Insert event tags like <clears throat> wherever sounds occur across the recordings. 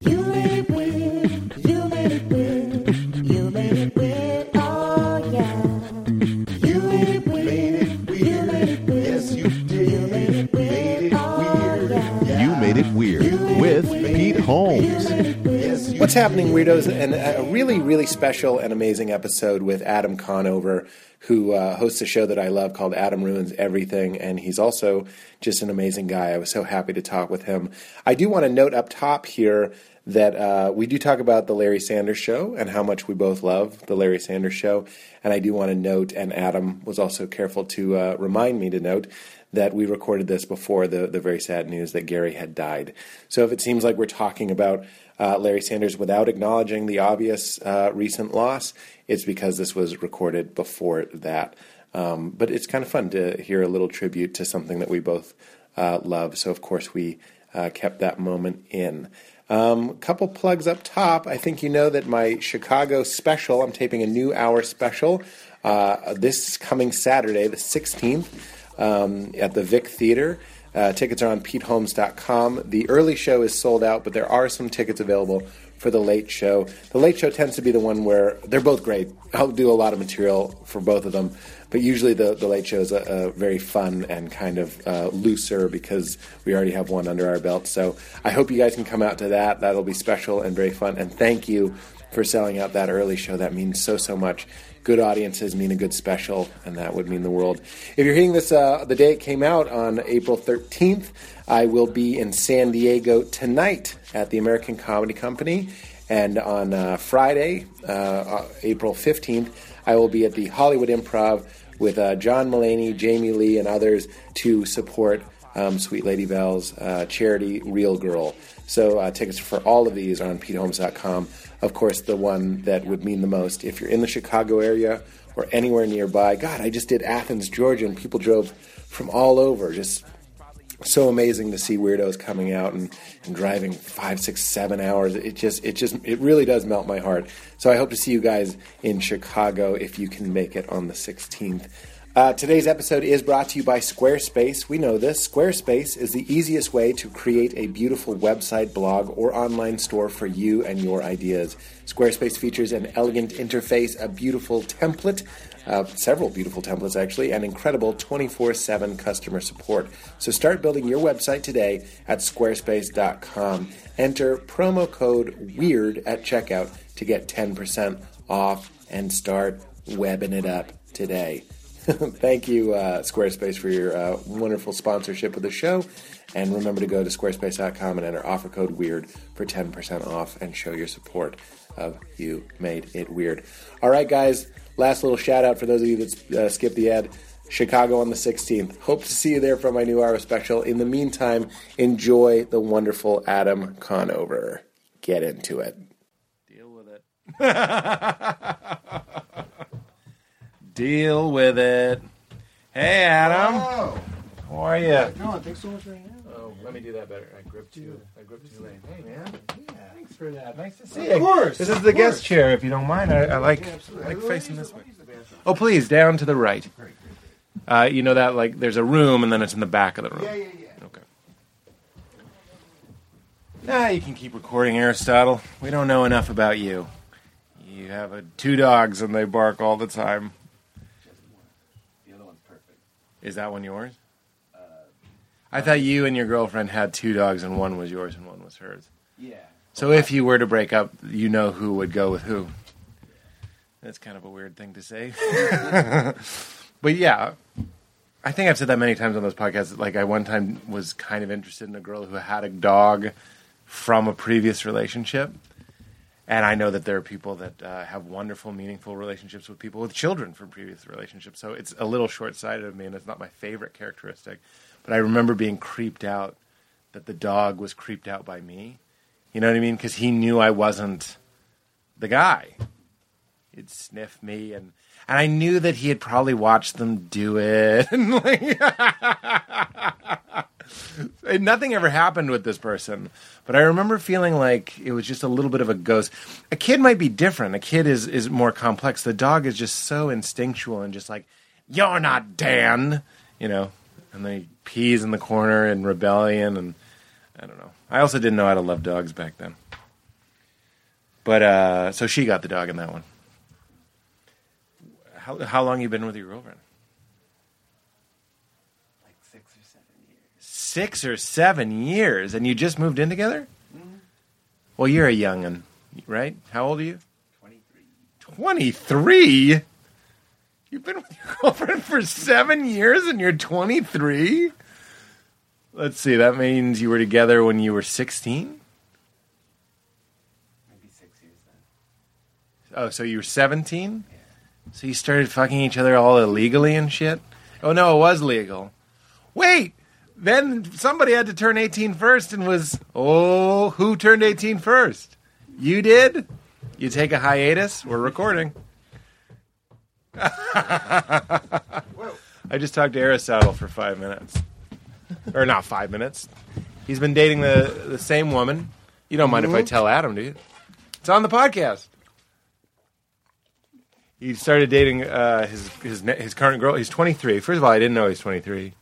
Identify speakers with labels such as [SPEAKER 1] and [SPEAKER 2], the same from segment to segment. [SPEAKER 1] You made it weird. You made it weird. You made it weird. Oh yeah. You made it weird. You made it weird. Yes, you did. You made it weird. Oh yeah.
[SPEAKER 2] You Made It Weird with Pete Holmes.
[SPEAKER 3] What's happening, weirdos? And a really, really special and amazing episode with Adam Conover, who uh, hosts a show that I love called Adam Ruins Everything. And he's also just an amazing guy. I was so happy to talk with him. I do want to note up top here that uh, we do talk about the Larry Sanders Show and how much we both love the Larry Sanders Show. And I do want to note, and Adam was also careful to uh, remind me to note that we recorded this before the, the very sad news that Gary had died. So if it seems like we're talking about uh, Larry Sanders without acknowledging the obvious uh, recent loss, it's because this was recorded before that. Um, but it's kind of fun to hear a little tribute to something that we both uh, love. So of course we uh, kept that moment in. Um, couple plugs up top. I think you know that my Chicago special. I'm taping a new hour special uh, this coming Saturday, the 16th um, at the Vic Theater. Uh, tickets are on PeteHolmes.com. The early show is sold out, but there are some tickets available for the late show. The late show tends to be the one where they're both great. I'll do a lot of material for both of them, but usually the, the late show is a, a very fun and kind of uh, looser because we already have one under our belt. So I hope you guys can come out to that. That'll be special and very fun. And thank you for selling out that early show. That means so so much. Good audiences mean a good special, and that would mean the world. If you're hearing this uh, the day it came out on April 13th, I will be in San Diego tonight at the American Comedy Company, and on uh, Friday, uh, uh, April 15th, I will be at the Hollywood Improv with uh, John Mulaney, Jamie Lee, and others to support um, Sweet Lady Bell's uh, charity, Real Girl. So uh, tickets for all of these are on PeteHolmes.com. Of course, the one that would mean the most if you're in the Chicago area or anywhere nearby. God, I just did Athens, Georgia, and people drove from all over. Just so amazing to see weirdos coming out and, and driving five, six, seven hours. It just, it just, it really does melt my heart. So I hope to see you guys in Chicago if you can make it on the 16th. Uh, today's episode is brought to you by Squarespace. We know this. Squarespace is the easiest way to create a beautiful website, blog, or online store for you and your ideas. Squarespace features an elegant interface, a beautiful template, uh, several beautiful templates actually, and incredible 24 7 customer support. So start building your website today at squarespace.com. Enter promo code WEIRD at checkout to get 10% off and start webbing it up today. <laughs> Thank you, uh, Squarespace, for your uh, wonderful sponsorship of the show. And remember to go to squarespace.com and enter offer code WEIRD for 10% off and show your support of You Made It Weird. All right, guys, last little shout out for those of you that uh, skipped the ad Chicago on the 16th. Hope to see you there for my new hour special. In the meantime, enjoy the wonderful Adam Conover. Get into it.
[SPEAKER 4] Deal with it. Deal with it. Hey, Adam. How are you?
[SPEAKER 5] No, thanks so much for hanging out.
[SPEAKER 4] Oh, let me do that better. I gripped you. I gripped you late. Hey, man.
[SPEAKER 5] Yeah, thanks for that.
[SPEAKER 4] Nice to see you. Of course. This is the guest chair, if you don't mind. I, I like, I like facing this way. Oh, please, down to the right. Uh, you know that, like, there's a room and then it's in the back of the room. Yeah, yeah, yeah. Okay. Nah, you can keep recording, Aristotle. We don't know enough about you. You have uh two dogs and they bark all the time.
[SPEAKER 5] The other one's perfect.
[SPEAKER 4] Is that one yours? Uh, I thought you and your girlfriend had two dogs, and one was yours and one was hers.
[SPEAKER 5] Yeah.
[SPEAKER 4] So if you were to break up, you know who would go with who. That's kind of a weird thing to say. <laughs> but yeah, I think I've said that many times on those podcasts. Like, I one time was kind of interested in a girl who had a dog from a previous relationship. And I know that there are people that uh, have wonderful, meaningful relationships with people with children from previous relationships. So it's a little short sighted of me, and it's not my favorite characteristic. But I remember being creeped out that the dog was creeped out by me. You know what I mean? Because he knew I wasn't the guy. He'd sniff me, and, and I knew that he had probably watched them do it. <laughs> and like, And nothing ever happened with this person, but I remember feeling like it was just a little bit of a ghost. A kid might be different. A kid is is more complex. The dog is just so instinctual and just like, "You're not Dan," you know. and then he pees in the corner in rebellion, and I don't know. I also didn't know how to love dogs back then. But uh, so she got the dog in that one. How how long you been with your girlfriend?
[SPEAKER 5] Like six or seven years.
[SPEAKER 4] Six or seven years, and you just moved in together.
[SPEAKER 5] Mm-hmm.
[SPEAKER 4] Well, you're a young'un, right? How old are you?
[SPEAKER 5] 23.
[SPEAKER 4] 23? You've been with your <laughs> girlfriend for seven years and you're 23? Let's see, that means you were together when you were 16?
[SPEAKER 5] Maybe six years then.
[SPEAKER 4] Oh, so you were 17? So you started fucking each other all illegally and shit? Oh, no, it was legal. Wait! Then somebody had to turn 18 first and was. Oh, who turned 18 first? You did? You take a hiatus? We're recording. I just talked to Aristotle for five minutes. Or not five minutes. He's been dating the, the same woman. You don't mind if I tell Adam, do you? It's on the podcast he started dating uh, his his ne- his current girl. He's 23. First of all, I didn't know he's 23.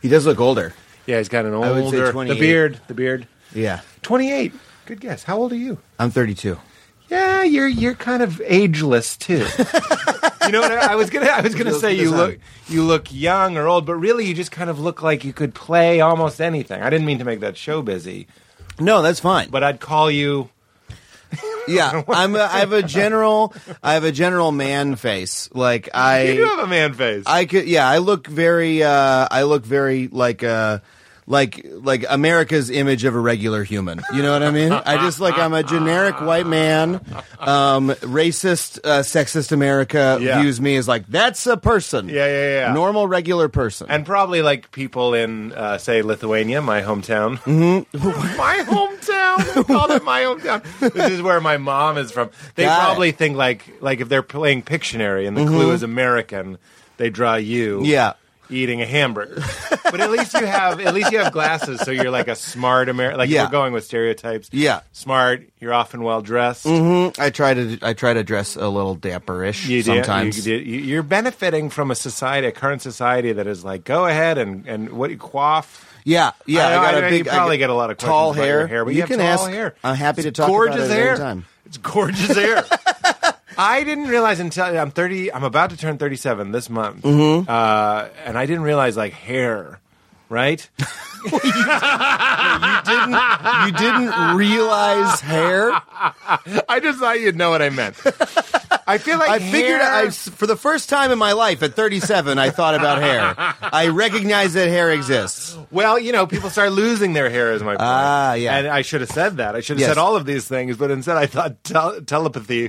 [SPEAKER 6] He does look older.
[SPEAKER 4] Yeah, he's got an older.
[SPEAKER 6] I would say
[SPEAKER 4] the
[SPEAKER 6] 28.
[SPEAKER 4] beard, the beard.
[SPEAKER 6] Yeah.
[SPEAKER 4] 28. Good guess. How old are you?
[SPEAKER 6] I'm 32.
[SPEAKER 4] Yeah, you're you're kind of ageless <laughs> too. you know what I, I was gonna I was gonna
[SPEAKER 6] Look
[SPEAKER 4] say
[SPEAKER 6] at
[SPEAKER 4] you
[SPEAKER 6] the
[SPEAKER 4] look
[SPEAKER 6] sun.
[SPEAKER 4] you look young or old, but really you just kind of look like you could play almost anything. I didn't mean to make that show busy,
[SPEAKER 6] No, that's fine.
[SPEAKER 4] but I'd call you.
[SPEAKER 6] yeah, I'm. A, I have a general. I have a general man face. Like I.
[SPEAKER 4] You do have a man face.
[SPEAKER 6] I could. Yeah, I look very. Uh, I look very like. Uh, like like America's image of a regular human. You know what I mean? I just like I'm a generic white man. Um, racist, uh, sexist America
[SPEAKER 4] Yeah.
[SPEAKER 6] views me as like that's a person.
[SPEAKER 4] Yeah, yeah, yeah.
[SPEAKER 6] Normal, regular person.
[SPEAKER 4] and probably like people in uh, say Lithuania, my hometown. <laughs> my hometown. I call it my hometown. This is where my mom is from. They
[SPEAKER 6] Got it.
[SPEAKER 4] probably think like like if they're playing Pictionary and the clue is American, they draw you.
[SPEAKER 6] yeah.
[SPEAKER 4] Eating a hamburger, <laughs> but at least you have at least you have glasses, so you're like a smart American. Like
[SPEAKER 6] Yeah.
[SPEAKER 4] we're going with stereotypes.
[SPEAKER 6] Yeah. Mm-hmm.
[SPEAKER 4] smart. You're often well dressed.
[SPEAKER 6] I try to I try to dress a little dapperish
[SPEAKER 4] You do-
[SPEAKER 6] sometimes.
[SPEAKER 4] you do- you- you're benefiting from a society, a current society that is like, go ahead and and what quaff.
[SPEAKER 6] Yeah, yeah.
[SPEAKER 4] I,
[SPEAKER 6] I, got
[SPEAKER 4] I
[SPEAKER 6] a
[SPEAKER 4] know
[SPEAKER 6] big.
[SPEAKER 4] You probably
[SPEAKER 6] I
[SPEAKER 4] get a lot of questions
[SPEAKER 6] tall
[SPEAKER 4] about
[SPEAKER 6] hair.
[SPEAKER 4] your hair, but you, have
[SPEAKER 6] can
[SPEAKER 4] tall
[SPEAKER 6] ask.
[SPEAKER 4] hair.
[SPEAKER 6] I'm happy to
[SPEAKER 4] It's
[SPEAKER 6] talk
[SPEAKER 4] gorgeous
[SPEAKER 6] about it
[SPEAKER 4] hair.
[SPEAKER 6] at any time.
[SPEAKER 4] It's
[SPEAKER 6] <laughs>
[SPEAKER 4] gorgeous hair. I didn't realize until I'm 30. I'm about to turn 37 this month,
[SPEAKER 6] Mm-hmm.
[SPEAKER 4] uh, and I didn't realize like hair,
[SPEAKER 6] <laughs>
[SPEAKER 4] right?
[SPEAKER 6] You
[SPEAKER 4] <laughs>
[SPEAKER 6] didn't realize hair.
[SPEAKER 4] I just thought you'd know what I meant. I feel like
[SPEAKER 6] I figured
[SPEAKER 4] hair-
[SPEAKER 6] I, for the first time in my life at 37, I thought about hair. I recognize that hair exists.
[SPEAKER 4] Well, you know, people start losing their hair, is my point.
[SPEAKER 6] Ah, yeah.
[SPEAKER 4] And I should have said that. I should have
[SPEAKER 6] Yes.
[SPEAKER 4] said all of these things, but instead I thought tel- telepathy,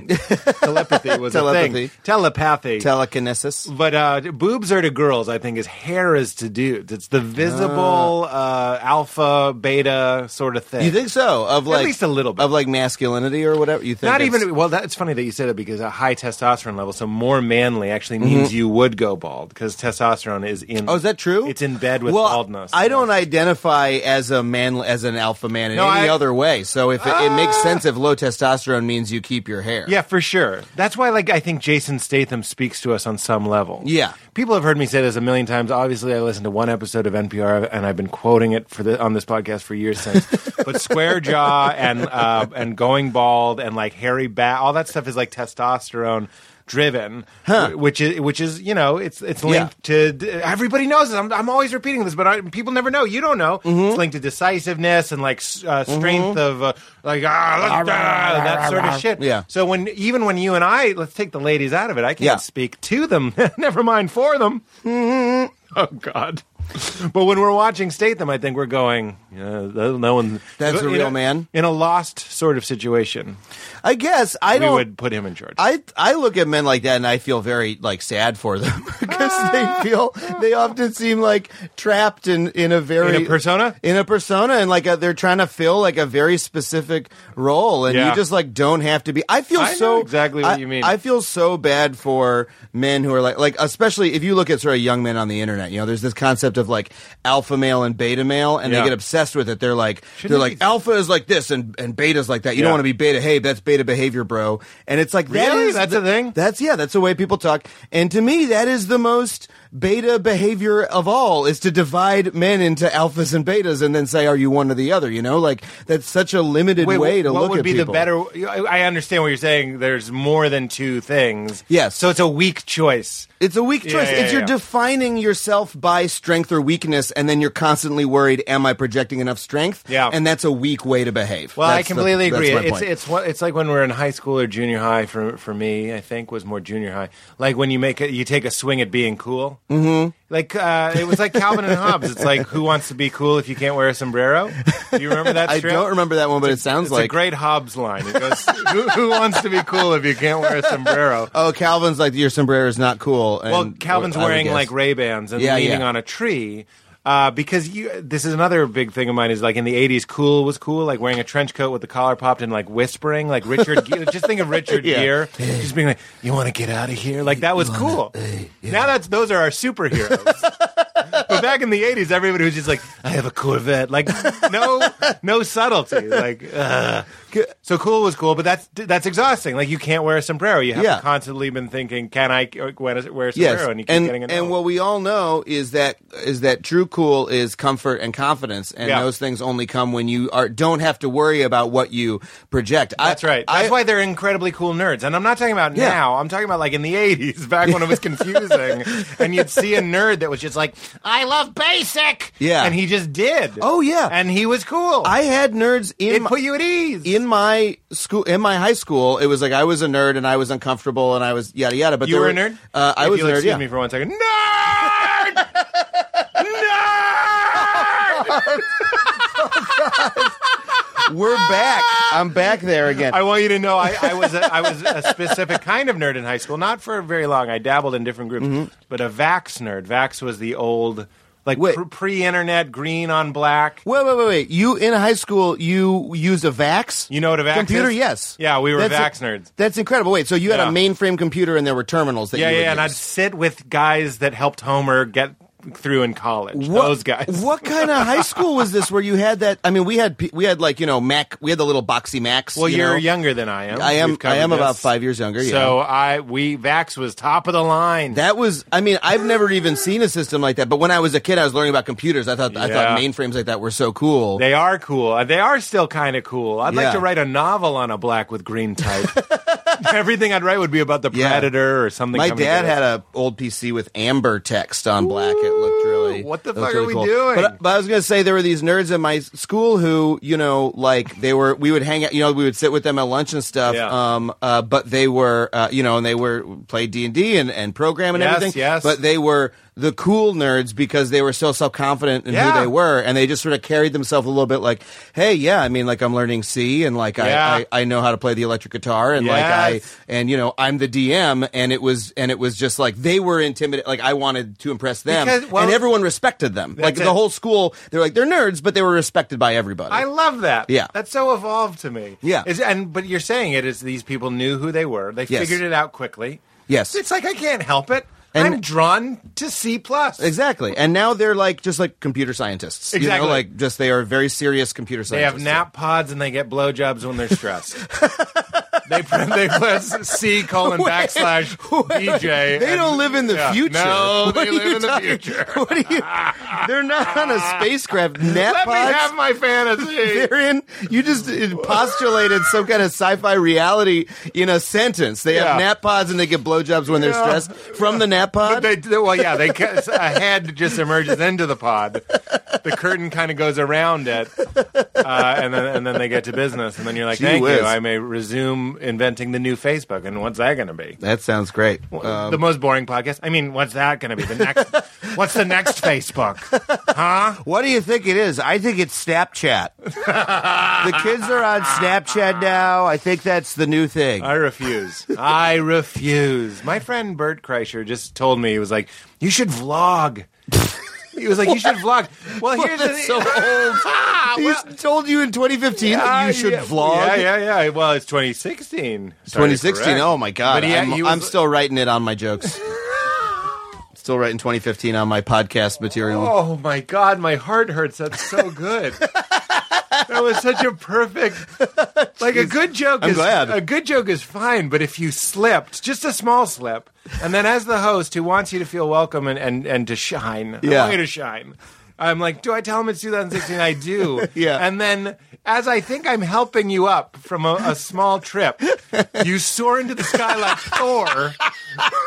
[SPEAKER 6] <laughs>
[SPEAKER 4] telepathy was a
[SPEAKER 6] Telepathy.
[SPEAKER 4] thing. Telepathy.
[SPEAKER 6] Telekinesis.
[SPEAKER 4] but uh, boobs are to girls, I think, is hair is to dudes. It's the visible uh, alpha, beta sort of thing.
[SPEAKER 6] Ah. You think so? Of like
[SPEAKER 4] least a little bit.
[SPEAKER 6] of like masculinity or whatever. You think
[SPEAKER 4] Not
[SPEAKER 6] it's-
[SPEAKER 4] even well. That's funny that you said that because a high testosterone level, so more manly, actually means you would go bald because testosterone is in.
[SPEAKER 6] Mm-hmm. Oh, is that true?
[SPEAKER 4] It's in bed with
[SPEAKER 6] well,
[SPEAKER 4] baldness.
[SPEAKER 6] I don't identify as a man, as an alpha man in
[SPEAKER 4] No,
[SPEAKER 6] any
[SPEAKER 4] I- Ah.
[SPEAKER 6] other way. So if it, it makes sense, if low testosterone means you keep your hair,
[SPEAKER 4] Yeah, for sure. That's why, like, I think Jason Statham speaks to us on some level.
[SPEAKER 6] Yeah.
[SPEAKER 4] people have heard me say this a million times. Obviously, I listened to one episode of NPR, and I've been quoting it for the, on this podcast for
[SPEAKER 6] <laughs>
[SPEAKER 4] years since. but square jaw and uh, and going bald and like hairy back, all that stuff is like testosterone driven, wh- which is which is you know it's it's linked to d- everybody knows this. I'm, I'm always repeating this, but I, people never know. You don't know.
[SPEAKER 6] Mm-hmm.
[SPEAKER 4] It's linked to decisiveness and like s- uh, strength of uh, like ah, let's, ah, that sort of shit.
[SPEAKER 6] Yeah.
[SPEAKER 4] So when even when you and I let's take the ladies out of it, I can't
[SPEAKER 6] Yeah.
[SPEAKER 4] speak to them. <laughs> Never mind for them.
[SPEAKER 6] Mm-hmm.
[SPEAKER 4] Oh God. But when we're watching Statham, I think we're going. Yeah, th- no one.
[SPEAKER 6] That's a
[SPEAKER 4] in
[SPEAKER 6] real man.
[SPEAKER 4] in a lost sort of situation.
[SPEAKER 6] I guess I
[SPEAKER 4] we
[SPEAKER 6] don't.
[SPEAKER 4] would put him in charge.
[SPEAKER 6] I I look at men like that and I feel very like sad for them <laughs> because they feel they often seem like trapped in in a very
[SPEAKER 4] In a persona?
[SPEAKER 6] in a persona and like a, they're trying to fill like a very specific role and
[SPEAKER 4] Yeah.
[SPEAKER 6] you just like don't have to be. I feel
[SPEAKER 4] I know
[SPEAKER 6] so
[SPEAKER 4] exactly what
[SPEAKER 6] I-
[SPEAKER 4] you mean.
[SPEAKER 6] I feel so bad for men who are like like especially if you look at sort of young men on the internet. You know, there's this concept of like alpha male and beta male and
[SPEAKER 4] Yeah.
[SPEAKER 6] they get obsessed with it. They're like
[SPEAKER 4] Shouldn't
[SPEAKER 6] they're
[SPEAKER 4] it
[SPEAKER 6] like
[SPEAKER 4] be-
[SPEAKER 6] alpha is like this and and beta is like that. You don't
[SPEAKER 4] Yeah.
[SPEAKER 6] want to be beta. Hey, that's beta behavior, bro. And it's like that
[SPEAKER 4] Really?
[SPEAKER 6] is
[SPEAKER 4] That's
[SPEAKER 6] the-
[SPEAKER 4] a thing?
[SPEAKER 6] That's yeah. That's the way people talk. And to me, that is the most beta behavior of all is to divide men into alphas and betas and then say, are you one or the other? You know, like that's such a limited way to
[SPEAKER 4] what
[SPEAKER 6] look
[SPEAKER 4] would
[SPEAKER 6] at
[SPEAKER 4] be
[SPEAKER 6] people.
[SPEAKER 4] the better? I I understand what you're saying. There's more than two things.
[SPEAKER 6] Yes.
[SPEAKER 4] So it's a weak choice.
[SPEAKER 6] It's a weak choice.
[SPEAKER 4] Yeah, yeah,
[SPEAKER 6] it's you're
[SPEAKER 4] yeah.
[SPEAKER 6] defining yourself by strength or weakness, and then you're constantly worried: Am I projecting enough strength?
[SPEAKER 4] Yeah.
[SPEAKER 6] and that's a weak way to behave.
[SPEAKER 4] Well, I
[SPEAKER 6] That's the-
[SPEAKER 4] completely
[SPEAKER 6] that's
[SPEAKER 4] agree.
[SPEAKER 6] my
[SPEAKER 4] It's
[SPEAKER 6] point.
[SPEAKER 4] it's what it's like when we're in high school or junior high. For for me, I think was more junior high. Like when you make a, you take a swing at being cool. Mm-hmm. Like uh, it was like Calvin and Hobbes. It's like who wants to be cool if you can't wear a sombrero? Do you remember that?
[SPEAKER 6] <laughs> I
[SPEAKER 4] strip?
[SPEAKER 6] don't remember that one, but it sounds
[SPEAKER 4] It's
[SPEAKER 6] like
[SPEAKER 4] a great Hobbes line. It goes, who, "Who wants to be cool if you can't wear a sombrero?"
[SPEAKER 6] oh, Calvin's like your sombrero is not cool. And
[SPEAKER 4] Well, Calvin's
[SPEAKER 6] I would
[SPEAKER 4] wearing
[SPEAKER 6] guess.
[SPEAKER 4] like Ray Bans and
[SPEAKER 6] Yeah,
[SPEAKER 4] leaning
[SPEAKER 6] yeah.
[SPEAKER 4] on a tree. Uh, because you, this is another big thing of mine is like in the '80s, cool was cool, like wearing a trench coat with the collar popped and like whispering, like Richard. Gere, <laughs> just think of
[SPEAKER 6] <laughs>
[SPEAKER 4] Richard
[SPEAKER 6] Yeah.
[SPEAKER 4] Gere, just being like, "You want to get out of here?" Like that was cool. Now that's those are our superheroes. <laughs> but back in the '80s, everybody was just like, "I have a Corvette," like no, no subtlety, like. uh, ugh. So cool was cool, but that's that's exhausting. Like you can't wear a sombrero. You have
[SPEAKER 6] Yeah.
[SPEAKER 4] to constantly been thinking, "Can I uh, wear a wear a
[SPEAKER 6] Yes,
[SPEAKER 4] and you keep
[SPEAKER 6] and
[SPEAKER 4] getting a no.
[SPEAKER 6] and what we all know is that is that true cool is comfort and confidence, and
[SPEAKER 4] Yeah.
[SPEAKER 6] those things only come when you are don't have to worry about what you project.
[SPEAKER 4] that's
[SPEAKER 6] I,
[SPEAKER 4] right. That's
[SPEAKER 6] I-
[SPEAKER 4] why they're incredibly cool nerds. And I'm not talking about
[SPEAKER 6] Yeah.
[SPEAKER 4] now. I'm talking about like in the 80s, back when it was confusing,
[SPEAKER 6] <laughs>
[SPEAKER 4] and you'd see a nerd that was just like, "I love basic,"
[SPEAKER 6] Yeah.
[SPEAKER 4] and he just did.
[SPEAKER 6] Oh, yeah.
[SPEAKER 4] and he was cool.
[SPEAKER 6] I had nerds in
[SPEAKER 4] it
[SPEAKER 6] my-
[SPEAKER 4] put you at ease.
[SPEAKER 6] in my school, in my high school, it was like I was a nerd and I was uncomfortable and I was yada yada. But
[SPEAKER 4] you
[SPEAKER 6] there
[SPEAKER 4] were a
[SPEAKER 6] were-
[SPEAKER 4] nerd.
[SPEAKER 6] Uh, I
[SPEAKER 4] If
[SPEAKER 6] was a
[SPEAKER 4] you'll
[SPEAKER 6] nerd.
[SPEAKER 4] Excuse
[SPEAKER 6] Yeah.
[SPEAKER 4] me for one second. Nerd. nerd.
[SPEAKER 6] We're back. I'm back there again.
[SPEAKER 4] I want you to know I, I was a, I was a specific kind of nerd in high school, not for very long. I dabbled in different groups,
[SPEAKER 6] Mm-hmm.
[SPEAKER 4] but a Vax nerd. Vax was the old, like
[SPEAKER 6] Wait.
[SPEAKER 4] pre- pre-internet, green on black.
[SPEAKER 6] wait, wait, wait, wait. You in high school? You used a Vax?
[SPEAKER 4] You know what a Vax
[SPEAKER 6] computer?
[SPEAKER 4] is?
[SPEAKER 6] Yes.
[SPEAKER 4] Yeah, we were
[SPEAKER 6] That's
[SPEAKER 4] Vax nerds.
[SPEAKER 6] That's incredible. Wait, so you had
[SPEAKER 4] Yeah.
[SPEAKER 6] a mainframe computer and there were terminals that
[SPEAKER 4] Yeah,
[SPEAKER 6] you
[SPEAKER 4] yeah,
[SPEAKER 6] would
[SPEAKER 4] and I'd
[SPEAKER 6] use.
[SPEAKER 4] sit with guys that helped Homer get through in college.
[SPEAKER 6] What-
[SPEAKER 4] Those guys.
[SPEAKER 6] <laughs> What kind of high school was this where you had that? I mean, we had pe- we had like you know Mac. We had the little boxy Macs.
[SPEAKER 4] Well,
[SPEAKER 6] you
[SPEAKER 4] you are
[SPEAKER 6] know?
[SPEAKER 4] younger than I am.
[SPEAKER 6] I am-
[SPEAKER 4] We've covered
[SPEAKER 6] I am about
[SPEAKER 4] this.
[SPEAKER 6] five years younger, yeah.
[SPEAKER 4] So I we Vax was top of the line.
[SPEAKER 6] That was, I mean, I've never even seen a system like that. But when I was a kid, I was learning about computers. I thought, I thought
[SPEAKER 4] Yeah.
[SPEAKER 6] mainframes like that were so cool.
[SPEAKER 4] They are cool. Uh, They are still kind of cool. I'd
[SPEAKER 6] Yeah.
[SPEAKER 4] like to write a novel on a black with green type. <laughs> Everything I'd write would be about the
[SPEAKER 6] Yeah.
[SPEAKER 4] predator or something.
[SPEAKER 6] My
[SPEAKER 4] coming
[SPEAKER 6] dad
[SPEAKER 4] to us.
[SPEAKER 6] had a old PC with amber text on black. It looked really.
[SPEAKER 4] what the
[SPEAKER 6] it looked
[SPEAKER 4] fuck
[SPEAKER 6] really
[SPEAKER 4] are we
[SPEAKER 6] cool.
[SPEAKER 4] doing?
[SPEAKER 6] But, but I was gonna say there were these nerds in my school who, you know, like they were. We would hang out. You know, we would sit with them at lunch and stuff.
[SPEAKER 4] Yeah.
[SPEAKER 6] Um. Uh. But they were, uh, you know, and they were played D and D and and program and
[SPEAKER 4] Yes,
[SPEAKER 6] everything.
[SPEAKER 4] yes.
[SPEAKER 6] But they were the cool nerds because they were so self confident in who
[SPEAKER 4] Yeah.
[SPEAKER 6] they were, and they just sort of carried themselves a little bit like, hey, yeah, I mean, like I'm learning C, and like
[SPEAKER 4] Yeah.
[SPEAKER 6] I, I I know how to play the electric guitar, and like I
[SPEAKER 4] Yes.
[SPEAKER 6] and you know I'm the DM, and it was and it was just like they were intimidated. Like I wanted to impress them,
[SPEAKER 4] Because- well-
[SPEAKER 6] and everyone respected them. Like
[SPEAKER 4] That's
[SPEAKER 6] the
[SPEAKER 4] it.
[SPEAKER 6] whole school, they're like they're nerds, but they were respected by everybody.
[SPEAKER 4] I love that.
[SPEAKER 6] Yeah.
[SPEAKER 4] that's so evolved to me.
[SPEAKER 6] Yeah.
[SPEAKER 4] Is- and but you're saying it is these people knew who they were. They
[SPEAKER 6] Yes.
[SPEAKER 4] figured it out quickly.
[SPEAKER 6] Yes.
[SPEAKER 4] it's like I can't help it.
[SPEAKER 6] And-
[SPEAKER 4] I'm drawn to C plus.
[SPEAKER 6] exactly. And now they're like just like computer scientists. You know,
[SPEAKER 4] Exactly.
[SPEAKER 6] like just they are very serious computer
[SPEAKER 4] They have
[SPEAKER 6] scientists.
[SPEAKER 4] nap pods and they get blowjobs when they're stressed. <laughs> they print, they press C colon backslash DJ.
[SPEAKER 6] They don't live in the
[SPEAKER 4] Yeah.
[SPEAKER 6] future.
[SPEAKER 4] No,
[SPEAKER 6] <laughs> What
[SPEAKER 4] they
[SPEAKER 6] are
[SPEAKER 4] live
[SPEAKER 6] you
[SPEAKER 4] in the
[SPEAKER 6] talking-
[SPEAKER 4] future.
[SPEAKER 6] <laughs> What are you? They're not on a spacecraft. Nap
[SPEAKER 4] <laughs> Let me
[SPEAKER 6] pods?
[SPEAKER 4] have
[SPEAKER 6] <laughs>
[SPEAKER 4] my fantasy.
[SPEAKER 6] they're in. You just postulated some kind of sci-fi reality in a sentence. They have
[SPEAKER 4] Yeah.
[SPEAKER 6] nap pods and they get blowjobs when they're
[SPEAKER 4] Yeah.
[SPEAKER 6] stressed from the nap pod.
[SPEAKER 4] They, they- well, yeah, they ca- a head just emerges into the pod. The curtain kind of goes around it, uh, and then and then they get to business. And then you're like,
[SPEAKER 6] Gee
[SPEAKER 4] "Thank
[SPEAKER 6] whiz.
[SPEAKER 4] you, I may resume inventing the new Facebook." And what's that going to be?
[SPEAKER 6] that sounds great. Uh,
[SPEAKER 4] the most boring podcast. I mean, what's that going to be? The next?
[SPEAKER 6] <laughs>
[SPEAKER 4] what's the next Facebook? Huh?
[SPEAKER 6] What do you think it is? I think it's Snapchat. the kids are on Snapchat now. I think that's the new thing.
[SPEAKER 4] I refuse. I refuse. My friend Bert Kreischer just told me he was like, "You should vlog." He was like, "You should vlog." Well, here's the
[SPEAKER 6] that's so old.
[SPEAKER 4] <laughs> Ah,
[SPEAKER 6] He
[SPEAKER 4] well-
[SPEAKER 6] told you in 2015 that
[SPEAKER 4] Ah,
[SPEAKER 6] you should
[SPEAKER 4] yeah,
[SPEAKER 6] vlog.
[SPEAKER 4] Yeah, yeah, yeah. Well, it's 2016. Sorry,
[SPEAKER 6] 2016.
[SPEAKER 4] correct.
[SPEAKER 6] Oh my god!
[SPEAKER 4] But yeah,
[SPEAKER 6] I'm,
[SPEAKER 4] he was-
[SPEAKER 6] I'm still writing it on my jokes.
[SPEAKER 4] <laughs>
[SPEAKER 6] still writing 2015 on my podcast material. <laughs>
[SPEAKER 4] Oh my god, my heart hurts. That's so good. That was such a perfect, like a good joke.
[SPEAKER 6] I'm
[SPEAKER 4] is,
[SPEAKER 6] glad.
[SPEAKER 4] a good joke is fine, but if you slipped, just a small slip, and then as the host who wants you to feel welcome and and, and to shine, I
[SPEAKER 6] Yeah.
[SPEAKER 4] want you to shine. I'm like, do I tell him it's 2016? I do.
[SPEAKER 6] <laughs> Yeah.
[SPEAKER 4] And then, as I think I'm helping you up from a, a small trip, you soar into the sky like Thor, <laughs>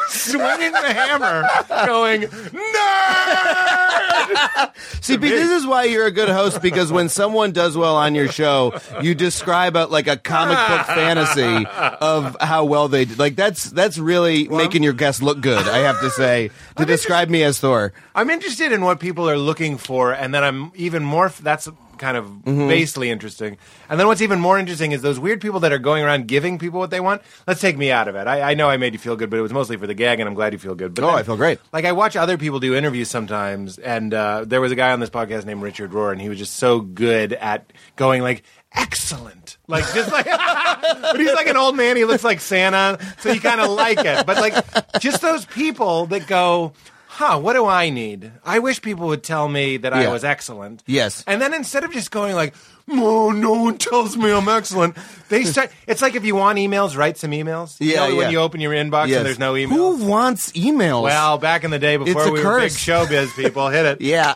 [SPEAKER 4] swinging the hammer, going, nerd!
[SPEAKER 6] See, Pete, this is why you're a good host because when someone does well on your show, you describe a, like a comic
[SPEAKER 4] <laughs>
[SPEAKER 6] book fantasy of how well they did. Like that's that's really making your guest look good. I have to
[SPEAKER 4] <laughs>
[SPEAKER 6] say to describe me as Thor.
[SPEAKER 4] I'm interested in what people are looking for, and then I'm even more. f- That's kind of
[SPEAKER 6] Mm-hmm.
[SPEAKER 4] basely interesting. And then what's even more interesting is those weird people that are going around giving people what they want. Let's take me out of it. I, I know I made you feel good, but it was mostly for the gag, and I'm glad you feel good. But
[SPEAKER 6] Oh,
[SPEAKER 4] then-
[SPEAKER 6] I feel great.
[SPEAKER 4] Like I watch other people do interviews sometimes, and uh, there was a guy on this podcast named Richard Rohr, and he was just so good at going like. Excellent, like just like, <laughs> but he's like an old man. He looks like Santa, so you kind of like it. But like, just those people that go, "Huh, what do I need?" I wish people would tell me that I
[SPEAKER 6] Yeah.
[SPEAKER 4] was excellent.
[SPEAKER 6] Yes.
[SPEAKER 4] and then instead of just going like, "No, no one tells me I'm excellent," they start. It's like if you want emails, write some emails. You
[SPEAKER 6] Yeah,
[SPEAKER 4] know when
[SPEAKER 6] yeah.
[SPEAKER 4] you open your inbox
[SPEAKER 6] Yes.
[SPEAKER 4] and there's no email.
[SPEAKER 6] Who wants emails?
[SPEAKER 4] Well, back in the day before
[SPEAKER 6] It's a
[SPEAKER 4] we were big
[SPEAKER 6] curse. <laughs>
[SPEAKER 4] showbiz people, hit it.
[SPEAKER 6] yeah.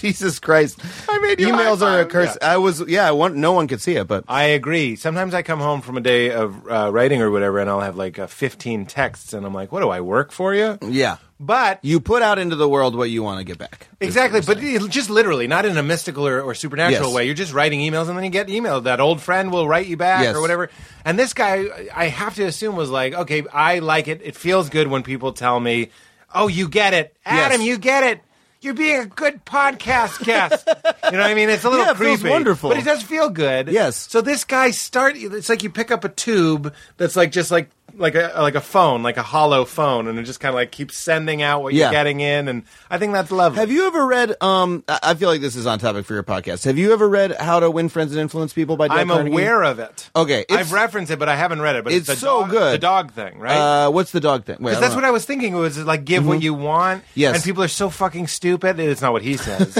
[SPEAKER 6] Jesus Christ!
[SPEAKER 4] I made you
[SPEAKER 6] emails
[SPEAKER 4] high
[SPEAKER 6] are a
[SPEAKER 4] five.
[SPEAKER 6] curse. I was yeah. I want, no one could see it, but
[SPEAKER 4] I agree. Sometimes I come home from a day of uh, writing or whatever, and I'll have like uh, 15 texts, and I'm like, what do I work for you?
[SPEAKER 6] yeah.
[SPEAKER 4] But
[SPEAKER 6] You put out into the world what you want to get back.
[SPEAKER 4] exactly, but it- just literally, not in a mystical or, or supernatural
[SPEAKER 6] Yes.
[SPEAKER 4] way. You're just writing emails, and then you get email. That old friend will write you back
[SPEAKER 6] Yes.
[SPEAKER 4] or whatever. And this guy, I have to assume, was like, okay, I like it. It feels good when people tell me, oh, you get it, Adam, you get it. You're being a good
[SPEAKER 6] <laughs>
[SPEAKER 4] podcast guest. you know what I mean? It's a little
[SPEAKER 6] Yeah, it
[SPEAKER 4] creepy,
[SPEAKER 6] feels wonderful.
[SPEAKER 4] but it does feel good.
[SPEAKER 6] Yes.
[SPEAKER 4] So this guy start. It's like you pick up a tube that's like just like like a like a phone, like a hollow phone, and it just kind of like keeps sending out what
[SPEAKER 6] Yeah.
[SPEAKER 4] you're getting in. And I think that's lovely.
[SPEAKER 6] Have you ever read? Um, I I feel like this is on topic for your podcast. Have you ever read How to Win Friends and Influence People by Dale
[SPEAKER 4] I'm
[SPEAKER 6] Carnegie?
[SPEAKER 4] aware of it.
[SPEAKER 6] Okay, it's-
[SPEAKER 4] I've referenced it, but I haven't read it. But it's,
[SPEAKER 6] It's
[SPEAKER 4] the
[SPEAKER 6] so
[SPEAKER 4] dog,
[SPEAKER 6] good.
[SPEAKER 4] The dog thing, right?
[SPEAKER 6] Uh, what's the dog thing? Wait, I
[SPEAKER 4] 'Cause
[SPEAKER 6] don't
[SPEAKER 4] that's
[SPEAKER 6] know.
[SPEAKER 4] what I was thinking. It was like give what you want.
[SPEAKER 6] Yes.
[SPEAKER 4] And people are so fucking stupid. It's not what
[SPEAKER 6] <laughs>
[SPEAKER 4] he says,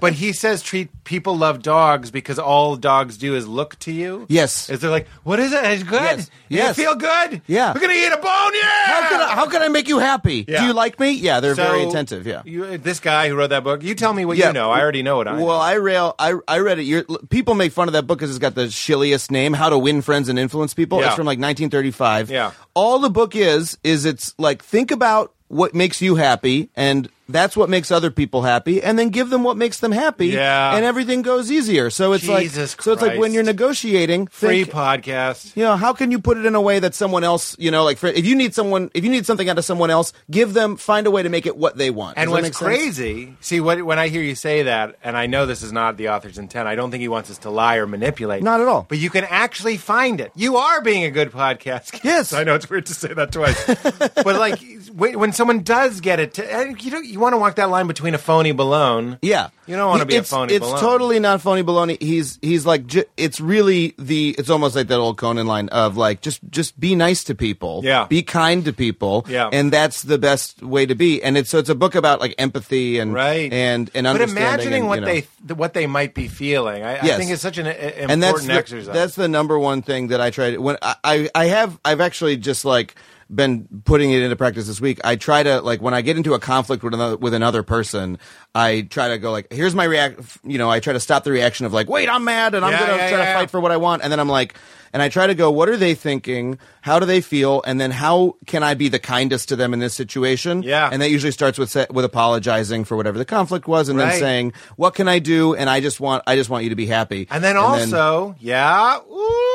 [SPEAKER 4] but he says treat people love dogs because all dogs do is look to you.
[SPEAKER 6] Yes.
[SPEAKER 4] Is they're like, what is it? It's good.
[SPEAKER 6] Yes.
[SPEAKER 4] Does
[SPEAKER 6] Yes.
[SPEAKER 4] It feel good.
[SPEAKER 6] Yeah.
[SPEAKER 4] We're gonna eat a bone. Yeah.
[SPEAKER 6] How can I, how can I make you happy?
[SPEAKER 4] Yeah.
[SPEAKER 6] Do you like me? Yeah, they're
[SPEAKER 4] So,
[SPEAKER 6] very attentive. Yeah.
[SPEAKER 4] You, this guy who wrote that book. You tell me what you know. I already know what I.
[SPEAKER 6] Well,
[SPEAKER 4] know.
[SPEAKER 6] I rail. I I read it. You're, people make fun of that book because it's got the shilliest name, "How to Win Friends and Influence People."
[SPEAKER 4] Yeah.
[SPEAKER 6] It's from like 1935.
[SPEAKER 4] Yeah.
[SPEAKER 6] All the book is is it's like think about what makes you happy, and that's what makes other people happy, and then give them what makes them happy.
[SPEAKER 4] Yeah.
[SPEAKER 6] And everything goes easier. So it's
[SPEAKER 4] Jesus
[SPEAKER 6] like so it's like when
[SPEAKER 4] Christ.
[SPEAKER 6] you're negotiating,
[SPEAKER 4] free
[SPEAKER 6] think-
[SPEAKER 4] podcast.
[SPEAKER 6] you know how can you put it in a way that someone else you know like for, if you need someone if you need something out of someone else give them find a way to make it what they want
[SPEAKER 4] And
[SPEAKER 6] Does that
[SPEAKER 4] what's
[SPEAKER 6] make sense?
[SPEAKER 4] crazy, see, what, when I hear you say that, and I know this is not the author's intent, I don't think he wants us to lie or manipulate.
[SPEAKER 6] Not at all.
[SPEAKER 4] But you can actually find it. You are being a good podcast.
[SPEAKER 6] Yes.
[SPEAKER 4] <laughs> I know it's weird to say that twice. <laughs> but like, when when someone does get it, to, and you, don't, you want to walk that line between a phony balone.
[SPEAKER 6] yeah
[SPEAKER 4] You don't wanna be a
[SPEAKER 6] It's-
[SPEAKER 4] phony
[SPEAKER 6] it's
[SPEAKER 4] baloney.
[SPEAKER 6] totally not phony baloney he's he's like ju- it's really the it's almost like that old conan line of like just just be nice to people
[SPEAKER 4] Yeah.
[SPEAKER 6] be kind to people
[SPEAKER 4] Yeah.
[SPEAKER 6] and that's the best way to be and it's so it's a book about like empathy and
[SPEAKER 4] Right
[SPEAKER 6] and and
[SPEAKER 4] but
[SPEAKER 6] understanding
[SPEAKER 4] imagining
[SPEAKER 6] and,
[SPEAKER 4] what
[SPEAKER 6] you know.
[SPEAKER 4] they th- what they might be feeling, I, I
[SPEAKER 6] Yes.
[SPEAKER 4] think is such an uh, important
[SPEAKER 6] and that's the,
[SPEAKER 4] exercise.
[SPEAKER 6] That's the number one thing that I try to when I, I I have I've actually just like been putting it into practice this week. I try to like when I get into a conflict with another with another person, I try to go like, here's my react. You know, I try to stop the reaction of like, wait, I'm mad and I'm
[SPEAKER 4] Yeah,
[SPEAKER 6] gonna
[SPEAKER 4] yeah,
[SPEAKER 6] try to
[SPEAKER 4] yeah.
[SPEAKER 6] fight for what I want, and then I'm like. And I try to go, what are they thinking? How do they feel? And then how can I be the kindest to them in this situation?
[SPEAKER 4] Yeah.
[SPEAKER 6] And that usually starts with sa- with apologizing for whatever the conflict was, and
[SPEAKER 4] Right.
[SPEAKER 6] then saying, what can I do? And I just want I just want you to be happy.
[SPEAKER 4] And then also, yeah,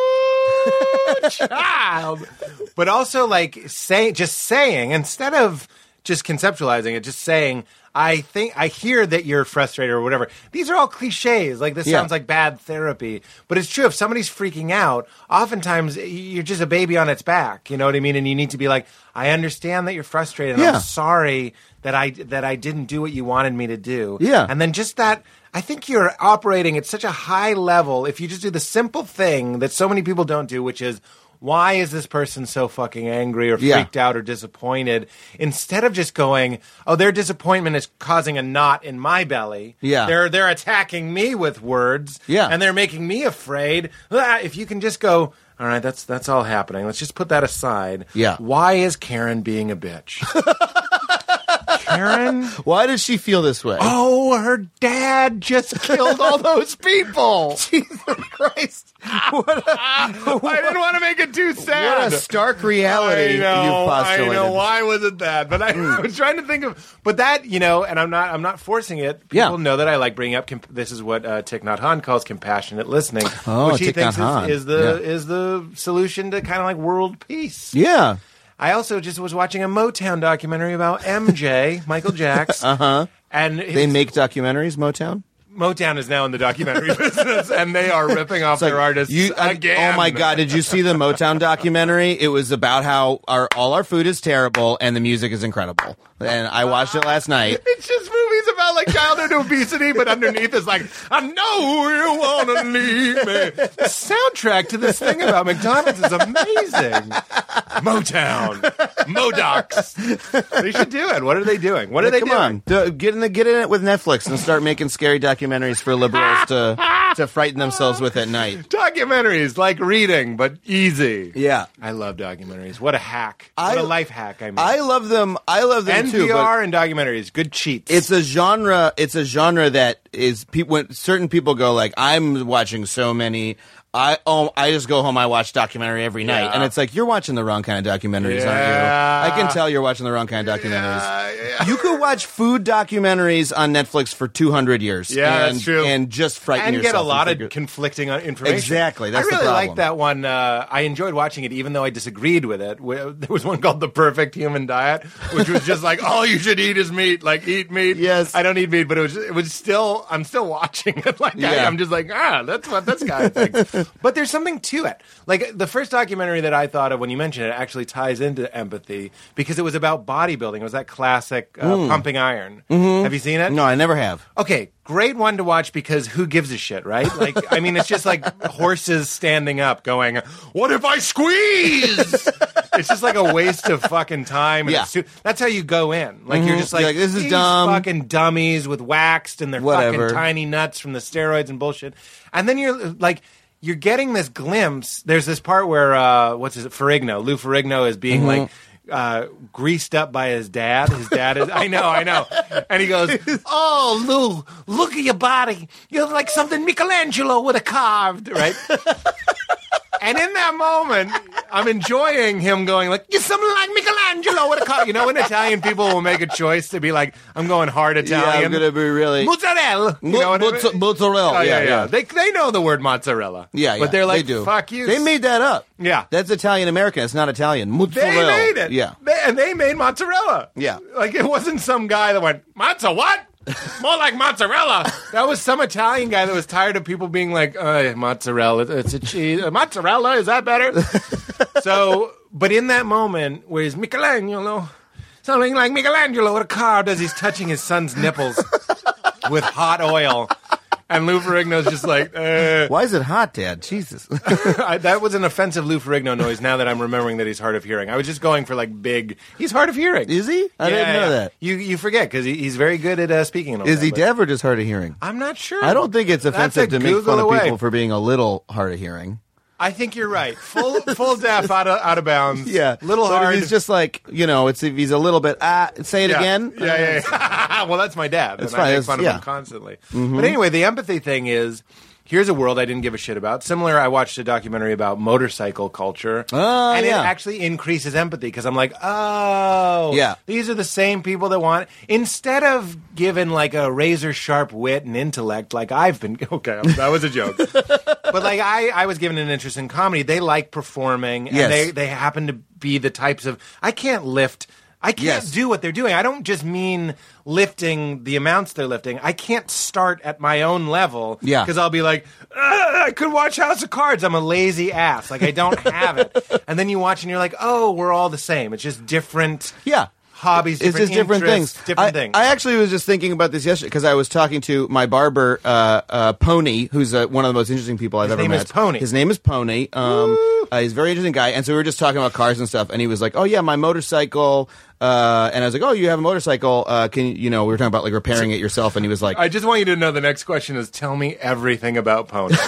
[SPEAKER 6] <laughs>
[SPEAKER 4] ooh, child. But also, like, say, just saying, instead of just conceptualizing it, just saying, I think, I hear that you're frustrated or whatever. These are all cliches. Like, this
[SPEAKER 6] Yeah.
[SPEAKER 4] sounds like bad therapy. But it's true. If somebody's freaking out, oftentimes you're just a baby on its back. You know what I mean? And you need to be like, I understand that you're frustrated. And
[SPEAKER 6] Yeah.
[SPEAKER 4] I'm sorry that I, that I didn't do what you wanted me to do.
[SPEAKER 6] Yeah.
[SPEAKER 4] And then just that, I think you're operating at such a high level if you just do the simple thing that so many people don't do, which is why is this person so fucking angry or
[SPEAKER 6] Yeah.
[SPEAKER 4] freaked out or disappointed? Instead of just going, oh, their disappointment is causing a knot in my belly.
[SPEAKER 6] Yeah.
[SPEAKER 4] They're they're attacking me with words.
[SPEAKER 6] Yeah.
[SPEAKER 4] And they're making me afraid. Ah, if you can just go, all right, that's that's all happening. Let's just put that aside.
[SPEAKER 6] Yeah.
[SPEAKER 4] Why is Karen being a bitch? <laughs> Karen?
[SPEAKER 6] Why does she feel this way? <laughs>
[SPEAKER 4] Oh, her dad just killed all those people. Jesus Christ. <laughs> I didn't want to make it too sad.
[SPEAKER 6] What a stark reality
[SPEAKER 4] I know,
[SPEAKER 6] you've postulated. Hmm.
[SPEAKER 4] I know. Why was it that? But I, I <laughs> was trying to think of. But that you know, and I'm not. I'm not forcing it. People
[SPEAKER 6] Yeah.
[SPEAKER 4] know that I like bringing up. Comp- this is what uh, Thich Nhat Hanh calls compassionate listening,
[SPEAKER 6] Oh,
[SPEAKER 4] which he
[SPEAKER 6] Thich Nhat
[SPEAKER 4] thinks
[SPEAKER 6] Hanh.
[SPEAKER 4] is, is the
[SPEAKER 6] Yeah.
[SPEAKER 4] is the solution to kind of like world peace.
[SPEAKER 6] Yeah.
[SPEAKER 4] I also just was watching a Motown documentary about MJ Michael
[SPEAKER 6] <laughs>
[SPEAKER 4] Jax. uh huh. And
[SPEAKER 6] Uh-huh. They
[SPEAKER 4] his-
[SPEAKER 6] make documentaries, Motown.
[SPEAKER 4] Motown is now in the documentary <laughs> business, and they are ripping off
[SPEAKER 6] It's like,
[SPEAKER 4] their artists
[SPEAKER 6] you- I-
[SPEAKER 4] again.
[SPEAKER 6] Oh my god! Did you see the Motown documentary? It was about how our all our food is terrible and the music is incredible. And I watched it last night.
[SPEAKER 4] It's just movies about like childhood obesity, but underneath is like, I know you wanna leave me. The
[SPEAKER 6] <laughs>
[SPEAKER 4] soundtrack to this thing about McDonald's is amazing. Motown, Modocs. They should do it. What are they doing? What are they
[SPEAKER 6] Come
[SPEAKER 4] doing?
[SPEAKER 6] on, Do- get in the, get in it with Netflix and start making scary documentaries for liberals
[SPEAKER 4] <laughs>
[SPEAKER 6] to to frighten themselves with at night.
[SPEAKER 4] Documentaries like reading, but easy.
[SPEAKER 6] Yeah.
[SPEAKER 4] I love documentaries. What a hack!
[SPEAKER 6] I-
[SPEAKER 4] what a life hack! I mean,
[SPEAKER 6] I love them. I love them
[SPEAKER 4] NPR
[SPEAKER 6] too. but-
[SPEAKER 4] and documentaries, good cheats.
[SPEAKER 6] it's a genre it's a genre that is pe- when certain people go like i'm watching so many i oh i just go home i watch documentary every night
[SPEAKER 4] Yeah.
[SPEAKER 6] and it's like you're watching the wrong kind of documentaries
[SPEAKER 4] Yeah.
[SPEAKER 6] aren't you i can tell you're watching the wrong kind of documentaries
[SPEAKER 4] Yeah, yeah.
[SPEAKER 6] you could watch food documentaries on netflix for 200 years
[SPEAKER 4] Yeah,
[SPEAKER 6] and,
[SPEAKER 4] that's true.
[SPEAKER 6] and just frighten
[SPEAKER 4] and
[SPEAKER 6] yourself
[SPEAKER 4] get a lot
[SPEAKER 6] figure-
[SPEAKER 4] of conflicting uh, information.
[SPEAKER 6] Exactly, that's
[SPEAKER 4] I
[SPEAKER 6] the
[SPEAKER 4] really
[SPEAKER 6] problem.
[SPEAKER 4] like that one. Uh, I enjoyed watching it, even though I disagreed with it. Where- <laughs> There was one called "The Perfect Human Diet," which was just like all you should eat is meat. Like eat meat.
[SPEAKER 6] Yes.
[SPEAKER 4] I don't eat meat, but it was it was still. I'm still watching it. <laughs> Like I,
[SPEAKER 6] Yeah.
[SPEAKER 4] I'm just like ah, that's what this
[SPEAKER 6] <laughs>
[SPEAKER 4] guy thinks. but there's something to it. Like the first documentary that I thought of when you mentioned it actually ties into empathy because it was about bodybuilding. It was that classic uh, pumping iron. Have you seen it?
[SPEAKER 6] Mm. Mm-hmm. no i never have
[SPEAKER 4] Okay, great one to watch because who gives a shit, right? Like, I mean, it's just like horses standing up going, What if I squeeze? it's just like a waste of fucking time. And
[SPEAKER 6] Yeah. Mm-hmm.
[SPEAKER 4] it's too- that's how you go in. Like, you're just like,
[SPEAKER 6] You're like, this is
[SPEAKER 4] These
[SPEAKER 6] dumb."
[SPEAKER 4] fucking dummies with waxed and their
[SPEAKER 6] Whatever.
[SPEAKER 4] fucking tiny nuts from the steroids and bullshit. And then you're like, you're getting this glimpse. There's this part where, uh, what's his, Ferrigno, Lou Ferrigno is
[SPEAKER 6] Mm-hmm.
[SPEAKER 4] being like, uh, greased up by his dad. His dad is, I know, I know. And he goes, Oh, Lou, look at your body. You're like something Michelangelo would have carved, right? and in that moment, I'm enjoying him going like, "You're something like Michelangelo would have carved." You know, when Italian people will make a choice to be like, "I'm going hard Italian."
[SPEAKER 6] yeah i'm gonna be really
[SPEAKER 4] mozzarella. You
[SPEAKER 6] Mo-
[SPEAKER 4] know what I mean?
[SPEAKER 6] mozza- mozzarella,
[SPEAKER 4] Oh,
[SPEAKER 6] yeah, yeah.
[SPEAKER 4] They they know the word mozzarella.
[SPEAKER 6] yeah, yeah,
[SPEAKER 4] But they're like,
[SPEAKER 6] they do.
[SPEAKER 4] "Fuck you."
[SPEAKER 6] They made that up.
[SPEAKER 4] Yeah.
[SPEAKER 6] that's Italian American. It's not Italian.
[SPEAKER 4] They
[SPEAKER 6] Mozzarella.
[SPEAKER 4] made it.
[SPEAKER 6] Yeah,
[SPEAKER 4] They- and they made mozzarella.
[SPEAKER 6] Yeah.
[SPEAKER 4] Like it wasn't some guy that went, Mozza what? More like mozzarella. that was some Italian guy that was tired of people being like, uh, mozzarella, it's a cheese. Uh, mozzarella, is that
[SPEAKER 6] <laughs>
[SPEAKER 4] better? so, but in that moment where he's Michelangelo, something like Michelangelo with a card as he's touching his
[SPEAKER 6] <laughs>
[SPEAKER 4] son's nipples with hot oil. And Lou Ferrigno's just like, uh,
[SPEAKER 6] Why is it hot, Dad? Jesus. <laughs>
[SPEAKER 4] <laughs> I, that was an offensive Lou Ferrigno noise. Now that I'm remembering that he's hard of hearing, I was just going for like big. He's hard of hearing.
[SPEAKER 6] Is he? I didn't know that.
[SPEAKER 4] You you forget because he, he's very good at uh, speaking. And all
[SPEAKER 6] Is
[SPEAKER 4] that,
[SPEAKER 6] he
[SPEAKER 4] but-
[SPEAKER 6] deaf or just hard of hearing?
[SPEAKER 4] I'm not sure.
[SPEAKER 6] I don't think it's
[SPEAKER 4] That's
[SPEAKER 6] offensive
[SPEAKER 4] a
[SPEAKER 6] to make
[SPEAKER 4] Google
[SPEAKER 6] fun
[SPEAKER 4] away.
[SPEAKER 6] of people for being a little hard of hearing.
[SPEAKER 4] I think you're right. Full full deaf out of out
[SPEAKER 6] <laughs>
[SPEAKER 4] of bounds. little
[SPEAKER 6] but if
[SPEAKER 4] hard.
[SPEAKER 6] He's just like you know. It's if he's a little bit. Ah, say it
[SPEAKER 4] yeah.
[SPEAKER 6] again.
[SPEAKER 4] Yeah, yeah. yeah. <laughs> well, that's my dad.
[SPEAKER 6] That's
[SPEAKER 4] and
[SPEAKER 6] fine.
[SPEAKER 4] I make
[SPEAKER 6] That's-
[SPEAKER 4] fun of
[SPEAKER 6] yeah. Mm-hmm.
[SPEAKER 4] him constantly. But anyway, the empathy thing is. Here's a world I didn't give a shit about. Similar, I watched a documentary about motorcycle culture,
[SPEAKER 6] Oh,
[SPEAKER 4] and
[SPEAKER 6] yeah.
[SPEAKER 4] it actually increases empathy because I'm like, oh,
[SPEAKER 6] Yeah.
[SPEAKER 4] these are the same people that want. Instead of given like a razor sharp wit and intellect, like I've been. <laughs> Okay, that was
[SPEAKER 6] <laughs>
[SPEAKER 4] a joke. but like I, I was given an interest in comedy. They like performing, and
[SPEAKER 6] Yes.
[SPEAKER 4] they they happen to be the types of I can't lift. I can't
[SPEAKER 6] Yes.
[SPEAKER 4] do what they're doing. I don't just mean lifting the amounts they're lifting. I can't start at my own level.
[SPEAKER 6] Yeah.
[SPEAKER 4] Because I'll be like, "Ugh, I could watch House of Cards. I'm a
[SPEAKER 6] <laughs>
[SPEAKER 4] lazy ass. Like, I don't have it. and then you watch and you're like, oh, we're all the same. It's just different
[SPEAKER 6] Yeah.
[SPEAKER 4] hobbies,
[SPEAKER 6] it's just different
[SPEAKER 4] interests,
[SPEAKER 6] things.
[SPEAKER 4] Different
[SPEAKER 6] I,
[SPEAKER 4] things.
[SPEAKER 6] I actually was just thinking about this yesterday because I was talking to my barber, uh, uh, Pony, who's uh, one of the most interesting people I've ever
[SPEAKER 4] name
[SPEAKER 6] met.
[SPEAKER 4] is Pony.
[SPEAKER 6] His name is Pony. Um, uh, he's a very interesting guy, and so we were just talking about cars and stuff, and he was like, "Oh yeah, my motorcycle." Uh, and I was like, "Oh, you have a motorcycle? Uh, can you, you know?" We were talking about like repairing it yourself, and he was like,
[SPEAKER 4] I just want you to know the next question is tell me everything about Pony.
[SPEAKER 6] <laughs>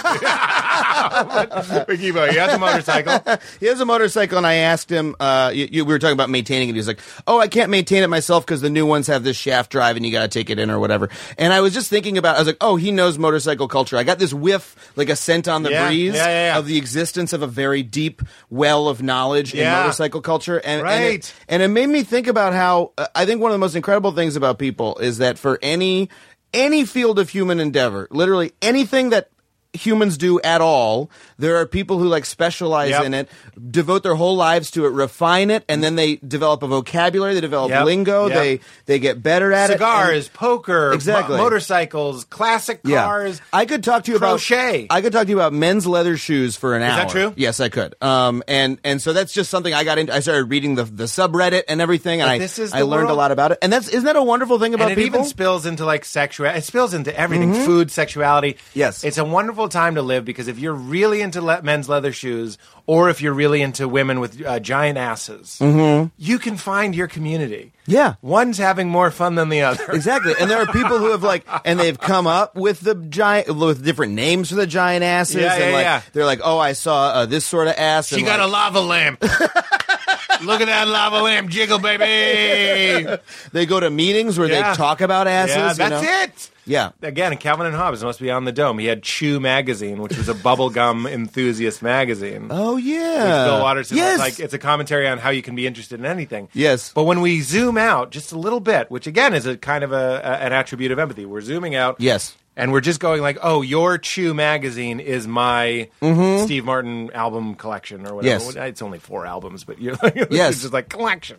[SPEAKER 4] <laughs> we keep going. He has a motorcycle.
[SPEAKER 6] He has a motorcycle, and I asked him. Uh, you, you, we were talking about maintaining it. He was like, "Oh, I can't maintain it myself because the new ones have this shaft drive, and you got to take it in or whatever." And I was just thinking about. I was like, "Oh, he knows motorcycle culture." I got this whiff, like a scent on the
[SPEAKER 4] Yeah,
[SPEAKER 6] breeze,
[SPEAKER 4] yeah, yeah, yeah.
[SPEAKER 6] of the existence of a very deep well of knowledge in
[SPEAKER 4] Yeah.
[SPEAKER 6] motorcycle culture, and and it,
[SPEAKER 4] Right.
[SPEAKER 6] and it made me think about how uh, I think one of the most incredible things about people is that for any any field of human endeavor, literally anything that humans do at all, there are people who like specialize
[SPEAKER 4] Yep.
[SPEAKER 6] in it, devote their whole lives to it, refine it, and then they develop a vocabulary, they develop
[SPEAKER 4] Yep.
[SPEAKER 6] lingo,
[SPEAKER 4] Yep.
[SPEAKER 6] they they get better at it. and-
[SPEAKER 4] Cigars, poker,
[SPEAKER 6] Exactly.
[SPEAKER 4] mo- motorcycles, classic cars.
[SPEAKER 6] I could talk to you
[SPEAKER 4] crochet.
[SPEAKER 6] about I could talk to you about men's leather shoes for an hour.
[SPEAKER 4] that true?
[SPEAKER 6] Yes, I could. Um, and and so that's just something I got into. I started reading the the subreddit and everything, and
[SPEAKER 4] But
[SPEAKER 6] I
[SPEAKER 4] this is
[SPEAKER 6] I
[SPEAKER 4] the
[SPEAKER 6] learned a
[SPEAKER 4] world.
[SPEAKER 6] lot about it. And that's isn't that a wonderful thing about
[SPEAKER 4] and it
[SPEAKER 6] people? Mm-hmm.
[SPEAKER 4] even spills into like sexual. It spills into everything: food, sexuality.
[SPEAKER 6] Yes.
[SPEAKER 4] it's a wonderful time to live because if you're really into le- men's leather shoes, or if you're really into women with uh, giant asses, you can find your community.
[SPEAKER 6] Mm-hmm. Yeah.
[SPEAKER 4] one's having more fun than the other.
[SPEAKER 6] Exactly, and there are people who have
[SPEAKER 4] <laughs>
[SPEAKER 6] like, and they've come up with the giant, with different names for the giant asses,
[SPEAKER 4] Yeah,
[SPEAKER 6] and
[SPEAKER 4] yeah,
[SPEAKER 6] like
[SPEAKER 4] yeah.
[SPEAKER 6] they're like, oh, I saw uh, this sort of ass.
[SPEAKER 4] She got a lava <laughs> lamp. Look at that lava lamp jiggle, baby. <laughs>
[SPEAKER 6] They go to meetings where
[SPEAKER 4] Yeah.
[SPEAKER 6] they talk about asses.
[SPEAKER 4] yeah,
[SPEAKER 6] you
[SPEAKER 4] that's
[SPEAKER 6] know?
[SPEAKER 4] it.
[SPEAKER 6] Yeah,
[SPEAKER 4] Again, Calvin and Hobbes must be on the dome. He had Chew magazine, which was a bubblegum enthusiast magazine.
[SPEAKER 6] Oh yeah,
[SPEAKER 4] which Bill Watterson was
[SPEAKER 6] Yes,
[SPEAKER 4] like it's a commentary on how you can be interested in anything.
[SPEAKER 6] Yes.
[SPEAKER 4] But when we zoom out just a little bit, which again is a kind of a, a- an attribute of empathy, we're zooming out.
[SPEAKER 6] yes.
[SPEAKER 4] And we're just going like, oh, your Chew magazine is my Steve Martin album collection or whatever.
[SPEAKER 6] Mm-hmm. Yes.
[SPEAKER 4] It's only four albums, but you're <laughs> like,
[SPEAKER 6] Yes.
[SPEAKER 4] it's just like collection.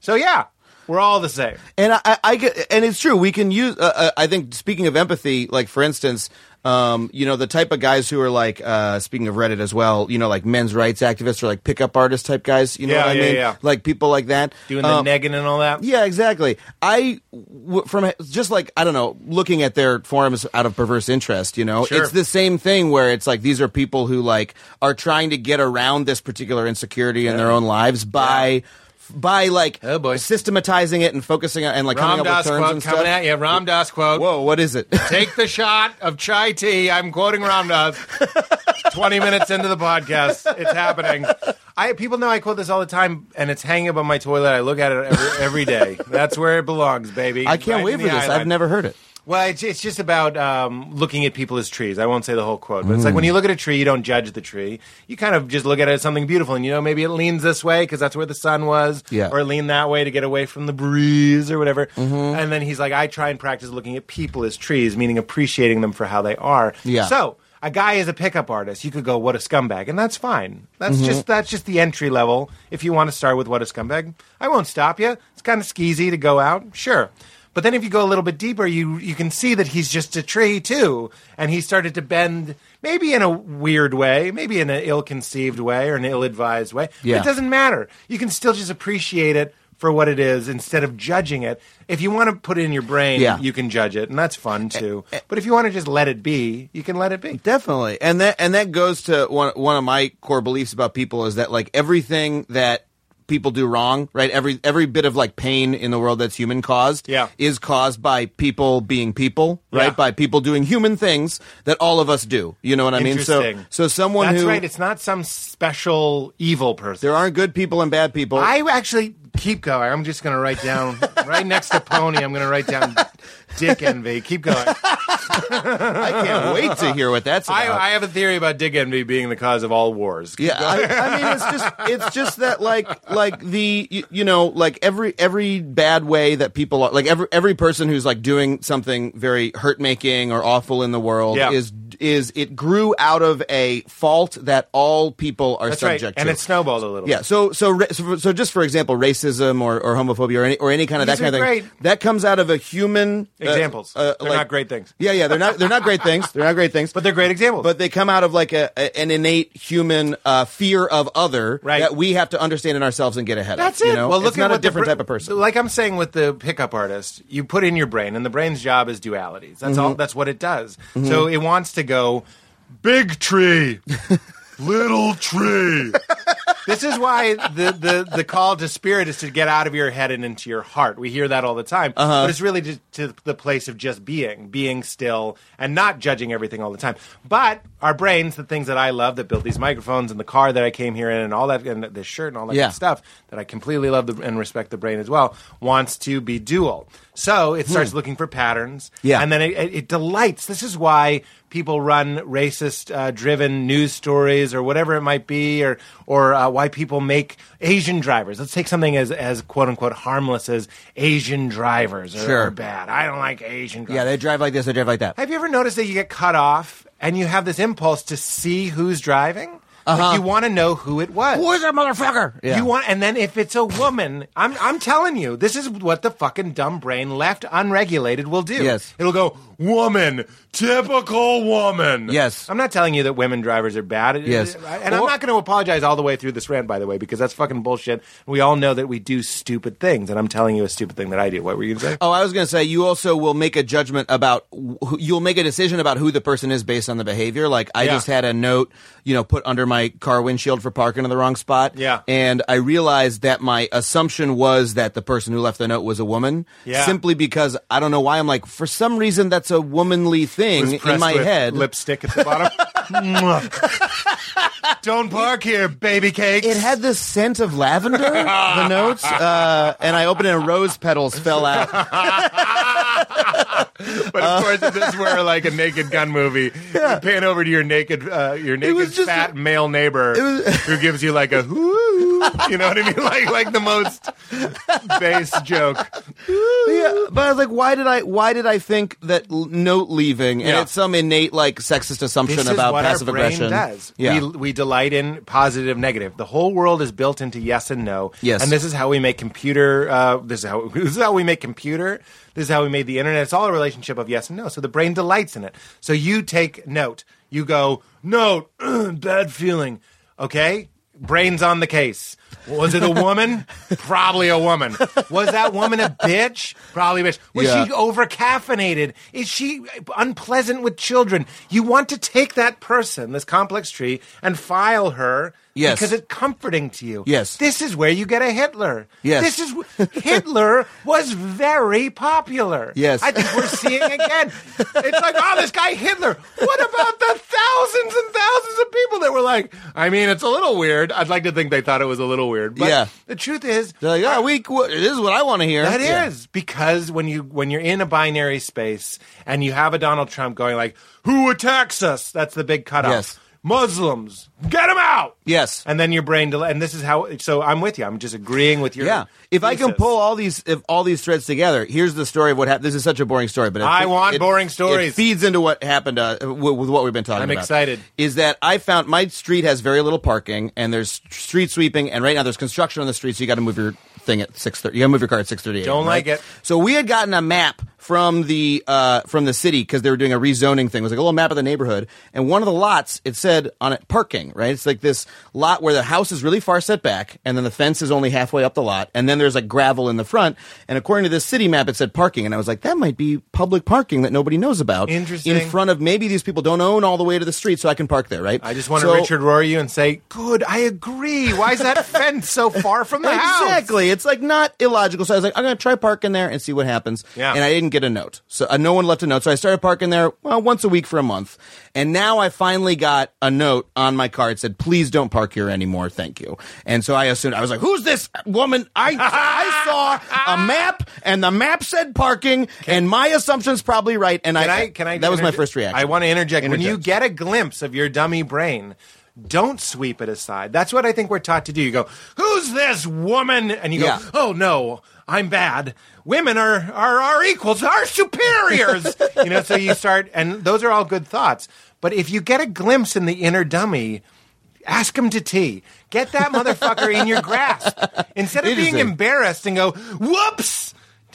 [SPEAKER 4] So yeah, we're all the same.
[SPEAKER 6] and I, I, I get, and it's true. We can use. Uh, uh, I think speaking of empathy, like for instance, um, you know, the type of guys who are like, uh, speaking of Reddit as well, you know, like men's rights activists or like pickup artist type guys. You know
[SPEAKER 4] Yeah,
[SPEAKER 6] what I
[SPEAKER 4] yeah,
[SPEAKER 6] mean?
[SPEAKER 4] yeah.
[SPEAKER 6] Like people like that
[SPEAKER 4] Doing the
[SPEAKER 6] Um,
[SPEAKER 4] negging and all that.
[SPEAKER 6] yeah, exactly. I w- from just like I don't know, looking at their forums out of perverse interest. You know,
[SPEAKER 4] Sure.
[SPEAKER 6] it's the same thing where it's like these are people who like are trying to get around this particular insecurity in their own lives by. By like
[SPEAKER 4] Oh, boy.
[SPEAKER 6] systematizing it and focusing on and like
[SPEAKER 4] Ram
[SPEAKER 6] coming up
[SPEAKER 4] Dass
[SPEAKER 6] with terms
[SPEAKER 4] quote
[SPEAKER 6] and
[SPEAKER 4] coming
[SPEAKER 6] stuff.
[SPEAKER 4] at you. Ram Dass quote.
[SPEAKER 6] Whoa, what is
[SPEAKER 4] <laughs>
[SPEAKER 6] it?
[SPEAKER 4] Take the shot of chai tea. I'm quoting Ram Dass. 20 minutes into the podcast. It's happening. I People know I quote this all the time, and it's hanging above my toilet. I look at it every, every day. That's where it belongs, baby.
[SPEAKER 6] I can't
[SPEAKER 4] Right
[SPEAKER 6] wait
[SPEAKER 4] in
[SPEAKER 6] for
[SPEAKER 4] the
[SPEAKER 6] this. I've
[SPEAKER 4] eyelid.
[SPEAKER 6] never heard it.
[SPEAKER 4] Well, it's, it's just about um, looking at people as trees. I won't say the whole quote, but it's
[SPEAKER 6] Hmm.
[SPEAKER 4] like when you look at a tree, you don't judge the tree. You kind of just look at it as something beautiful, and you know maybe it leans this way because that's where the sun was,
[SPEAKER 6] Yeah.
[SPEAKER 4] or it leaned that way to get away from the breeze or whatever.
[SPEAKER 6] Mm-hmm.
[SPEAKER 4] And then he's like, I try and practice looking at people as trees, meaning appreciating them for how they are.
[SPEAKER 6] Yeah.
[SPEAKER 4] So a guy is a pickup artist. You could go, what a scumbag, and that's fine. That's just that's just the entry level. If you want to start with what a scumbag, I won't stop you. It's kind of skeezy to go out, sure. But then if you go a little bit deeper, you you can see that he's just a tree too, and he started to bend, maybe in a weird way, maybe in an ill-conceived way or an ill-advised way. But
[SPEAKER 6] Yeah.
[SPEAKER 4] It doesn't matter. You can still just appreciate it for what it is instead of judging it. If you want to put it in your brain,
[SPEAKER 6] Yeah. Eh,
[SPEAKER 4] you can judge it, and that's fun too. But if you want to just let it be, you can let it be.
[SPEAKER 6] Definitely, and that and that goes to one one of my core beliefs about people is that like everything that people do wrong, right? Every every bit of like pain in the world that's human caused,
[SPEAKER 4] Yeah.
[SPEAKER 6] is caused by people being people, right?
[SPEAKER 4] Yeah.
[SPEAKER 6] By people doing human things that all of us do. You know what I mean? So
[SPEAKER 4] Interesting.
[SPEAKER 6] so someone
[SPEAKER 4] That's
[SPEAKER 6] who
[SPEAKER 4] right. It's not some special evil person.
[SPEAKER 6] there aren't good people and bad people.
[SPEAKER 4] I actually keep going. I'm just going to write down right next to pony. I'm going to write down dick envy. Keep
[SPEAKER 6] <laughs>
[SPEAKER 4] going.
[SPEAKER 6] <laughs> I can't wait to hear what that's
[SPEAKER 4] I,
[SPEAKER 6] about.
[SPEAKER 4] I have a theory about dick envy being the cause of all wars.
[SPEAKER 6] Yeah,
[SPEAKER 4] <laughs>
[SPEAKER 6] I, I mean, it's just it's just that like like the you, you know like every every bad way that people are like every every person who's like doing something very hurt making or awful in the world
[SPEAKER 4] Yeah.
[SPEAKER 6] is is it grew out of a fault that all people are
[SPEAKER 4] That's right.
[SPEAKER 6] subject to.
[SPEAKER 4] And it snowballed a little.
[SPEAKER 6] Yeah. So so ra- so so just for example, racism or, or homophobia or any or any kind of
[SPEAKER 4] These
[SPEAKER 6] that kind
[SPEAKER 4] are
[SPEAKER 6] of thing
[SPEAKER 4] great.
[SPEAKER 6] that comes out of a human uh,
[SPEAKER 4] Examples. They're not great things.
[SPEAKER 6] Yeah, yeah. They're not they're not great things. They're not great things.
[SPEAKER 4] <laughs> But they're great examples.
[SPEAKER 6] But they come out of like a, a- an innate human uh, fear of other
[SPEAKER 4] Right.
[SPEAKER 6] that we have to understand in ourselves and get ahead
[SPEAKER 4] That's
[SPEAKER 6] of.
[SPEAKER 4] it.
[SPEAKER 6] You know?
[SPEAKER 4] Well,
[SPEAKER 6] It's
[SPEAKER 4] look at
[SPEAKER 6] not
[SPEAKER 4] what
[SPEAKER 6] a
[SPEAKER 4] the
[SPEAKER 6] different
[SPEAKER 4] bra-
[SPEAKER 6] type of person.
[SPEAKER 4] Like I'm saying with the pickup artist, you put in your brain, and the brain's job is dualities. That's
[SPEAKER 6] Mm-hmm.
[SPEAKER 4] all. That's what it does. So it wants to go big tree,
[SPEAKER 6] <laughs>
[SPEAKER 4] little tree. this is why the, the the call to spirit is to get out of your head and into your heart. We hear that all the time,
[SPEAKER 6] Uh-huh.
[SPEAKER 4] but it's really to, to the place of just being, being still, and not judging everything all the time. But our brains, the things that I love, that built these microphones and the car that I came here in, and all that, and this shirt and all that
[SPEAKER 6] Yeah.
[SPEAKER 4] good stuff that I completely love the, and respect the brain as well, wants to be dual. So it starts looking for patterns,
[SPEAKER 6] Hmm. Yeah.
[SPEAKER 4] and then it, it, it delights. This is why people run racist-driven news stories or whatever it might be, or or uh, why people make Asian drivers. Let's take something as as quote unquote harmless as Asian drivers are,
[SPEAKER 6] Sure.
[SPEAKER 4] are bad. I don't like Asian drivers.
[SPEAKER 6] yeah, they drive like this. They drive like that.
[SPEAKER 4] Have you ever noticed that you get cut off and you have this impulse to see who's driving? Like you want to know who it was.
[SPEAKER 6] Uh-huh. Who is that motherfucker? Yeah.
[SPEAKER 4] You want, and then if it's a woman, I'm I'm telling you, this is what the fucking dumb brain left unregulated will do.
[SPEAKER 6] Yes.
[SPEAKER 4] it'll go woman, typical woman.
[SPEAKER 6] Yes.
[SPEAKER 4] I'm not telling you that women drivers are bad. It-
[SPEAKER 6] Yes.
[SPEAKER 4] it- and I'm
[SPEAKER 6] Or-
[SPEAKER 4] not going to apologize all the way through this rant, by the way, because that's fucking bullshit. We all know that we do stupid things, and I'm telling you a stupid thing that I do. What were you going to say?
[SPEAKER 6] Oh, I was going to say you also will make a judgment about wh- you'll make a decision about who the person is based on the behavior. Like I
[SPEAKER 4] Yeah.
[SPEAKER 6] just had a note, you know, put under my car windshield for parking in the wrong spot.
[SPEAKER 4] Yeah.
[SPEAKER 6] and I realized that my assumption was that the person who left the note was a woman.
[SPEAKER 4] Yeah.
[SPEAKER 6] simply because I don't know why I'm like for some reason that's a womanly thing in
[SPEAKER 4] pressed
[SPEAKER 6] my
[SPEAKER 4] with
[SPEAKER 6] head.
[SPEAKER 4] Lipstick at
[SPEAKER 6] <laughs>
[SPEAKER 4] the bottom. Mwah. Don't park here, baby cakes.
[SPEAKER 6] It had this scent of lavender, the
[SPEAKER 4] <laughs>
[SPEAKER 6] notes, uh, and I opened it and rose petals fell out.
[SPEAKER 4] <laughs> But
[SPEAKER 6] Uh,
[SPEAKER 4] of course, if this were like a Naked Gun movie, you pan over to your naked, uh, your naked
[SPEAKER 6] was just-
[SPEAKER 4] fat male neighbor
[SPEAKER 6] <laughs>
[SPEAKER 4] who gives you like a whoo, you know what I mean, <laughs> like like the
[SPEAKER 6] <laughs>
[SPEAKER 4] most base joke.
[SPEAKER 6] Yeah, but I was like, why did I? Why did I think that l- note leaving? And
[SPEAKER 4] Yeah.
[SPEAKER 6] it's some innate like sexist assumption
[SPEAKER 4] This is
[SPEAKER 6] about
[SPEAKER 4] what
[SPEAKER 6] passive
[SPEAKER 4] our brain
[SPEAKER 6] aggression.
[SPEAKER 4] does.
[SPEAKER 6] Yeah,
[SPEAKER 4] We, we delight in positive, negative. The whole world is built into yes and no.
[SPEAKER 6] Yes.
[SPEAKER 4] And this is how we make computer. Uh, this is how <laughs> this is how we make computer. This is how we made the internet. It's all a relationship of yes and no. So the brain delights in it. So you take note. You go note. <clears throat> bad feeling. Okay. Brains on the case. Was it a
[SPEAKER 6] <laughs>
[SPEAKER 4] woman? Probably a woman. Was that woman a bitch? Probably a bitch. Was
[SPEAKER 6] Yeah.
[SPEAKER 4] she over caffeinated? Is she unpleasant with children? You want to take that person, this complex tree, and file her
[SPEAKER 6] Yes.
[SPEAKER 4] because it's comforting to you.
[SPEAKER 6] Yes.
[SPEAKER 4] This is where you get a Hitler.
[SPEAKER 6] Yes.
[SPEAKER 4] This is wh- Hitler was very popular.
[SPEAKER 6] Yes.
[SPEAKER 4] I think we're seeing again. It's like, oh, this guy Hitler. What about the thousands and thousands of people that were like, I mean, it's a little weird. I'd like to think they thought it was a little weird. But
[SPEAKER 6] Yeah.
[SPEAKER 4] the truth is,
[SPEAKER 6] they're like, oh, we. qu- This is what I want to hear.
[SPEAKER 4] that is
[SPEAKER 6] Yeah.
[SPEAKER 4] because when you when you're in a binary space and you have a Donald Trump going like, "Who attacks us?" That's the big cutoff.
[SPEAKER 6] Yes.
[SPEAKER 4] Muslims, get them out.
[SPEAKER 6] Yes.
[SPEAKER 4] And then your brain, del- and this is how. So I'm with you. I'm just agreeing with your.
[SPEAKER 6] yeah. If I can
[SPEAKER 4] thesis.
[SPEAKER 6] pull all these, if all these threads together, here's the story of what happened. This is such a boring story, but it,
[SPEAKER 4] I want
[SPEAKER 6] it-
[SPEAKER 4] boring stories.
[SPEAKER 6] It feeds into what happened uh, w- with what we've been talking
[SPEAKER 4] I'm
[SPEAKER 6] about.
[SPEAKER 4] excited.
[SPEAKER 6] Is that I found my street has very little parking, and there's street sweeping, and right now there's construction on the street, so you got to move your thing at six thirty. You got to move your car at six thirty.
[SPEAKER 4] Don't like it.
[SPEAKER 6] So we had gotten a map from the uh, from the city because they were doing a rezoning thing. It was like a little map of the neighborhood, and one of the lots it said on it parking. Right, it's like this lot where the house is really far set back, and then the fence is only halfway up the lot, and then there's like gravel in the front. And according to this city map, it said parking, and I was like, that might be public parking that nobody knows about.
[SPEAKER 4] Interesting.
[SPEAKER 6] In front of maybe these people don't own all the way to the street, so I can park there. Right.
[SPEAKER 4] I just want
[SPEAKER 6] So-
[SPEAKER 4] to Richard Rory you and say, "Good, I agree." Why is that <laughs> fence so far from the house?
[SPEAKER 6] Exactly. It's like not illogical. So I was like, I'm going to try parking there and see what happens.
[SPEAKER 4] Yeah.
[SPEAKER 6] And I didn't get a note. So uh, no one left a note. So I started parking there well, once a week for a month. And now I finally got a note on my car. It said, please don't park here anymore. Thank you. And so I assumed, I was like, who's this woman? I, I
[SPEAKER 4] <laughs>
[SPEAKER 6] saw a map and the map said parking and my assumption's probably right. And
[SPEAKER 4] Can
[SPEAKER 6] I,
[SPEAKER 4] I? Can I?
[SPEAKER 6] that was my
[SPEAKER 4] interj-
[SPEAKER 6] first reaction.
[SPEAKER 4] I want to interject. When you
[SPEAKER 6] Interject.
[SPEAKER 4] get a glimpse of your dummy brain, Don't sweep it aside. That's what I think we're taught to do. You go, "Who's this woman?" And you
[SPEAKER 6] Yeah.
[SPEAKER 4] go, "Oh no, I'm bad. Women are are our equals, our
[SPEAKER 6] <laughs>
[SPEAKER 4] superiors." you know, so you start, and those are all good thoughts. But if you get a glimpse in the inner dummy, ask him to tea.
[SPEAKER 6] <laughs>
[SPEAKER 4] Get that motherfucker in your grasp instead of being
[SPEAKER 6] Interesting.
[SPEAKER 4] embarrassed and go, "Whoops."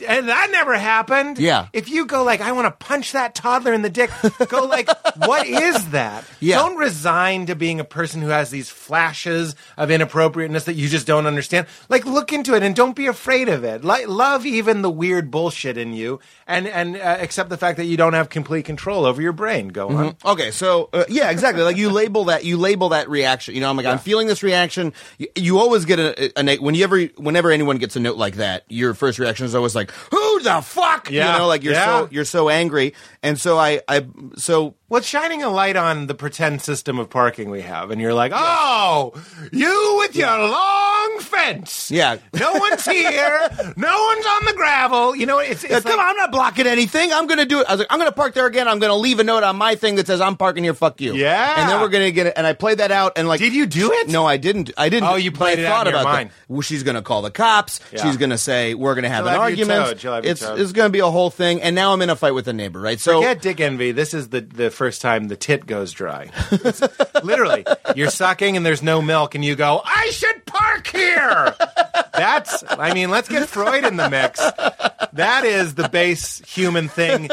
[SPEAKER 4] And that never happened.
[SPEAKER 6] Yeah.
[SPEAKER 4] If you go like, I want to punch that toddler in the dick, go like, what is that?
[SPEAKER 6] <laughs> Yeah.
[SPEAKER 4] Don't resign to being a person who has these flashes of inappropriateness that you just don't understand. Like, look into it and don't be afraid of it. Like, love even the weird bullshit in you, and and uh, accept the fact that you don't have complete control over your brain. Go on.
[SPEAKER 6] Okay, so uh, yeah, exactly. Like you label that, you label that reaction. You know, I'm like, I'm feeling this reaction. You, you always get a, a, a whenever whenever anyone gets a note like that, your first reaction is always like, "Who the fuck?"
[SPEAKER 4] Yeah,
[SPEAKER 6] You know, like you're
[SPEAKER 4] yeah.
[SPEAKER 6] so you're so angry, and so I I so
[SPEAKER 4] Well, it's shining a light on the pretend system of parking we have, and you're like, oh, you with your long fence.
[SPEAKER 6] Yeah.
[SPEAKER 4] No
[SPEAKER 6] <laughs>
[SPEAKER 4] one's here. no one's on the gravel. You know, it's, it's
[SPEAKER 6] Yeah, come
[SPEAKER 4] like-
[SPEAKER 6] on, I'm not blocking anything. I'm going to do it. I was like, I'm going to park there again. I'm going to leave a note on my thing that says I'm parking here. Fuck you.
[SPEAKER 4] Yeah.
[SPEAKER 6] And then we're going to get it. And I played that out. And like,
[SPEAKER 4] Did you do it?
[SPEAKER 6] No, I didn't. I didn't.
[SPEAKER 4] Oh, you
[SPEAKER 6] but
[SPEAKER 4] played
[SPEAKER 6] I
[SPEAKER 4] it out
[SPEAKER 6] thought
[SPEAKER 4] in your
[SPEAKER 6] about
[SPEAKER 4] mind.
[SPEAKER 6] That. Well, she's going to call the cops.
[SPEAKER 4] Yeah.
[SPEAKER 6] She's going to say we're going to have an
[SPEAKER 4] She'll have you
[SPEAKER 6] argument.
[SPEAKER 4] towed. She'll have you
[SPEAKER 6] it's
[SPEAKER 4] towed.
[SPEAKER 6] it's going to be a whole thing. And now I'm in a fight with a neighbor. Right. So
[SPEAKER 4] Forget dick envy. This is the, the first time the tit goes dry. It's- literally, you're sucking and there's no milk, and you go, I should park here. That's, I mean, let's get Freud in the mix. That is the base human thing.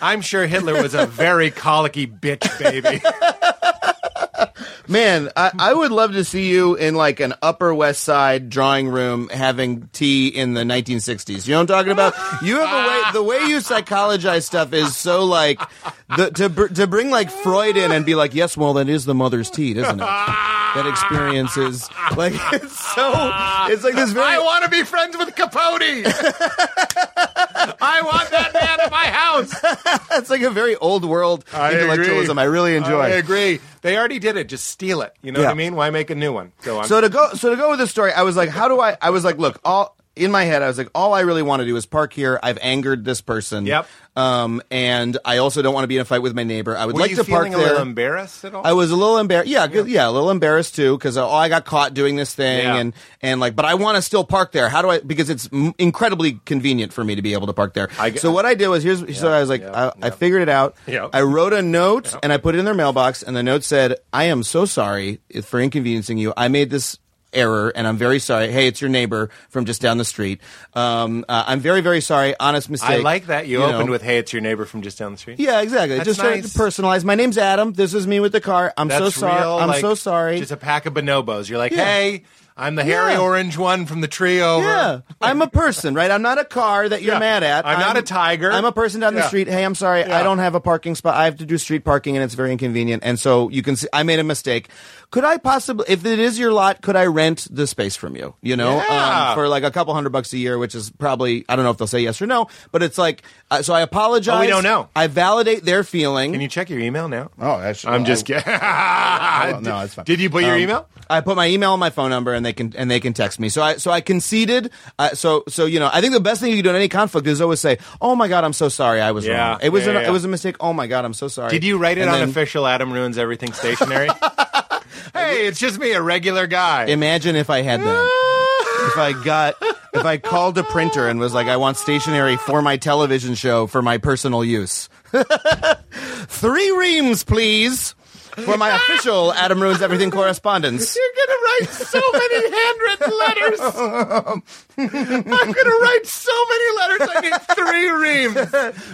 [SPEAKER 4] I'm sure Hitler was a very colicky bitch baby.
[SPEAKER 6] Man, I, I would love to see you in like an Upper West Side drawing room having tea in the 1960s. You know what I'm talking about? You have a way. The way you psychologize stuff is so like the, to br- to bring like Freud in and be like, yes, well, that is the mother's tea, isn't it? That experience is like <laughs> it's so. It's like this very.
[SPEAKER 4] I want to be friends with Capote. I want that man at my house.
[SPEAKER 6] It's like a very old world
[SPEAKER 4] I agree.
[SPEAKER 6] intellectualism. I really enjoy.
[SPEAKER 4] I agree. They already did it. Just steal it. You know what
[SPEAKER 6] Yeah.
[SPEAKER 4] I mean? Why make a new one? Go on.
[SPEAKER 6] So to go, so to go with this story, I was like, how do I? I was like, look, all in my head, I was like, all I really want to do is park here. I've angered this person.
[SPEAKER 4] Yep.
[SPEAKER 6] Um, and I also don't want to be in a fight with my neighbor. I would
[SPEAKER 4] Were
[SPEAKER 6] like
[SPEAKER 4] you
[SPEAKER 6] to park
[SPEAKER 4] feeling a little
[SPEAKER 6] there.
[SPEAKER 4] embarrassed at all?
[SPEAKER 6] I was a little embarrassed. Yeah, good- yeah, a little embarrassed too because oh, I got caught doing this thing
[SPEAKER 4] Yeah.
[SPEAKER 6] and and like, but I want to still park there. How do I? Because it's m- incredibly convenient for me to be able to park there.
[SPEAKER 4] I get-
[SPEAKER 6] so what I did was here's so I was like,
[SPEAKER 4] yeah,
[SPEAKER 6] I, I figured it out.
[SPEAKER 4] Yeah.
[SPEAKER 6] I wrote a note and I put it in their mailbox, and the note said, "I am so sorry for inconveniencing you. I made this." Error, and I'm very sorry. Hey, it's your neighbor from just down the street. Um, uh, I'm very, very sorry. Honest mistake.
[SPEAKER 4] I like that you,
[SPEAKER 6] know.
[SPEAKER 4] opened with "Hey, it's your neighbor from just down the street."
[SPEAKER 6] Yeah, exactly.
[SPEAKER 4] That's
[SPEAKER 6] just
[SPEAKER 4] nice.
[SPEAKER 6] to personalize. My name's Adam. This is me with the car. I'm
[SPEAKER 4] that's
[SPEAKER 6] so sorry.
[SPEAKER 4] Real,
[SPEAKER 6] I'm
[SPEAKER 4] like,
[SPEAKER 6] so sorry.
[SPEAKER 4] Just a pack of bonobos. You're like,
[SPEAKER 6] Yeah.
[SPEAKER 4] "Hey, I'm the hairy
[SPEAKER 6] Yeah.
[SPEAKER 4] orange one from the tree over."
[SPEAKER 6] yeah, I'm a person, right? I'm not a car that you're
[SPEAKER 4] Yeah.
[SPEAKER 6] mad at.
[SPEAKER 4] I'm not a tiger.
[SPEAKER 6] I'm a person down the
[SPEAKER 4] Yeah.
[SPEAKER 6] street. Hey, I'm sorry.
[SPEAKER 4] Yeah.
[SPEAKER 6] I don't have a parking spot. I have to do street parking, and it's very inconvenient. And so you can see, I made a mistake. Could I possibly, if it is your lot, could I rent the space from you? You know,
[SPEAKER 4] Yeah.
[SPEAKER 6] um, for like a couple hundred bucks a year, which is probably I don't know if they'll say yes or no, but it's like, uh, so I apologize.
[SPEAKER 4] Oh, we don't know.
[SPEAKER 6] I validate their feeling.
[SPEAKER 4] Can you check your email now?
[SPEAKER 6] oh, that's,
[SPEAKER 4] I'm just kidding.
[SPEAKER 6] no, it's fine.
[SPEAKER 4] Did you put your
[SPEAKER 6] Um,
[SPEAKER 4] email?
[SPEAKER 6] I put my email and my phone number, and they can and they can text me. So I so I conceded. Uh, so so you know, I think the best thing you can do in any conflict is always say, "Oh my god, I'm so sorry, I was
[SPEAKER 4] Yeah,
[SPEAKER 6] wrong. It was
[SPEAKER 4] yeah,
[SPEAKER 6] an,
[SPEAKER 4] yeah, yeah.
[SPEAKER 6] it was a mistake. Oh my god, I'm so sorry."
[SPEAKER 4] Did you write it
[SPEAKER 6] And
[SPEAKER 4] on
[SPEAKER 6] then
[SPEAKER 4] official Adam ruins everything stationery? hey, it's just me, a regular guy.
[SPEAKER 6] Imagine if I had
[SPEAKER 4] <laughs>
[SPEAKER 6] that. if I got if I called a printer and was like, "I want stationery for my television show for my personal use." <laughs> Three reams, please, for my official Adam ruins everything correspondence.
[SPEAKER 4] You're gonna write so many
[SPEAKER 6] <laughs>
[SPEAKER 4] handwritten letters. I'm gonna write so many letters. I need three
[SPEAKER 6] <laughs>
[SPEAKER 4] reams.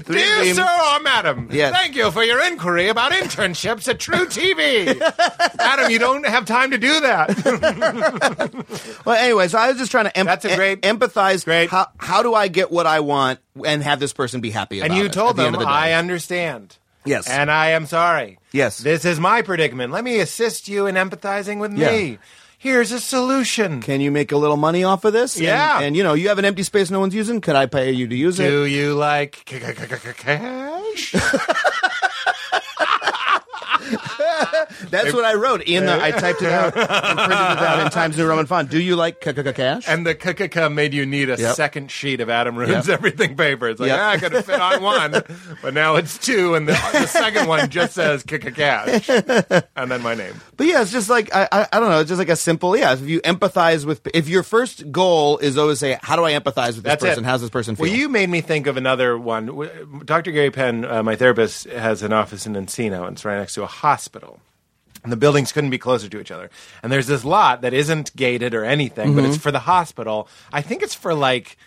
[SPEAKER 4] Dear
[SPEAKER 6] reams.
[SPEAKER 4] sir or madam,
[SPEAKER 6] Yes.
[SPEAKER 4] thank you for your inquiry about internships at True
[SPEAKER 6] <laughs>
[SPEAKER 4] TV. Adam, you don't have time to do that.
[SPEAKER 6] Well, anyway, so I was just trying to em-
[SPEAKER 4] That's a great-
[SPEAKER 6] em- empathize.
[SPEAKER 4] great.
[SPEAKER 6] How, how do I get what I want and have this person be happy? About
[SPEAKER 4] and you
[SPEAKER 6] it
[SPEAKER 4] told
[SPEAKER 6] at the
[SPEAKER 4] them,
[SPEAKER 6] end of the day?
[SPEAKER 4] I understand.
[SPEAKER 6] Yes.
[SPEAKER 4] And I am sorry.
[SPEAKER 6] Yes.
[SPEAKER 4] This is my predicament. Let me assist you in empathizing with
[SPEAKER 6] Yeah.
[SPEAKER 4] me. Here's a solution.
[SPEAKER 6] Can you make a little money off of this? And-
[SPEAKER 4] Yeah.
[SPEAKER 6] And, you know, you have an empty space no one's using. Could I pay you to use it?
[SPEAKER 4] Do you like c- c- c- c- cash?
[SPEAKER 6] That's what I wrote in the. I typed it out and printed it out in Times New Roman font. Do you like cash?
[SPEAKER 4] And the kkk made you need a
[SPEAKER 6] Yep.
[SPEAKER 4] second sheet of Adam Ruins
[SPEAKER 6] Yep.
[SPEAKER 4] everything paper. It's like,
[SPEAKER 6] Yep.
[SPEAKER 4] ah, I could have fit on one,
[SPEAKER 6] <laughs>
[SPEAKER 4] but now it's two, and the, the second one just says
[SPEAKER 6] <laughs>
[SPEAKER 4] kkk, and then my name.
[SPEAKER 6] But yeah, it's just like I, I, I don't know. It's just like a simple yeah. If you empathize with, if your first goal is always say, how do I empathize with this
[SPEAKER 4] That's
[SPEAKER 6] person?
[SPEAKER 4] it.
[SPEAKER 6] How's this person feel?
[SPEAKER 4] Well, you made me think of another one. W- Dr. Gary Penn, uh, my therapist, has an office in Encino, and it's right next to a hospital. And the buildings couldn't be closer to each other. And there's this lot that isn't gated or anything, but
[SPEAKER 6] Mm-hmm.
[SPEAKER 4] it's for the hospital. I think it's for like.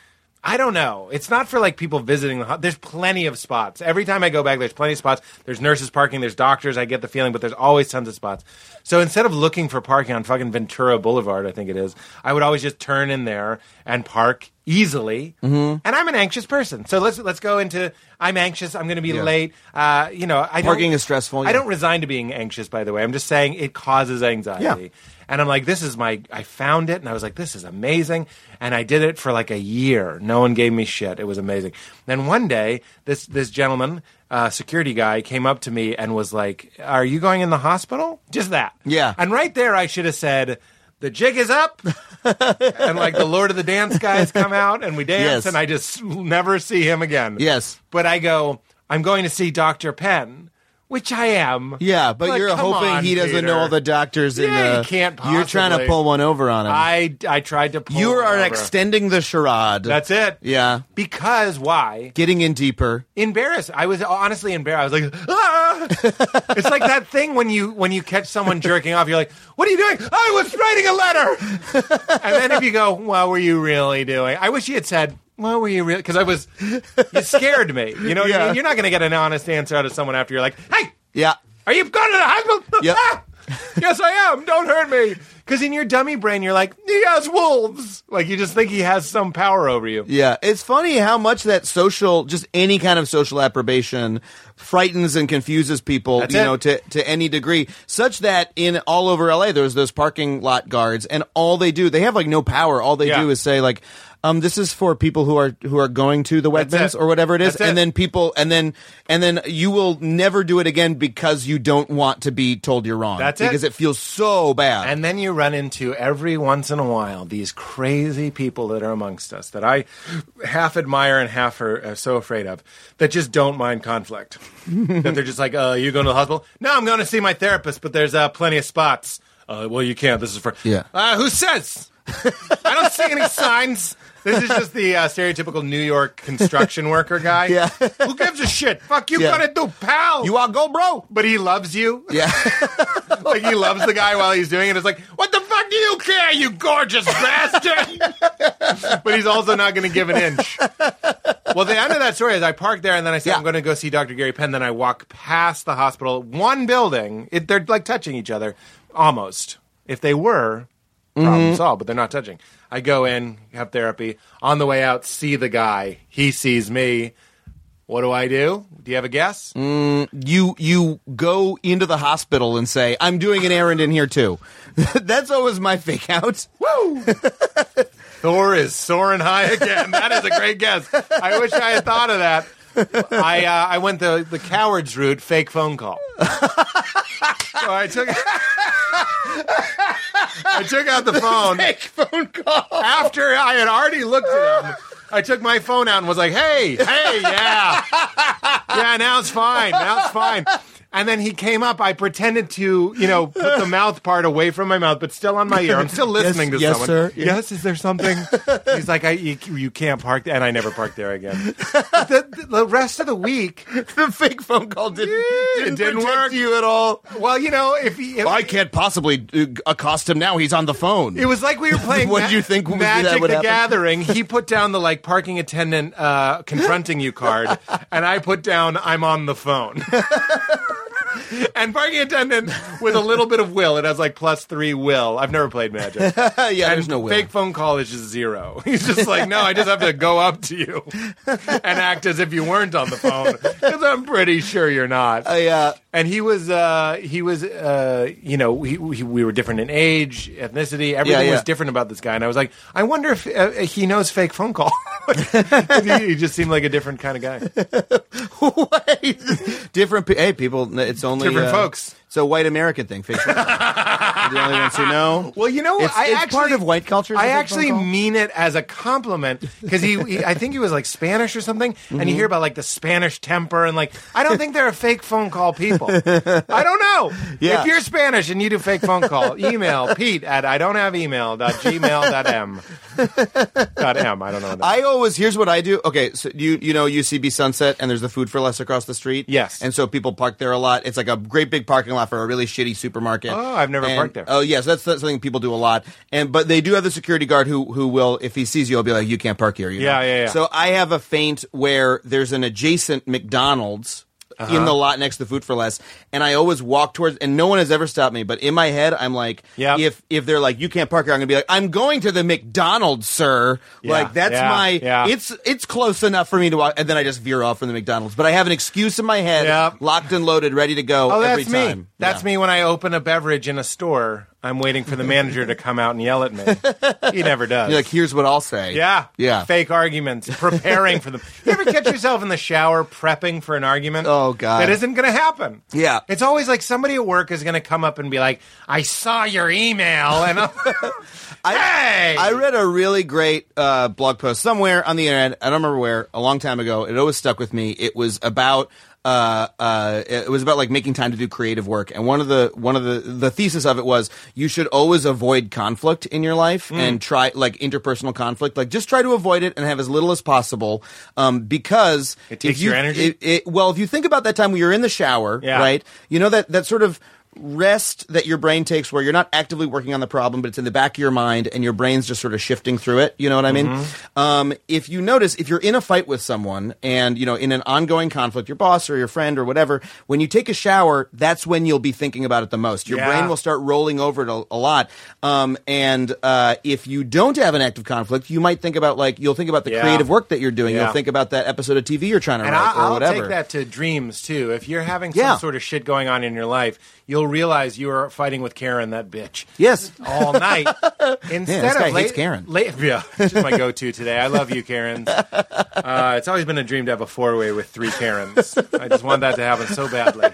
[SPEAKER 4] I don't know. It's not for like people visiting the. ho- There's plenty of spots. Every time I go back, there's plenty of spots. There's nurses parking. There's doctors. I get the feeling, but there's always tons of spots. So instead of looking for parking on fucking Ventura Boulevard, I think it is, I would always just turn in there and park easily. Mm-hmm. And I'm an anxious person, so let's let's go into. I'm anxious. I'm going to be
[SPEAKER 6] Yeah.
[SPEAKER 4] late. Uh, you know, I
[SPEAKER 6] Parking
[SPEAKER 4] don't,
[SPEAKER 6] is stressful, yeah.
[SPEAKER 4] I don't resign to being anxious. By the way, I'm just saying it causes anxiety.
[SPEAKER 6] Yeah.
[SPEAKER 4] And I'm like, this is my, I found it. And I was like, this is amazing. And I did it for like a year. No one gave me shit. It was amazing. Then one day, this, this gentleman, uh, security guy, came up to me and was like, Are you going in the hospital? Just that.
[SPEAKER 6] Yeah.
[SPEAKER 4] And right there, I should have said, The jig
[SPEAKER 6] <laughs>
[SPEAKER 4] is up. and like the Lord of the Dance guys come out and we
[SPEAKER 6] Yes.
[SPEAKER 4] dance. And I just never see him again.
[SPEAKER 6] Yes.
[SPEAKER 4] But I go, I'm going to see Dr. Penn. Which I am.
[SPEAKER 6] yeah, but
[SPEAKER 4] Like,
[SPEAKER 6] you're
[SPEAKER 4] come
[SPEAKER 6] hoping
[SPEAKER 4] on,
[SPEAKER 6] he doesn't know
[SPEAKER 4] Peter.
[SPEAKER 6] all the doctors. in
[SPEAKER 4] Yeah,
[SPEAKER 6] the,
[SPEAKER 4] you can't
[SPEAKER 6] You're trying to
[SPEAKER 4] possibly.
[SPEAKER 6] pull one over on him.
[SPEAKER 4] I I tried to. Pull
[SPEAKER 6] you
[SPEAKER 4] her
[SPEAKER 6] are
[SPEAKER 4] over.
[SPEAKER 6] extending the charade.
[SPEAKER 4] That's it.
[SPEAKER 6] Yeah.
[SPEAKER 4] Because why?
[SPEAKER 6] Getting in deeper.
[SPEAKER 4] Embarrassed. I was honestly embarrassed. I was like,
[SPEAKER 6] <laughs>
[SPEAKER 4] ah! it's like that thing when you when you catch someone jerking off. You're like, what are you doing? I was writing a letter.
[SPEAKER 6] <laughs>
[SPEAKER 4] and then if you go, what were you really doing? I wish you had said. What were you really? Because I was, you scared me. You know, what I
[SPEAKER 6] Yeah.
[SPEAKER 4] mean? you're not going to get an honest answer out of someone after you're like, "Hey,
[SPEAKER 6] Yeah.
[SPEAKER 4] are you going to the <laughs> hospital?
[SPEAKER 6] Yep.
[SPEAKER 4] Ah! yes, I am. Don't hurt me. Because in your dummy brain, you're like, he has wolves. Like, you just think he has some power over you.
[SPEAKER 6] Yeah, it's funny how much that social, just any kind of social approbation, frightens and confuses people,
[SPEAKER 4] That's
[SPEAKER 6] you
[SPEAKER 4] it.
[SPEAKER 6] know, to, to any degree, such that in all over LA, there's those parking lot guards, and all they do, they have like no power. All they
[SPEAKER 4] Yeah.
[SPEAKER 6] do is say like, um, this is for people who are who are going to the
[SPEAKER 4] That's
[SPEAKER 6] Wegmans
[SPEAKER 4] it.
[SPEAKER 6] or whatever it is,
[SPEAKER 4] That's it.
[SPEAKER 6] and then people, and then and then you will never do it again because you don't want to be told you're wrong.
[SPEAKER 4] That's it.
[SPEAKER 6] because it feels so bad.
[SPEAKER 4] And then you run into every once in a while these crazy people that are amongst us that I half admire and half are, are so afraid of that just don't
[SPEAKER 6] <laughs>
[SPEAKER 4] mind conflict. that they're just like, uh, you going to the hospital? No, I'm going to see my therapist, but there's uh, plenty of spots. Uh, well, you can't. This is for.
[SPEAKER 6] Yeah.
[SPEAKER 4] Uh, who says? I don't see any signs. This is just the uh, stereotypical New York construction worker
[SPEAKER 6] <laughs>
[SPEAKER 4] guy.
[SPEAKER 6] Yeah.
[SPEAKER 4] Who gives a shit? Fuck you,
[SPEAKER 6] Yeah.
[SPEAKER 4] gotta do, pal.
[SPEAKER 6] you all go, bro.
[SPEAKER 4] but he loves you
[SPEAKER 6] <laughs> Yeah,
[SPEAKER 4] <laughs> like he loves the guy while he's doing it. It's like, what the fuck do you care, you gorgeous bastard? <laughs> but he's also not going to give an inch. Well, the end of that story is I park there and then I say
[SPEAKER 6] Yeah.
[SPEAKER 4] I'm going to go see Dr. Gary Penn. Then I walk past the hospital, one building. It, they're like touching each other, almost. If they were, problem solved. But they're not touching. I go in, have therapy. On the way out, see the guy. He sees me. What do I do? Do you have a guess?
[SPEAKER 6] you you go into the hospital and say, "I'm doing an errand in here too." <laughs> That's always my fake out.
[SPEAKER 4] Woo! Thor is soaring high again. That is a great guess. I wish I had thought of that. I uh, I went the the coward's route, fake phone call. so Oh, I took I took out the phone. <laughs> Fake phone call. After I had already looked at him, I took my phone out and was like, "Hey, hey, yeah, yeah, now it's fine. Now it's fine. And then he came up. I pretended to, you know, put the mouth part away from my mouth, but still on my ear. I'm still listening
[SPEAKER 6] Yes-
[SPEAKER 4] to
[SPEAKER 6] yes,
[SPEAKER 4] someone.
[SPEAKER 6] sir.
[SPEAKER 4] Yes, is there something? He's like, I, you, you can't park there. And I never parked there again. But <laughs> The, the, the rest of the week,
[SPEAKER 6] <laughs> the fake phone call didn't
[SPEAKER 4] it didn't work.
[SPEAKER 6] you at all.
[SPEAKER 4] well, you know, if he. If,
[SPEAKER 6] I can't possibly uh, accost him now. He's on the phone.
[SPEAKER 4] It was
[SPEAKER 6] <laughs>
[SPEAKER 4] like we were playing.
[SPEAKER 6] What did you think was- that
[SPEAKER 4] Magic
[SPEAKER 6] would
[SPEAKER 4] the
[SPEAKER 6] happen?
[SPEAKER 4] Gathering. He put down the like parking attendant uh, confronting
[SPEAKER 6] <laughs>
[SPEAKER 4] you card, and I put down I'm on the phone. <laughs> and parking attendant with a little bit of will. It has like plus three will. I've never played Magic.
[SPEAKER 6] yeah, <laughs>
[SPEAKER 4] And
[SPEAKER 6] there's no way.
[SPEAKER 4] Fake phone call is just zero. <laughs> He's just like, no, I just have to go up
[SPEAKER 6] <laughs>
[SPEAKER 4] to you and act as if you weren't on the phone because I'm pretty sure you're not
[SPEAKER 6] I,
[SPEAKER 4] <laughs>
[SPEAKER 6] uh, <laughs>
[SPEAKER 4] and he was uh, he was uh, you know he, he, we were different in age, ethnicity, everything
[SPEAKER 6] yeah.
[SPEAKER 4] was different about this guy, and I was like, I wonder if uh, he knows fake phone call. <laughs> 'Cause he, he just seemed like a different kind of guy.
[SPEAKER 6] Wait. different. Pe- hey, people, it's only
[SPEAKER 4] Different
[SPEAKER 6] uh,
[SPEAKER 4] folks.
[SPEAKER 6] It's a white American thing. Fake
[SPEAKER 4] <laughs>
[SPEAKER 6] phone calls. You're the only ones who know.
[SPEAKER 4] Well, you know what?
[SPEAKER 6] It's-
[SPEAKER 4] I
[SPEAKER 6] it's
[SPEAKER 4] actually,
[SPEAKER 6] part of white culture, is
[SPEAKER 4] I
[SPEAKER 6] a fake
[SPEAKER 4] actually
[SPEAKER 6] phone call.
[SPEAKER 4] mean it as a compliment because he, he- I think he was like Spanish or something, and you
[SPEAKER 6] Mm-hmm.
[SPEAKER 4] hear about like the Spanish temper and like I don't think they're a fake phone call people. I don't know.
[SPEAKER 6] <laughs> Yeah.
[SPEAKER 4] If you're Spanish and you do fake phone call, email Pete at I don't have email dot gmail dot m dot m. I don't know. What that
[SPEAKER 6] I always here's what I do. Okay, so you you know UCB Sunset and there's the food for less across the street.
[SPEAKER 4] Yes.
[SPEAKER 6] and so people park there a lot. It's like a great big parking lot for a really shitty supermarket.
[SPEAKER 4] Oh, I've never
[SPEAKER 6] And-
[SPEAKER 4] parked there.
[SPEAKER 6] Oh yes, that's, that's something people do a lot. And but they do have the security guard who who will if he sees you, he'll be like, you can't park here. you know?
[SPEAKER 4] Yeah, yeah, yeah.
[SPEAKER 6] So I have a feint where there's an adjacent McDonald's.
[SPEAKER 4] Uh-huh.
[SPEAKER 6] In the lot next to Food for Less, and I always walk towards, and no one has ever stopped me. But in my head, I'm like,
[SPEAKER 4] Yep.
[SPEAKER 6] if if they're like, you can't park here, I'm gonna be like, I'm going to the McDonald's, sir. Like that's
[SPEAKER 4] yeah,
[SPEAKER 6] my
[SPEAKER 4] yeah.
[SPEAKER 6] it's it's close enough for me to walk and then I just veer off from the McDonald's. But I have an excuse in my head,
[SPEAKER 4] Yep.
[SPEAKER 6] locked and loaded, ready to go
[SPEAKER 4] Oh,
[SPEAKER 6] every
[SPEAKER 4] that's me.
[SPEAKER 6] time.
[SPEAKER 4] That's me when I open a beverage in a store. I'm waiting for the manager to come out and yell at me.
[SPEAKER 6] <laughs>
[SPEAKER 4] He never does.
[SPEAKER 6] You're like, here's what I'll say.
[SPEAKER 4] Yeah.
[SPEAKER 6] Yeah.
[SPEAKER 4] Fake arguments, preparing
[SPEAKER 6] <laughs>
[SPEAKER 4] for them. You ever catch yourself in the shower prepping for an argument?
[SPEAKER 6] Oh, God.
[SPEAKER 4] That isn't going to happen.
[SPEAKER 6] Yeah.
[SPEAKER 4] It's always like somebody at work is going to come up and be like, I saw your email. And I'm, hey!
[SPEAKER 6] <laughs> I read a really great uh, blog post somewhere on the internet. I don't remember where, a long time ago. It always stuck with me. It was about uh, uh, it was about like making time to do creative work, and one of the one of the the thesis of it was you should always avoid conflict in your life
[SPEAKER 4] Mm.
[SPEAKER 6] and try like interpersonal conflict, like just try to avoid it and have as little as possible, um, because
[SPEAKER 4] It takes
[SPEAKER 6] if you-
[SPEAKER 4] your energy?
[SPEAKER 6] it- it- well, if you think about that time when you're in the shower,
[SPEAKER 4] Yeah.
[SPEAKER 6] right? You know that that sort of rest that your brain takes where you're not actively working on the problem but it's in the back of your mind and your brain's just sort of shifting through it you know what i mean
[SPEAKER 4] Mm-hmm.
[SPEAKER 6] um, if you notice if you're in a fight with someone and you know in an ongoing conflict your boss or your friend or whatever when you take a shower that's when you'll be thinking about it the most your
[SPEAKER 4] Yeah.
[SPEAKER 6] brain will start rolling over it a, a lot um, and uh, if you don't have an active conflict you might think about like you'll think about the
[SPEAKER 4] Yeah.
[SPEAKER 6] creative work that you're doing
[SPEAKER 4] Yeah.
[SPEAKER 6] you'll think about that episode of tv you're trying to
[SPEAKER 4] and
[SPEAKER 6] write
[SPEAKER 4] I,
[SPEAKER 6] or
[SPEAKER 4] will
[SPEAKER 6] whatever
[SPEAKER 4] take that to dreams too. If you're having some
[SPEAKER 6] Yeah.
[SPEAKER 4] sort of shit going on in your life, you'll realize you are fighting with Karen, that bitch.
[SPEAKER 6] yes <laughs>
[SPEAKER 4] all night. Instead
[SPEAKER 6] this
[SPEAKER 4] of
[SPEAKER 6] guy
[SPEAKER 4] late,
[SPEAKER 6] hates Karen.
[SPEAKER 4] Late, <laughs> yeah, she's my go-to today. I love
[SPEAKER 6] <laughs>
[SPEAKER 4] you, Karen. Uh, it's always been a dream to have a four-way with three Karens. I just want that to happen
[SPEAKER 6] <laughs>
[SPEAKER 4] so badly.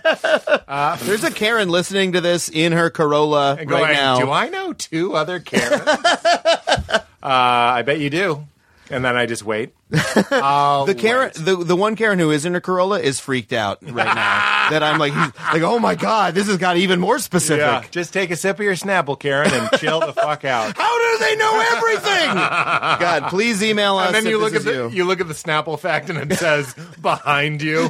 [SPEAKER 6] There's a Karen listening to this in her Corolla
[SPEAKER 4] And
[SPEAKER 6] right
[SPEAKER 4] going,
[SPEAKER 6] now.
[SPEAKER 4] do I know two
[SPEAKER 6] <laughs>
[SPEAKER 4] other Karens? uh, I bet you do. And then I just wait. I'll
[SPEAKER 6] the Karen,
[SPEAKER 4] wait.
[SPEAKER 6] the, the one Karen who is in her Corolla is freaked out right
[SPEAKER 4] <laughs>
[SPEAKER 6] now. that I'm like, like, oh my god, this has got even more specific.
[SPEAKER 4] Yeah, just take a sip of your Snapple, Karen, and chill the fuck out.
[SPEAKER 6] <laughs> How do they know
[SPEAKER 4] <laughs>
[SPEAKER 6] everything? god, please email us.
[SPEAKER 4] And then
[SPEAKER 6] if
[SPEAKER 4] you look
[SPEAKER 6] this
[SPEAKER 4] at
[SPEAKER 6] is
[SPEAKER 4] the
[SPEAKER 6] you.
[SPEAKER 4] you look at the Snapple fact, and it says
[SPEAKER 6] <laughs>
[SPEAKER 4] behind you,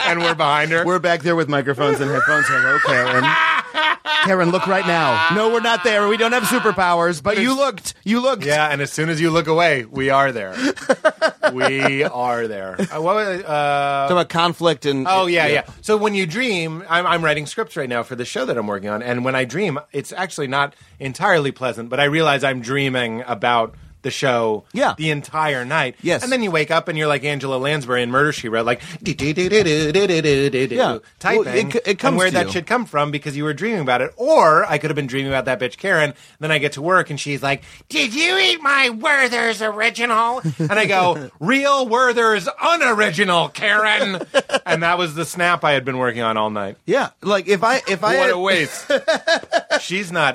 [SPEAKER 4] and we're behind her.
[SPEAKER 6] We're back there with microphones and headphones. Hello, Karen. Karen, look right now. No, we're not there. We don't have superpowers, but you looked. You looked.
[SPEAKER 4] Yeah, and as soon as you look away, we
[SPEAKER 6] <laughs>
[SPEAKER 4] are there. we are there. Uh, what was- uh,
[SPEAKER 6] Talking about conflict and
[SPEAKER 4] oh yeah, yeah, So when you dream, I'm, I'm writing scripts right now for the show that I'm working on, and when I dream, it's actually not entirely pleasant, but I realize I'm dreaming about the show
[SPEAKER 6] Yeah.
[SPEAKER 4] the entire night.
[SPEAKER 6] Yes.
[SPEAKER 4] And then you wake up and you're like Angela Lansbury in Murder She Wrote, like do do do do do do do do do
[SPEAKER 6] Yeah.
[SPEAKER 4] typing.
[SPEAKER 6] Well, it c- it comes
[SPEAKER 4] and where
[SPEAKER 6] to
[SPEAKER 4] that
[SPEAKER 6] you.
[SPEAKER 4] should come from because you were dreaming about it. Or I could have been dreaming about that bitch Karen. and Then I get to work and she's like, Did you eat my
[SPEAKER 6] <laughs>
[SPEAKER 4] Werther's original? And I go, Real Werther's unoriginal, Karen.
[SPEAKER 6] <laughs>
[SPEAKER 4] and that was the snap I had been working on all night.
[SPEAKER 6] yeah. Like if I if I
[SPEAKER 4] What
[SPEAKER 6] had-
[SPEAKER 4] a
[SPEAKER 6] <laughs>
[SPEAKER 4] waste. she's not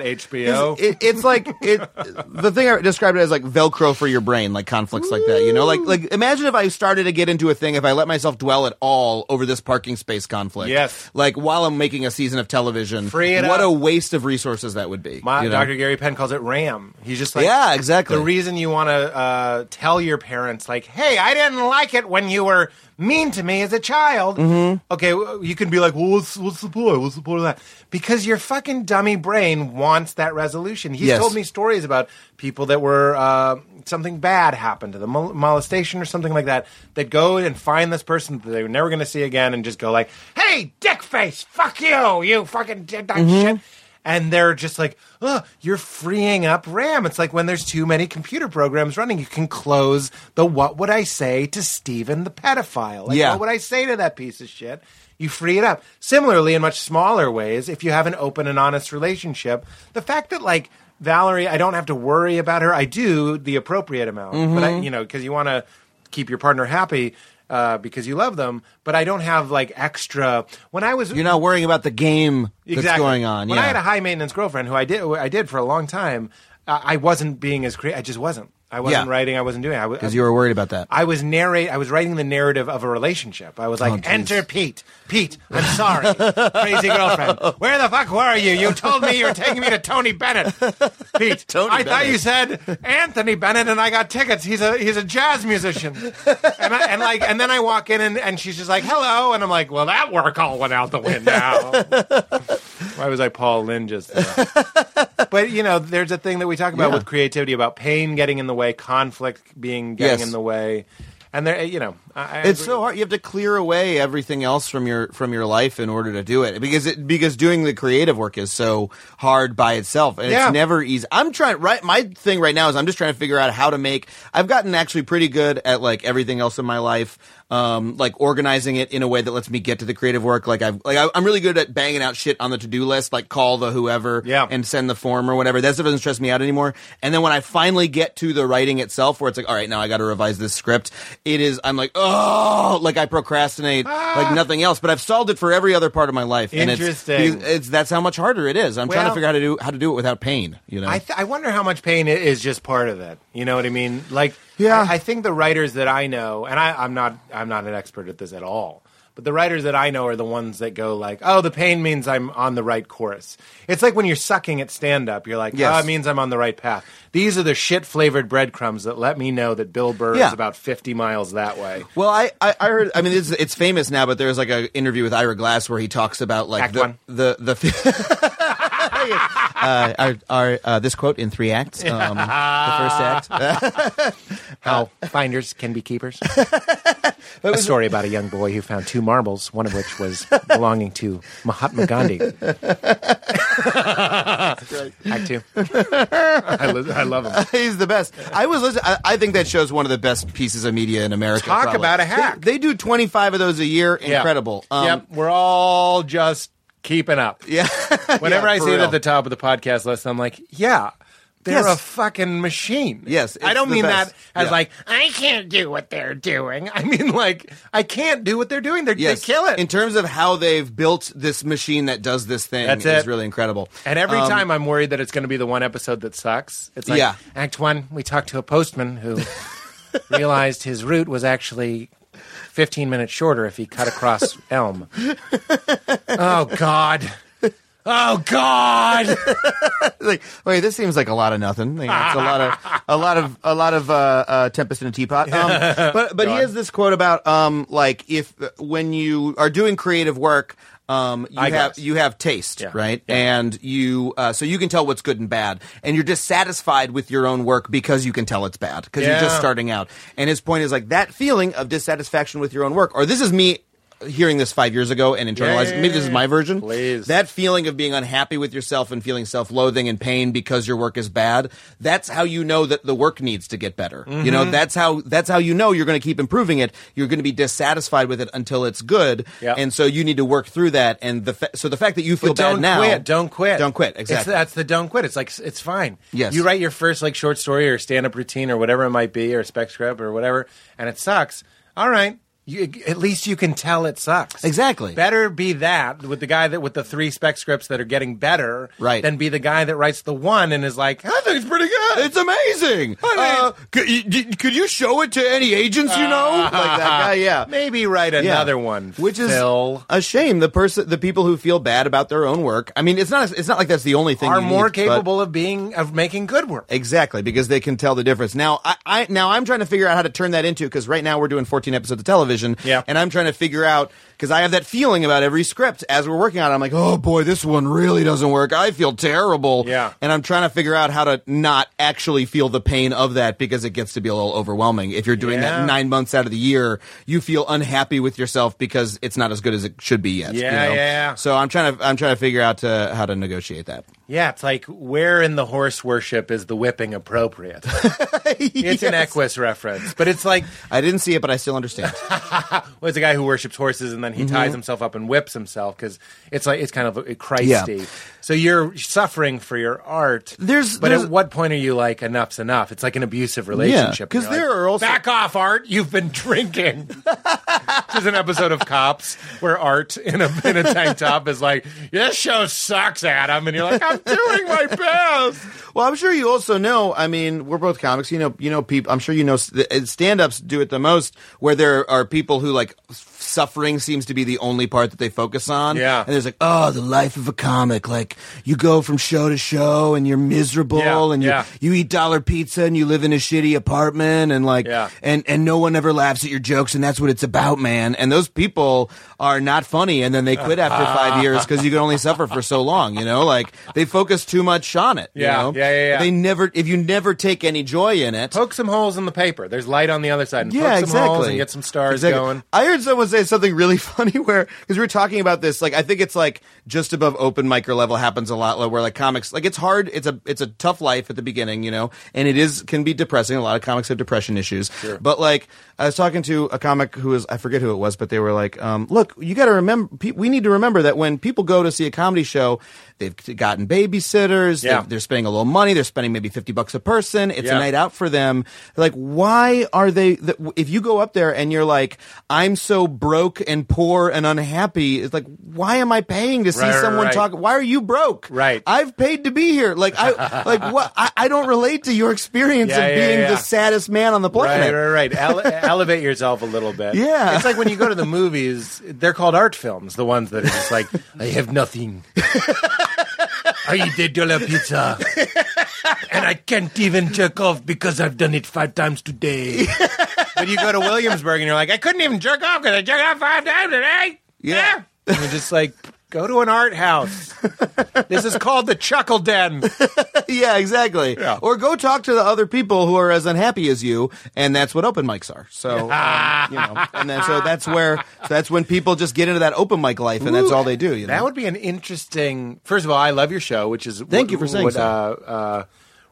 [SPEAKER 6] It's-
[SPEAKER 4] HBO.
[SPEAKER 6] it- it's like it. The thing I described it as like Velcro for your brain, like conflicts like that. You know, like like imagine if I started to get into a thing, if I let myself dwell at all over this parking space conflict.
[SPEAKER 4] Yes.
[SPEAKER 6] like while I'm making a season of television.
[SPEAKER 4] Free it
[SPEAKER 6] what
[SPEAKER 4] up.
[SPEAKER 6] a waste of resources that would be.
[SPEAKER 4] My,
[SPEAKER 6] you know?
[SPEAKER 4] Dr. Gary Penn calls it RAM. He's just like,
[SPEAKER 6] Yeah, exactly.
[SPEAKER 4] The reason you want to uh, tell your parents, like, hey, I didn't like it when you were mean to me as a child.
[SPEAKER 6] Mm-hmm.
[SPEAKER 4] Okay, well, you can be like, well, what's, what's the point? What's the point of that? Because your fucking dummy brain wants that resolution. He's
[SPEAKER 6] Yes.
[SPEAKER 4] told me stories about people that were uh, something bad happened to them, mol- molestation or something like that, that go and find this person that they were never going to see again and just go like, "Hey, dick face, fuck you, you fucking did that shit." And they're just like, oh, you're freeing up RAM. It's like when there's too many computer programs running, you can close the what would I say to Steven the pedophile? Like,
[SPEAKER 6] Yeah.
[SPEAKER 4] What would I say to that piece of shit? You free it up. Similarly, in much smaller ways, if you have an open and honest relationship, the fact that like Valerie, I don't have to worry
[SPEAKER 6] Mm-hmm.
[SPEAKER 4] about her. I do the appropriate amount, but I, you know, because you want to keep your partner happy. uh, because you love them. But I don't have like extra. When I was
[SPEAKER 6] You're not worrying about the game that's
[SPEAKER 4] exactly.
[SPEAKER 6] going on.
[SPEAKER 4] When
[SPEAKER 6] yeah.
[SPEAKER 4] I had a high maintenance girlfriend who I did who I did for a long time, uh, I wasn't being as creative. I just wasn't. I wasn't
[SPEAKER 6] Yeah.
[SPEAKER 4] writing. I wasn't doing. it. I was
[SPEAKER 6] because you were worried about that.
[SPEAKER 4] I was narrate. I was writing the narrative of a relationship. I was like,
[SPEAKER 6] geez.
[SPEAKER 4] "Enter Pete. Pete, I'm sorry, crazy girlfriend. Where the fuck were you? You told me you were taking me to Tony Bennett. Pete,
[SPEAKER 6] <laughs> Tony
[SPEAKER 4] I thought
[SPEAKER 6] Bennett.
[SPEAKER 4] you said Anthony Bennett, and I got tickets. He's a he's a jazz musician. And, I, and like, and then I walk in, and, and she's just like, "Hello," and I'm like, "Well, that work all went out the window." Why was I Paul Lynn just there? but you know, there's a thing that we talk about
[SPEAKER 6] Yeah.
[SPEAKER 4] with creativity about pain getting in the way, conflict being getting
[SPEAKER 6] Yes.
[SPEAKER 4] in the way, and there, you know, I, I
[SPEAKER 6] it's
[SPEAKER 4] agree.
[SPEAKER 6] so hard. You have to clear away everything else from your from your life in order to do it because it because doing the creative work is so hard by itself and
[SPEAKER 4] Yeah.
[SPEAKER 6] it's never easy. I'm trying right. My thing right now is I'm just trying to figure out how to make. I've gotten actually pretty good at like everything else in my life. Um, like organizing it in a way that lets me get to the creative work. Like I've, like I, I'm really good at banging out shit on the to do list. Like call the whoever,
[SPEAKER 4] Yeah.
[SPEAKER 6] and send the form or whatever. That stuff doesn't stress me out anymore. And then when I finally get to the writing itself, where it's like, all right, now I got to revise this script. It is. I'm like, oh, like I procrastinate
[SPEAKER 4] Ah.
[SPEAKER 6] like nothing else. But I've solved it for every other part of my life. And it's,
[SPEAKER 4] Interesting.
[SPEAKER 6] because it's that's how much harder it is. I'm trying to
[SPEAKER 4] Well-
[SPEAKER 6] figure out how to do how to do it without pain. You know.
[SPEAKER 4] I, th- I wonder how much pain i- is just part of it. You know what I mean? Like,
[SPEAKER 6] Yeah.
[SPEAKER 4] I, I think the writers that I know, and I, I'm not, I'm not an expert at this at all. But the writers that I know are the ones that go like, "Oh, the pain means I'm on the right course." It's like when you're sucking at stand up, you're like,
[SPEAKER 6] Yes.
[SPEAKER 4] "Oh, it means I'm on the right path." These are the shit flavored breadcrumbs that let me know that Bill Burr
[SPEAKER 6] Yeah.
[SPEAKER 4] is about 50 miles that way.
[SPEAKER 6] Well, I, I, I heard. I mean, it's, it's famous now, but there's like an interview with Ira Glass where he talks about like
[SPEAKER 4] Act
[SPEAKER 6] the,
[SPEAKER 4] one.
[SPEAKER 6] the the <laughs> uh, our, our, uh, this quote in three
[SPEAKER 4] <laughs>
[SPEAKER 6] acts. Um, the first act. <laughs>
[SPEAKER 4] How
[SPEAKER 6] Uh,
[SPEAKER 4] finders can be keepers. a story about a young boy who found two marbles, one of which was belonging to
[SPEAKER 6] <laughs>
[SPEAKER 4] Mahatma Gandhi. Act two. I, li- I love him.
[SPEAKER 6] He's the best. I was listening. I, I think that show's one of the best pieces of media in America.
[SPEAKER 4] Talk
[SPEAKER 6] probably.
[SPEAKER 4] about a hack.
[SPEAKER 6] They, they do 25 of those a year. Incredible. Um,
[SPEAKER 4] yep, we're all just keeping up.
[SPEAKER 6] Yeah.
[SPEAKER 4] Whenever
[SPEAKER 6] Yeah,
[SPEAKER 4] I
[SPEAKER 6] for
[SPEAKER 4] see it
[SPEAKER 6] real.
[SPEAKER 4] at the top of the podcast list, I'm like, yeah. They're
[SPEAKER 6] Yes.
[SPEAKER 4] a fucking machine.
[SPEAKER 6] Yes,
[SPEAKER 4] I
[SPEAKER 6] it's
[SPEAKER 4] don't
[SPEAKER 6] the
[SPEAKER 4] mean
[SPEAKER 6] best.
[SPEAKER 4] that as
[SPEAKER 6] Yeah.
[SPEAKER 4] like I can't do what they're doing. <laughs> I mean like I can't do what they're doing. They're,
[SPEAKER 6] Yes.
[SPEAKER 4] <laughs> They kill it.
[SPEAKER 6] In terms of how they've built this machine that does this thing
[SPEAKER 4] That's
[SPEAKER 6] is
[SPEAKER 4] it.
[SPEAKER 6] really incredible.
[SPEAKER 4] And every
[SPEAKER 6] Um,
[SPEAKER 4] time I'm worried that it's going to be the one episode that sucks. It's like
[SPEAKER 6] Yeah.
[SPEAKER 4] Act One, we talked to a
[SPEAKER 6] <laughs>
[SPEAKER 4] postman who realized his route was actually 15 minutes shorter if he cut across
[SPEAKER 6] <laughs>
[SPEAKER 4] Elm. oh God. Oh God!
[SPEAKER 6] <laughs> like, wait, this seems like a lot of nothing. You know, it's a lot of a lot of a lot of uh, uh, tempest in a teapot. Um, <laughs> but but he has this quote about um like if when you are doing creative work. Um, you
[SPEAKER 4] I
[SPEAKER 6] have
[SPEAKER 4] guess.
[SPEAKER 6] you have taste,
[SPEAKER 4] Yeah.
[SPEAKER 6] right?
[SPEAKER 4] Yeah.
[SPEAKER 6] And you uh, so you can tell what's good and bad, and you're dissatisfied with your own work because you can tell it's bad because you're just
[SPEAKER 4] Yeah.
[SPEAKER 6] starting out. And his point is like that feeling of dissatisfaction with your own work, or this is me hearing this five years ago and internalizing.
[SPEAKER 4] yeah,
[SPEAKER 6] Maybe this is
[SPEAKER 4] yeah.
[SPEAKER 6] my version.
[SPEAKER 4] Please.
[SPEAKER 6] That feeling of being unhappy with yourself and feeling self-loathing and pain because your work is bad, that's how you know that the work needs to get better. You
[SPEAKER 4] Mm-hmm.
[SPEAKER 6] know, that's how that's how you know you're going to keep improving it. You're going to be dissatisfied with it until it's good.
[SPEAKER 4] Yeah.
[SPEAKER 6] And so you need to work through that and the fa- so the fact that you feel
[SPEAKER 4] But
[SPEAKER 6] bad
[SPEAKER 4] don't
[SPEAKER 6] now
[SPEAKER 4] quit. Don't quit.
[SPEAKER 6] Don't quit.
[SPEAKER 4] It's-
[SPEAKER 6] Exactly.
[SPEAKER 4] that's the don't quit. It's like it's fine.
[SPEAKER 6] Yes.
[SPEAKER 4] You write your first like short story or stand up routine or whatever it might be or spec script or whatever, and it sucks. All right. You, at least you can tell it sucks.
[SPEAKER 6] Exactly.
[SPEAKER 4] Better be that with the guy that with the three spec scripts that are getting better,
[SPEAKER 6] Right.
[SPEAKER 4] Than be the guy that writes the one and is like, I think it's pretty good.
[SPEAKER 6] It's amazing.
[SPEAKER 4] I mean-
[SPEAKER 6] uh, could, you, d- could you show it to any agents you know? like
[SPEAKER 4] <laughs>
[SPEAKER 6] that guy, yeah.
[SPEAKER 4] Maybe write another one,
[SPEAKER 6] which is
[SPEAKER 4] Phil.
[SPEAKER 6] a shame. The person, the people who feel bad about their own work. I mean, it's not. It's not like that's the only thing.
[SPEAKER 4] are
[SPEAKER 6] you
[SPEAKER 4] more
[SPEAKER 6] need, but-
[SPEAKER 4] capable of being of making good work.
[SPEAKER 6] Exactly, because they can tell the difference. Now, I, I now I'm trying to figure out how to turn that into because right now we're doing 14 episodes of television,
[SPEAKER 4] Yeah.
[SPEAKER 6] and I'm trying to figure out because I have that feeling about every script as we're working on. it. I'm like, oh boy, this one really doesn't work. I feel terrible.
[SPEAKER 4] Yeah.
[SPEAKER 6] and I'm trying to figure out how to not actually feel the pain of that because it gets to be a little overwhelming. If you're doing that
[SPEAKER 4] Yeah.
[SPEAKER 6] nine months out of the year, you feel unhappy with yourself because it's not as good as it should be yet.
[SPEAKER 4] Yeah,
[SPEAKER 6] you know?
[SPEAKER 4] yeah.
[SPEAKER 6] So I'm trying to I'm trying to figure out to, how to negotiate that.
[SPEAKER 4] Yeah, it's like where in the horse worship is the
[SPEAKER 6] <laughs>
[SPEAKER 4] whipping appropriate? It's an Equus reference, but it's like
[SPEAKER 6] I didn't see it, but I still understand.
[SPEAKER 4] was a guy who worships horses and then then he
[SPEAKER 6] Mm-hmm.
[SPEAKER 4] ties himself up and whips himself because it's like it's kind of a Christy.
[SPEAKER 6] Yeah.
[SPEAKER 4] So you're suffering for your art.
[SPEAKER 6] There's-
[SPEAKER 4] but
[SPEAKER 6] there's-
[SPEAKER 4] at what point are you like enough's enough? It's like an abusive relationship.
[SPEAKER 6] 'cause
[SPEAKER 4] You're like,
[SPEAKER 6] there are also-
[SPEAKER 4] back off, art. You've
[SPEAKER 6] <laughs>
[SPEAKER 4] been drinking. There's an episode of Cops where Art in a in a tank top is like, "This show sucks, Adam," and you're like, "I'm doing my best."
[SPEAKER 6] Well, I'm sure you also know. I mean, we're both comics. You know, you know, people. I'm sure you know. uh, Stand-ups do it the most, where there are people who like suffering seems to be the only part that they focus on.
[SPEAKER 4] Yeah.
[SPEAKER 6] and there's like, oh, the life of a comic. Like you go from show to show, and you're miserable,
[SPEAKER 4] Yeah,
[SPEAKER 6] and you
[SPEAKER 4] yeah.
[SPEAKER 6] you eat dollar pizza, and you live in a shitty apartment, and like,
[SPEAKER 4] Yeah.
[SPEAKER 6] and and no one ever laughs at your jokes, and that's what it's about, man. And those people are not funny, and then they quit after five years because you can only suffer for so long. You know, like they focus too much on it. you
[SPEAKER 4] Yeah,
[SPEAKER 6] know?
[SPEAKER 4] yeah, yeah, yeah.
[SPEAKER 6] They never, if you never take any joy in it.
[SPEAKER 4] Poke some holes in the paper. There's light on the other side. And
[SPEAKER 6] yeah,
[SPEAKER 4] poke some
[SPEAKER 6] exactly.
[SPEAKER 4] Holes and get some stars
[SPEAKER 6] Exactly.
[SPEAKER 4] going.
[SPEAKER 6] I heard someone say something really <laughs> funny where because we were talking about this, like I think it's like just above open mic or level happens a lot, like, where like comics, like it's hard, it's a it's a tough life at the beginning, you know, and it is can be depressing. A lot of comics have depression issues, but like I was talking to a comic who was I forget who it was, but they were like, um, look, you got to remember, pe- we need to remember that when people go to see a comedy show, they've gotten babysitters,
[SPEAKER 4] Yeah.
[SPEAKER 6] they've- they're spending a little money, they're spending maybe fifty bucks a person, it's
[SPEAKER 4] Yeah.
[SPEAKER 6] a night out out for them. Like, why are they? th- If you go up there and you're like, "I'm so broke and poor and unhappy," it's like, why am I paying to see
[SPEAKER 4] Right, right,
[SPEAKER 6] someone
[SPEAKER 4] right.
[SPEAKER 6] talk? Why are you broke?
[SPEAKER 4] Right.
[SPEAKER 6] I've paid to be here. Like,
[SPEAKER 4] <laughs>
[SPEAKER 6] I like what? I, I don't relate to your experience
[SPEAKER 4] Yeah,
[SPEAKER 6] of
[SPEAKER 4] yeah,
[SPEAKER 6] being
[SPEAKER 4] yeah.
[SPEAKER 6] the saddest man on the
[SPEAKER 4] Right,
[SPEAKER 6] planet.
[SPEAKER 4] right, right. Ele- <laughs> elevate yourself a little bit.
[SPEAKER 6] Yeah.
[SPEAKER 4] It's like when you go to the movies, they're called art films, the ones that are just like, I have
[SPEAKER 6] <laughs>
[SPEAKER 4] nothing. I eat a dollar pizza. And I can't even jerk off because I've done it five
[SPEAKER 6] <laughs>
[SPEAKER 4] times today. but you go to Williamsburg and you're like, I couldn't even jerk off because I jerked off five times today.
[SPEAKER 6] Yeah.
[SPEAKER 4] And you're just like, go to an
[SPEAKER 6] <laughs>
[SPEAKER 4] art house. this is called the Chuckle Den.
[SPEAKER 6] <laughs> yeah, exactly.
[SPEAKER 4] Yeah.
[SPEAKER 6] Or go talk to the other people who are as unhappy as you, and that's what open mics are.
[SPEAKER 4] <laughs>
[SPEAKER 6] So, um, you know, and then so that's where so that's when people just get into that open mic life, and that's all they do. You know?
[SPEAKER 4] That would be an interesting. First of all, I love your show, which is
[SPEAKER 6] Thank you for saying
[SPEAKER 4] what,
[SPEAKER 6] so.
[SPEAKER 4] Uh, uh,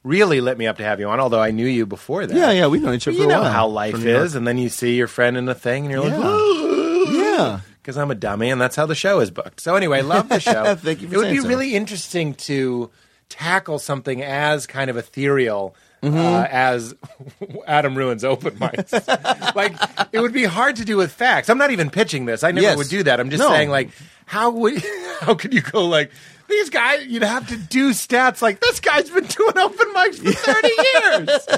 [SPEAKER 4] really lit me up to have you on. Although I knew you before that.
[SPEAKER 6] Yeah, yeah, we know each
[SPEAKER 4] But
[SPEAKER 6] other.
[SPEAKER 4] you
[SPEAKER 6] for a
[SPEAKER 4] know
[SPEAKER 6] while.
[SPEAKER 4] how life
[SPEAKER 6] From New York.
[SPEAKER 4] is, and then you see your friend in a thing, and you're
[SPEAKER 6] Yeah.
[SPEAKER 4] like,
[SPEAKER 6] Yeah.
[SPEAKER 4] because I'm a dummy, and that's how the show is booked. So anyway, love the show.
[SPEAKER 6] <laughs> Thank you for
[SPEAKER 4] It would
[SPEAKER 6] saying
[SPEAKER 4] be
[SPEAKER 6] so.
[SPEAKER 4] really interesting to tackle something as kind of ethereal.
[SPEAKER 6] Mm-hmm.
[SPEAKER 4] Uh, as <laughs> Adam ruins open mics, <laughs> like it would be hard to do with facts. I'm not even pitching this. I never
[SPEAKER 6] Yes.
[SPEAKER 4] would do that. I'm just
[SPEAKER 6] No.
[SPEAKER 4] saying, like, how would <laughs> how could you go like these guys? You'd have to do stats like this guy's been doing open mics
[SPEAKER 6] <laughs>
[SPEAKER 4] for 30 years.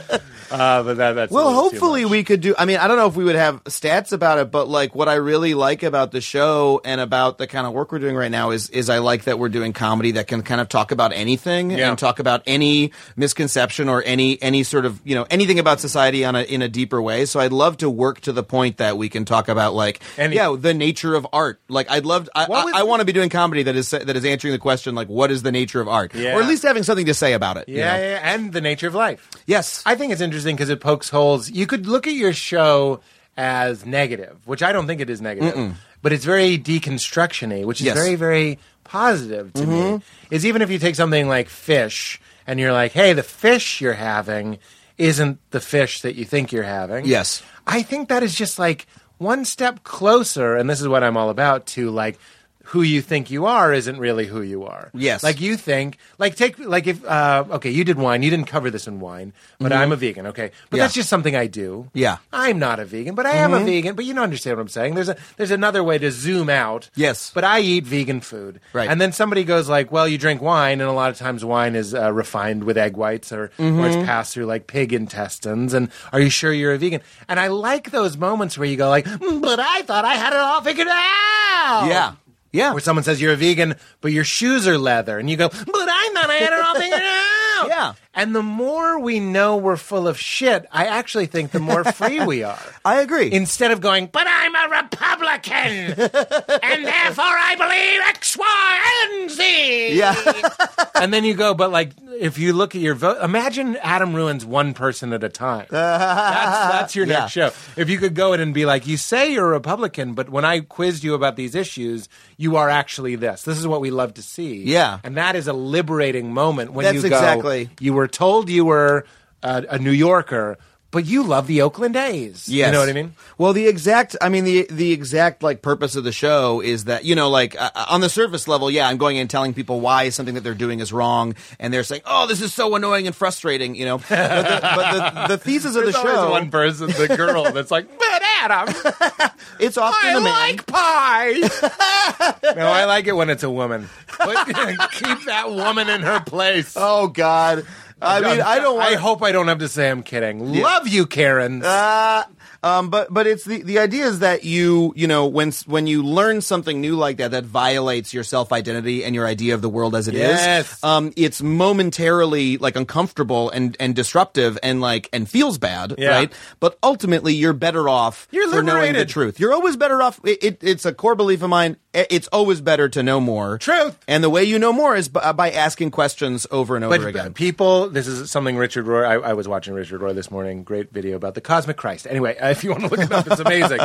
[SPEAKER 4] Uh, but that, that's a
[SPEAKER 6] Well,
[SPEAKER 4] little too
[SPEAKER 6] hopefully
[SPEAKER 4] much.
[SPEAKER 6] we could do. I mean, I don't know if we would have stats about it, but like what I really like about the show and about the kind of work we're doing right now is is I like that we're doing comedy that can kind of talk about anything
[SPEAKER 4] Yeah.
[SPEAKER 6] and talk about any misconception or any any sort of you know anything about society on a in a deeper way. So I'd love to work to the point that we can talk about like
[SPEAKER 4] Any-
[SPEAKER 6] yeah the nature of art. Like I'd love I,
[SPEAKER 4] What was-
[SPEAKER 6] I, want to be doing comedy that is that is answering the question like what is the nature of art
[SPEAKER 4] Yeah.
[SPEAKER 6] or at least having something to say about it. you
[SPEAKER 4] yeah,
[SPEAKER 6] know?
[SPEAKER 4] yeah, yeah, and the nature of life.
[SPEAKER 6] Yes.
[SPEAKER 4] I think it's interesting because it pokes holes. You could look at your show as negative, which I don't think it is negative, but it's very deconstructiony, which is
[SPEAKER 6] Yes. Mm-hmm.
[SPEAKER 4] very, very positive to me. Is even if you take something like fish and you're like, hey, the fish you're having isn't the fish that you think you're having.
[SPEAKER 6] Yes.
[SPEAKER 4] I think that is just like one step closer, and this is what I'm all about to like who you think you are isn't really who you are.
[SPEAKER 6] Yes.
[SPEAKER 4] Like you think like take like if uh okay, you did wine, you didn't cover this in wine, but I'm a vegan, okay. But
[SPEAKER 6] Mm-hmm. Yeah.
[SPEAKER 4] that's just something I do.
[SPEAKER 6] Yeah. Mm-hmm.
[SPEAKER 4] I'm not a vegan, but I am a vegan, but you don't understand what I'm saying. There's a there's another way to zoom out.
[SPEAKER 6] Yes.
[SPEAKER 4] But I eat vegan food.
[SPEAKER 6] Right.
[SPEAKER 4] And then somebody goes like, "Well, you drink wine, and a lot of times wine is uh, refined with egg whites, or or
[SPEAKER 6] Mm-hmm.
[SPEAKER 4] it's passed through like pig intestines." And are you sure you're a vegan? And I like those moments where you go like, "Mm, "But I thought I had it all figured out."
[SPEAKER 6] yeah. Yeah.
[SPEAKER 4] Where someone says you're a vegan, but your shoes are leather, and you go, "But I thought I had it all figured out."
[SPEAKER 6] <laughs> Yeah.
[SPEAKER 4] And the more we know we're full of shit, I actually think the more free we are
[SPEAKER 6] <laughs> I agree.
[SPEAKER 4] instead of going, but I'm
[SPEAKER 6] <laughs>
[SPEAKER 4] a Republican, and therefore I believe X, Y, and Z.
[SPEAKER 6] yeah.
[SPEAKER 4] <laughs> And then you go, but like, if you look at your vote, imagine Adam ruins one person at
[SPEAKER 6] <laughs>
[SPEAKER 4] a time. that's, that's your next show. If you could go in and be like, you say you're a Republican, but when I quizzed you about these issues, you are actually this. This is what we love to see.
[SPEAKER 6] Yeah.
[SPEAKER 4] And that is a liberating moment when
[SPEAKER 6] That's
[SPEAKER 4] you go,
[SPEAKER 6] exactly-
[SPEAKER 4] you were told you were a, a New Yorker,
[SPEAKER 7] But you love the Oakland
[SPEAKER 6] Yes.
[SPEAKER 7] A's. You know what I mean?
[SPEAKER 6] Well, the exact, I mean, the the exact like purpose of the show is that you know, like uh, uh, on the surface level, yeah, I'm going in and telling people why something that they're doing is wrong, and they're saying, "Oh, this is so annoying and frustrating," you know. But the, but the, the thesis of the
[SPEAKER 4] There's always
[SPEAKER 6] show,
[SPEAKER 4] one person, the girl, that's like, but Adam,
[SPEAKER 6] it's often
[SPEAKER 4] I
[SPEAKER 6] a man.
[SPEAKER 4] like pie. <laughs> no, I like it when it's a woman. But <laughs> keep that woman in her place.
[SPEAKER 6] oh God,
[SPEAKER 4] <laughs>
[SPEAKER 6] I mean, I don't.
[SPEAKER 4] I
[SPEAKER 6] Want,
[SPEAKER 4] hope I don't have to say I'm kidding. Love you, Karen.
[SPEAKER 6] Um, but but it's the the idea is that you you know when s- when you learn something new like that that violates your self identity and your idea of the world as it is.
[SPEAKER 4] Yes.
[SPEAKER 6] Um, it's momentarily like uncomfortable and and disruptive and like and feels bad,
[SPEAKER 4] Yeah.
[SPEAKER 6] right? But ultimately, you're better off
[SPEAKER 4] You're
[SPEAKER 6] for knowing the
[SPEAKER 4] liberated.
[SPEAKER 6] truth. You're always better off. It, it, it's a core belief of mine. I- It's always better to know more
[SPEAKER 4] Truth.
[SPEAKER 6] and the way you know more is by, by asking questions over and over
[SPEAKER 4] but
[SPEAKER 6] again.
[SPEAKER 4] people, this is something Richard Rohr. I, I was watching Richard Rohr this morning. Great video about the cosmic Christ. Anyway, <laughs> uh, if you want to look it up,
[SPEAKER 6] <laughs>
[SPEAKER 4] it's amazing.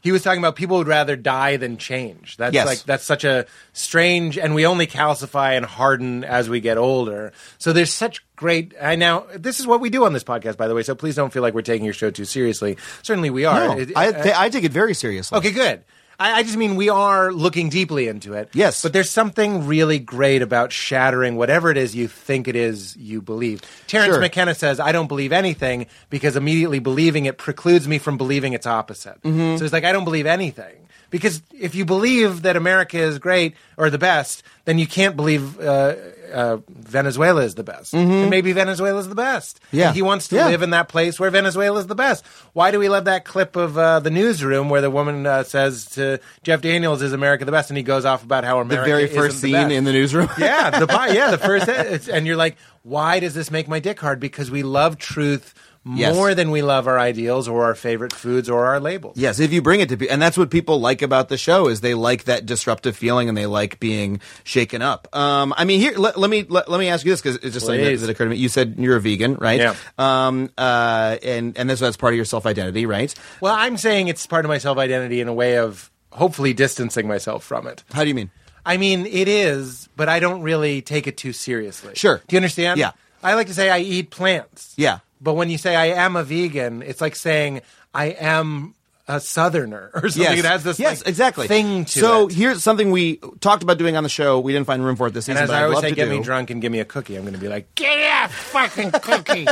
[SPEAKER 4] he was talking about people would rather die than change. That's
[SPEAKER 6] Yes.
[SPEAKER 4] like that's such a strange, and we only calcify and harden as we get older. So there's such great. I now this is what we do on this podcast, by the way. So please don't feel like we're taking your show too seriously. Certainly we are.
[SPEAKER 6] No,
[SPEAKER 4] It-
[SPEAKER 6] I,
[SPEAKER 4] uh,
[SPEAKER 6] I take it very seriously.
[SPEAKER 4] Okay, good. I, I just mean we are looking deeply into it.
[SPEAKER 6] Yes.
[SPEAKER 4] But there's something really great about shattering whatever it is you think it is you believe. Terrence
[SPEAKER 6] Sure.
[SPEAKER 4] McKenna says, I don't believe anything because immediately believing it precludes me from believing its opposite.
[SPEAKER 6] Mm-hmm.
[SPEAKER 4] So it's like, I don't believe anything. Because if you believe that America is great or the best, then you can't believe uh, uh, Venezuela is the best. And maybe Venezuela is the best.
[SPEAKER 6] Mm-hmm. Yeah.
[SPEAKER 4] And he wants to
[SPEAKER 6] Yeah.
[SPEAKER 4] live in that place where Venezuela is the best. Why do we love that clip of uh, the newsroom where the woman uh, says to Jeff Daniels, "Is America the best?" And he goes off about how
[SPEAKER 6] The
[SPEAKER 4] America
[SPEAKER 6] very
[SPEAKER 4] isn't
[SPEAKER 6] first
[SPEAKER 4] the
[SPEAKER 6] scene
[SPEAKER 4] best.
[SPEAKER 6] in the newsroom.
[SPEAKER 4] yeah,
[SPEAKER 6] <laughs>
[SPEAKER 4] the pi- yeah the first it's, and you're like, why does this make my dick hard? Because we love truth
[SPEAKER 6] Yes.
[SPEAKER 4] more than we love our ideals or our favorite foods or our labels.
[SPEAKER 6] Yes, if you bring it to people, and that's what people like about the show is they like that disruptive feeling and they like being shaken up. Um, I mean, here let, let me let, let me ask you this because it's just something that,
[SPEAKER 4] Please.
[SPEAKER 6] that occurred to me. You said you're a vegan, right?
[SPEAKER 4] Yeah.
[SPEAKER 6] Um, uh, and and that's that's part of your self identity, right?
[SPEAKER 4] Well, I'm saying it's part of my self identity in a way of hopefully distancing myself from it.
[SPEAKER 6] How do you mean?
[SPEAKER 4] I mean, it is, but I don't really take it too seriously.
[SPEAKER 6] Sure.
[SPEAKER 4] Do you understand?
[SPEAKER 6] Yeah.
[SPEAKER 4] I like to say I eat plants.
[SPEAKER 6] Yeah.
[SPEAKER 4] But when you say I am a vegan, it's like saying I am a southerner or something. It has this
[SPEAKER 6] yes,
[SPEAKER 4] like,
[SPEAKER 6] exactly.
[SPEAKER 4] thing to
[SPEAKER 6] so
[SPEAKER 4] it.
[SPEAKER 6] here's something we talked about doing on the show. We didn't find room for it this
[SPEAKER 4] and
[SPEAKER 6] season,
[SPEAKER 4] as
[SPEAKER 6] but
[SPEAKER 4] I
[SPEAKER 6] I'd
[SPEAKER 4] always
[SPEAKER 6] love
[SPEAKER 4] say,
[SPEAKER 6] to
[SPEAKER 4] get
[SPEAKER 6] do.
[SPEAKER 4] me drunk and give me a cookie. I'm going to be like, give me a fucking cookie,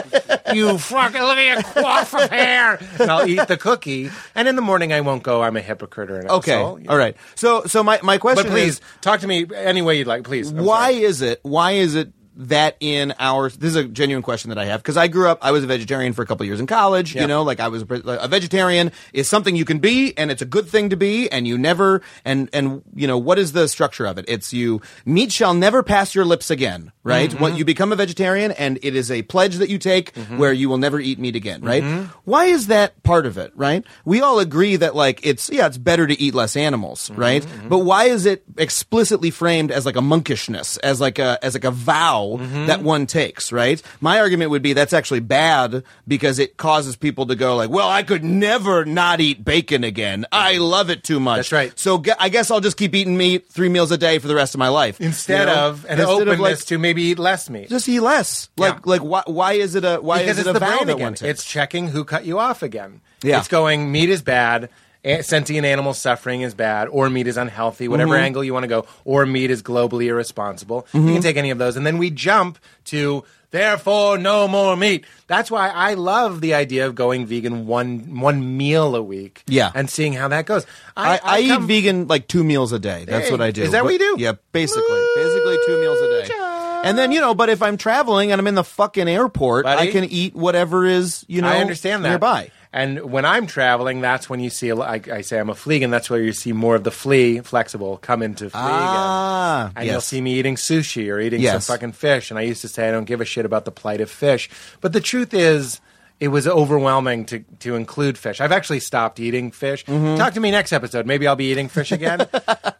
[SPEAKER 4] you fucking, let me a quaff
[SPEAKER 6] <laughs>
[SPEAKER 4] of hair. And I'll eat the cookie. And in the morning, I won't go, I'm a hypocrite or an
[SPEAKER 6] Okay,
[SPEAKER 4] asshole.
[SPEAKER 6] all right. So so my my question
[SPEAKER 4] But please,
[SPEAKER 6] is,
[SPEAKER 4] talk to me any way you'd like, please. I'm
[SPEAKER 6] why
[SPEAKER 4] sorry.
[SPEAKER 6] is it why is it that in our this is a genuine question that i have because i grew up i was a vegetarian for a couple years in college you
[SPEAKER 4] Yeah.
[SPEAKER 6] know like i was a, pre- like, a vegetarian is something you can be and it's a good thing to be and you never and and you know what is the structure of it it's you meat shall never pass your lips again right
[SPEAKER 4] Mm-hmm.
[SPEAKER 6] what you become a vegetarian and it is a pledge that you take where you will never eat meat again
[SPEAKER 4] Mm-hmm.
[SPEAKER 6] right why is that part of it right we all agree that like it's yeah it's better to eat less animals
[SPEAKER 4] Mm-hmm,
[SPEAKER 6] right but why is it explicitly framed as like a monkishness as like a as like a vow
[SPEAKER 4] Mm-hmm.
[SPEAKER 6] that one takes right my argument would be that's actually bad because it causes people to go like well i could never not eat bacon again i love it too much
[SPEAKER 4] That's right.
[SPEAKER 6] so gu- i guess i'll just keep eating meat three meals a day for the rest of my life
[SPEAKER 4] Instead
[SPEAKER 6] you know?
[SPEAKER 4] of an
[SPEAKER 6] Instead
[SPEAKER 4] openness
[SPEAKER 6] of, like,
[SPEAKER 4] to maybe eat less meat.
[SPEAKER 6] just eat less like
[SPEAKER 4] Yeah.
[SPEAKER 6] like why, why is it a why
[SPEAKER 4] because
[SPEAKER 6] is
[SPEAKER 4] it's
[SPEAKER 6] it a
[SPEAKER 4] the
[SPEAKER 6] vow
[SPEAKER 4] brain
[SPEAKER 6] that
[SPEAKER 4] again.
[SPEAKER 6] one takes
[SPEAKER 4] It's checking who cut you off again.
[SPEAKER 6] Yeah.
[SPEAKER 4] It's going, meat is bad, a- sentient animal suffering is bad, or meat is unhealthy, whatever
[SPEAKER 6] Mm-hmm.
[SPEAKER 4] angle you want to go, or meat is globally irresponsible. You can take any of those. And then we jump to, therefore, no more meat. That's why I love the idea of going vegan one one meal a week
[SPEAKER 6] Yeah.
[SPEAKER 4] and seeing how that goes.
[SPEAKER 6] I, I, eat
[SPEAKER 4] come-
[SPEAKER 6] vegan like two meals a day. That's
[SPEAKER 4] Hey,
[SPEAKER 6] what I do.
[SPEAKER 4] is that what you do?
[SPEAKER 6] Yeah, basically, basically two meals a day. And then you know, but if I'm traveling and I'm in the fucking airport, I
[SPEAKER 4] Buddy?
[SPEAKER 6] can eat whatever is you know.
[SPEAKER 4] I understand that
[SPEAKER 6] nearby.
[SPEAKER 4] And when I'm traveling, that's when you see. a lo- I, I say I'm a flea, and that's where you see more of the flea flexible come into flea
[SPEAKER 6] Ah,
[SPEAKER 4] again. And
[SPEAKER 6] yes.
[SPEAKER 4] you'll see me eating sushi or eating
[SPEAKER 6] Yes.
[SPEAKER 4] some fucking fish. And I used to say I don't give a shit about the plight of fish, but the truth is. It was overwhelming to, to include fish. I've actually stopped eating fish.
[SPEAKER 6] Mm-hmm.
[SPEAKER 4] Talk to me next episode. Maybe I'll be eating
[SPEAKER 6] <laughs>
[SPEAKER 4] fish again.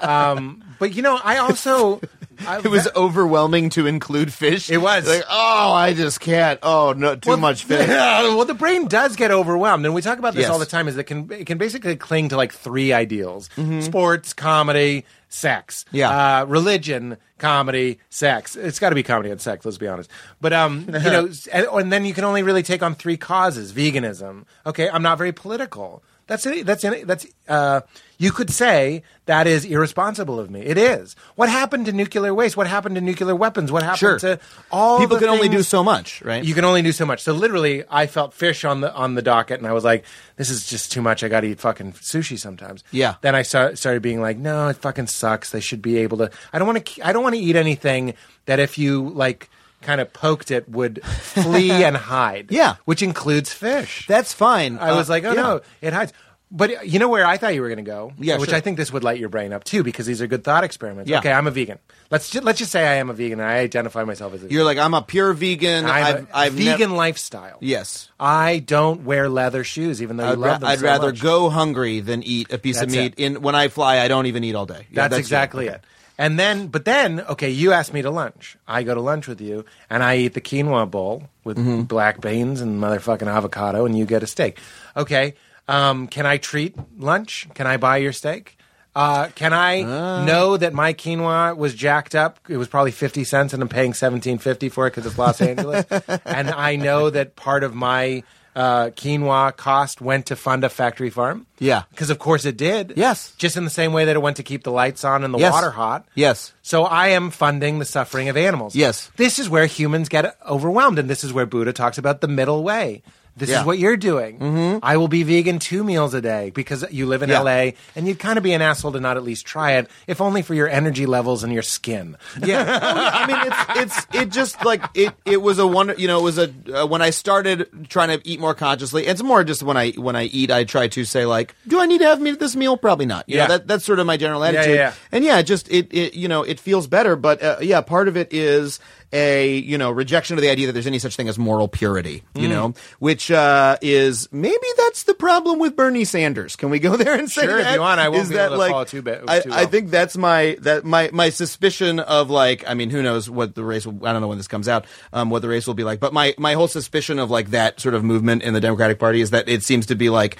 [SPEAKER 4] um, but you know, I also I,
[SPEAKER 6] It was overwhelming to include fish.
[SPEAKER 4] It was.
[SPEAKER 6] like, oh, I just can't. Oh no, too
[SPEAKER 4] <laughs>
[SPEAKER 6] much fish.
[SPEAKER 4] well, the brain does get overwhelmed, and we talk about this
[SPEAKER 6] Yes.
[SPEAKER 4] all the time. Is that can it can basically cling to like three ideals: sports, comedy, sex.
[SPEAKER 6] Mm-hmm. Yeah.
[SPEAKER 4] Uh, religion, comedy, sex. It's got to be comedy and sex. Let's be honest.
[SPEAKER 6] <laughs>
[SPEAKER 4] But um, you know, and, and then you can only really take on three causes: veganism. Okay, I'm not very political. That's it. That's it. That's uh, you could say that is irresponsible of me. It is. What happened to nuclear waste? What happened to nuclear weapons? What happened
[SPEAKER 6] Sure.
[SPEAKER 4] to all
[SPEAKER 6] People
[SPEAKER 4] the
[SPEAKER 6] can only do
[SPEAKER 4] things-
[SPEAKER 6] so much, right?
[SPEAKER 4] you can only do so much. So literally, I felt fish on the on the docket, and I was like, "This is just too much. I got to eat fucking sushi sometimes."
[SPEAKER 6] Yeah.
[SPEAKER 4] Then I sta- started being like, "No, it fucking sucks. They should be able to. I don't want to. I don't want to eat anything that if you like." Kind of poked
[SPEAKER 6] <laughs>
[SPEAKER 4] it would flee and hide.
[SPEAKER 6] Yeah.
[SPEAKER 4] which includes fish.
[SPEAKER 6] That's fine.
[SPEAKER 4] I was
[SPEAKER 6] Uh,
[SPEAKER 4] like, oh
[SPEAKER 6] yeah.
[SPEAKER 4] no, it hides. But uh, you know where I thought you were going to go,
[SPEAKER 6] Yeah,
[SPEAKER 4] which
[SPEAKER 6] sure.
[SPEAKER 4] I think this would light your brain up too, because these are good thought experiments.
[SPEAKER 6] Yeah.
[SPEAKER 4] Okay, I'm a vegan. Let's just, let's just say I am a vegan. and I identify myself as a
[SPEAKER 6] You're like, I'm a pure vegan.
[SPEAKER 4] I'm
[SPEAKER 6] I've,
[SPEAKER 4] a
[SPEAKER 6] I've nev-
[SPEAKER 4] vegan lifestyle.
[SPEAKER 6] yes.
[SPEAKER 4] I don't wear leather shoes, even though you
[SPEAKER 6] I'd, ra-
[SPEAKER 4] love them
[SPEAKER 6] I'd
[SPEAKER 4] so
[SPEAKER 6] rather
[SPEAKER 4] much.
[SPEAKER 6] go hungry than eat a piece of
[SPEAKER 4] That's
[SPEAKER 6] meat.
[SPEAKER 4] it.
[SPEAKER 6] In when I fly, I don't even eat all day. Yeah,
[SPEAKER 4] That's, exactly
[SPEAKER 6] okay.
[SPEAKER 4] it. And then, but then, okay, you ask me to lunch. I go to lunch with you, and I eat the quinoa bowl with
[SPEAKER 6] Mm-hmm.
[SPEAKER 4] black beans and motherfucking avocado, and you get a steak. Okay, um, can I treat lunch? Can I buy your steak? Uh, can I
[SPEAKER 6] Ah.
[SPEAKER 4] know that my quinoa was jacked up? It was probably fifty cents, and I'm paying seventeen fifty for it because it's
[SPEAKER 6] <laughs>
[SPEAKER 4] Los Angeles. and I know that part of my uh, quinoa cost went to fund a factory farm.
[SPEAKER 6] Yeah.
[SPEAKER 4] because of course it did.
[SPEAKER 6] Yes.
[SPEAKER 4] Just in the same way that it went to keep the lights on and the
[SPEAKER 6] Yes.
[SPEAKER 4] water hot.
[SPEAKER 6] Yes.
[SPEAKER 4] So I am funding the suffering of animals.
[SPEAKER 6] Yes.
[SPEAKER 4] This is where humans get overwhelmed, and this is where Buddha talks about the middle way. This
[SPEAKER 6] Yeah. Mm-hmm.
[SPEAKER 4] is what you're doing. I will be vegan two meals a day because you live in
[SPEAKER 6] Yeah.
[SPEAKER 4] LA, and you'd kind of be an asshole to not at least try it, if only for your energy levels and your skin. <laughs>
[SPEAKER 6] Yeah,
[SPEAKER 4] Oh,
[SPEAKER 6] I mean, it's it's it just like it. It was a wonder, you know. It was a uh, when I started trying to eat more consciously. It's more just when I when I eat, I try to say like, do I need to have meat at this meal? Probably not. You
[SPEAKER 4] Yeah.
[SPEAKER 6] know, that that's sort of my general
[SPEAKER 4] yeah,
[SPEAKER 6] attitude.
[SPEAKER 4] yeah.
[SPEAKER 6] And yeah, it just it, it you know it feels better. But uh, yeah, part of it is a you know rejection of the idea that there's any such thing as moral purity.
[SPEAKER 4] Mm.
[SPEAKER 6] You know, which uh, is maybe that's the problem with Bernie Sanders. Can we go there and say
[SPEAKER 4] Sure, if
[SPEAKER 6] that?
[SPEAKER 4] you want, I won't
[SPEAKER 6] Is
[SPEAKER 4] be
[SPEAKER 6] that,
[SPEAKER 4] able to
[SPEAKER 6] like,
[SPEAKER 4] follow too ba-
[SPEAKER 6] I,
[SPEAKER 4] too
[SPEAKER 6] I
[SPEAKER 4] well.
[SPEAKER 6] think that's my that my my suspicion of like I mean who knows what the race will I don't know when this comes out um what the race will be like but my my whole suspicion of like that sort of movement in the Democratic Party is that it seems to be like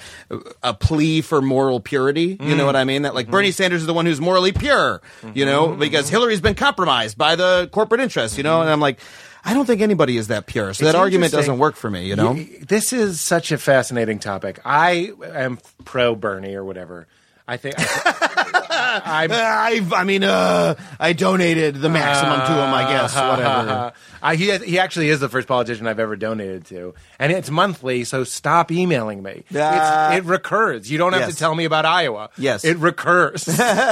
[SPEAKER 6] a plea for moral purity you know what I mean that like Bernie Sanders is the one who's morally pure you know because Hillary's been compromised by the corporate interests you know and I'm like I don't think anybody is that pure so
[SPEAKER 4] It's
[SPEAKER 6] that argument
[SPEAKER 4] interesting.
[SPEAKER 6] doesn't work for me you know
[SPEAKER 4] Y- This is such a fascinating topic. I am pro Bernie or whatever. I think
[SPEAKER 6] <laughs>
[SPEAKER 4] I'm
[SPEAKER 6] I I mean uh I donated the maximum to him I <laughs> guess whatever
[SPEAKER 4] Uh-huh. I, he, he actually is the first politician I've ever donated to, and it's monthly. So stop emailing me.
[SPEAKER 6] Ah.
[SPEAKER 4] It's, it recurs. You don't have
[SPEAKER 6] Yes.
[SPEAKER 4] to tell me about Iowa.
[SPEAKER 6] Yes.
[SPEAKER 4] it
[SPEAKER 6] <laughs>
[SPEAKER 4] recurs. stop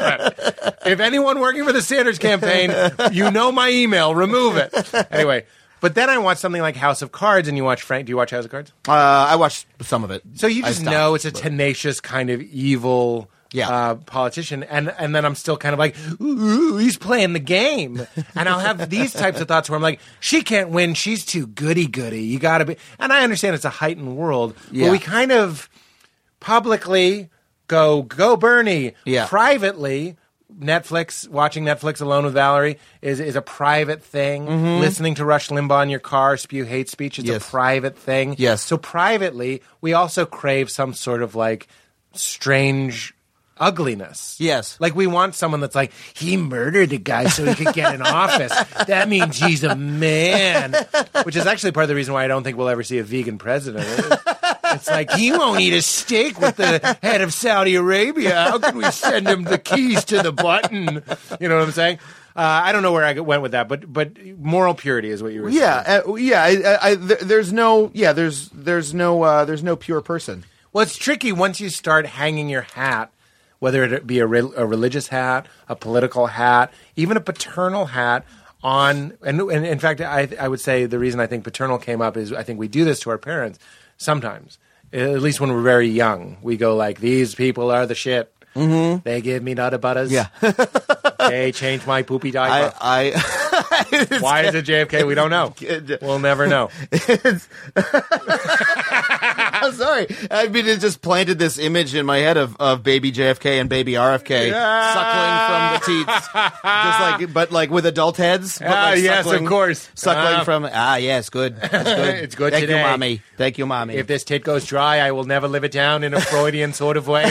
[SPEAKER 4] it. If anyone working for the Sanders campaign, you know my email. Remove it. Anyway, but then I watch something like House of Cards, and you watch Frank. Do you watch House of Cards?
[SPEAKER 6] Uh, I watched some of it.
[SPEAKER 4] So you
[SPEAKER 6] I
[SPEAKER 4] just
[SPEAKER 6] stopped,
[SPEAKER 4] know it's a
[SPEAKER 6] but-
[SPEAKER 4] tenacious kind of evil
[SPEAKER 6] Yeah.
[SPEAKER 4] uh, politician, and and then I'm still kind of like, ooh, he's playing the game, and I'll have these types of thoughts where I'm like, she can't win, she's too goody goody. You got to be, and I understand it's a heightened world,
[SPEAKER 6] Yeah.
[SPEAKER 4] but we kind of publicly go go Bernie,
[SPEAKER 6] Yeah.
[SPEAKER 4] privately. Netflix, watching Netflix alone with Valerie is is a private thing. Listening to Rush Limbaugh in your car spew hate speech, it's
[SPEAKER 6] Mm-hmm. Yes.
[SPEAKER 4] a private thing.
[SPEAKER 6] Yes.
[SPEAKER 4] So privately, we also crave some sort of like strange ugliness.
[SPEAKER 6] Yes.
[SPEAKER 4] Like we want someone that's like, he murdered a guy so he could get in
[SPEAKER 6] <laughs>
[SPEAKER 4] office. That means he's a man. Which is actually part of the reason why I don't think we'll ever see a vegan president. It's like he won't eat a steak with the head of Saudi Arabia. How can we send him the keys to the button? You know what I'm saying? Uh, I don't know where I went with that, but but moral purity is what you were saying.
[SPEAKER 6] Yeah, uh, yeah. I, I, I, there- there's no, yeah. There's, there's no, uh, there's no pure person.
[SPEAKER 4] Well, it's tricky once you start hanging your hat, whether it be a, re- a religious hat, a political hat, even a paternal hat on. And, and in fact, I, I would say the reason I think paternal came up is I think we do this to our parents sometimes, at least when we're very young. We go like, "These people are the shit. They give me nut butters.
[SPEAKER 6] Mm-hmm. Yeah.
[SPEAKER 4] <laughs> they change my poopy
[SPEAKER 6] Uh,
[SPEAKER 4] diaper.
[SPEAKER 6] I, <laughs> I
[SPEAKER 4] Why is it JFK? We don't
[SPEAKER 6] <laughs>
[SPEAKER 4] know.
[SPEAKER 6] Kid.
[SPEAKER 4] We'll
[SPEAKER 6] <laughs>
[SPEAKER 4] never know.
[SPEAKER 6] I'm sorry. I mean, it just planted this image in my head of, of baby JFK and baby RFK suckling from the teats, just
[SPEAKER 4] <laughs>
[SPEAKER 6] like, but like with adult heads. But
[SPEAKER 4] Ah,
[SPEAKER 6] like
[SPEAKER 4] yes, of
[SPEAKER 6] suckling-
[SPEAKER 4] course.
[SPEAKER 6] Suckling
[SPEAKER 4] Ah.
[SPEAKER 6] from ah, yes,
[SPEAKER 4] <laughs>
[SPEAKER 6] good. That's good.
[SPEAKER 4] It's good
[SPEAKER 6] Thank
[SPEAKER 4] today.
[SPEAKER 6] you, <laughs> mommy. Thank you, mommy. <laughs>
[SPEAKER 4] If this tit goes dry, I will never live it down in a Freudian sort of way.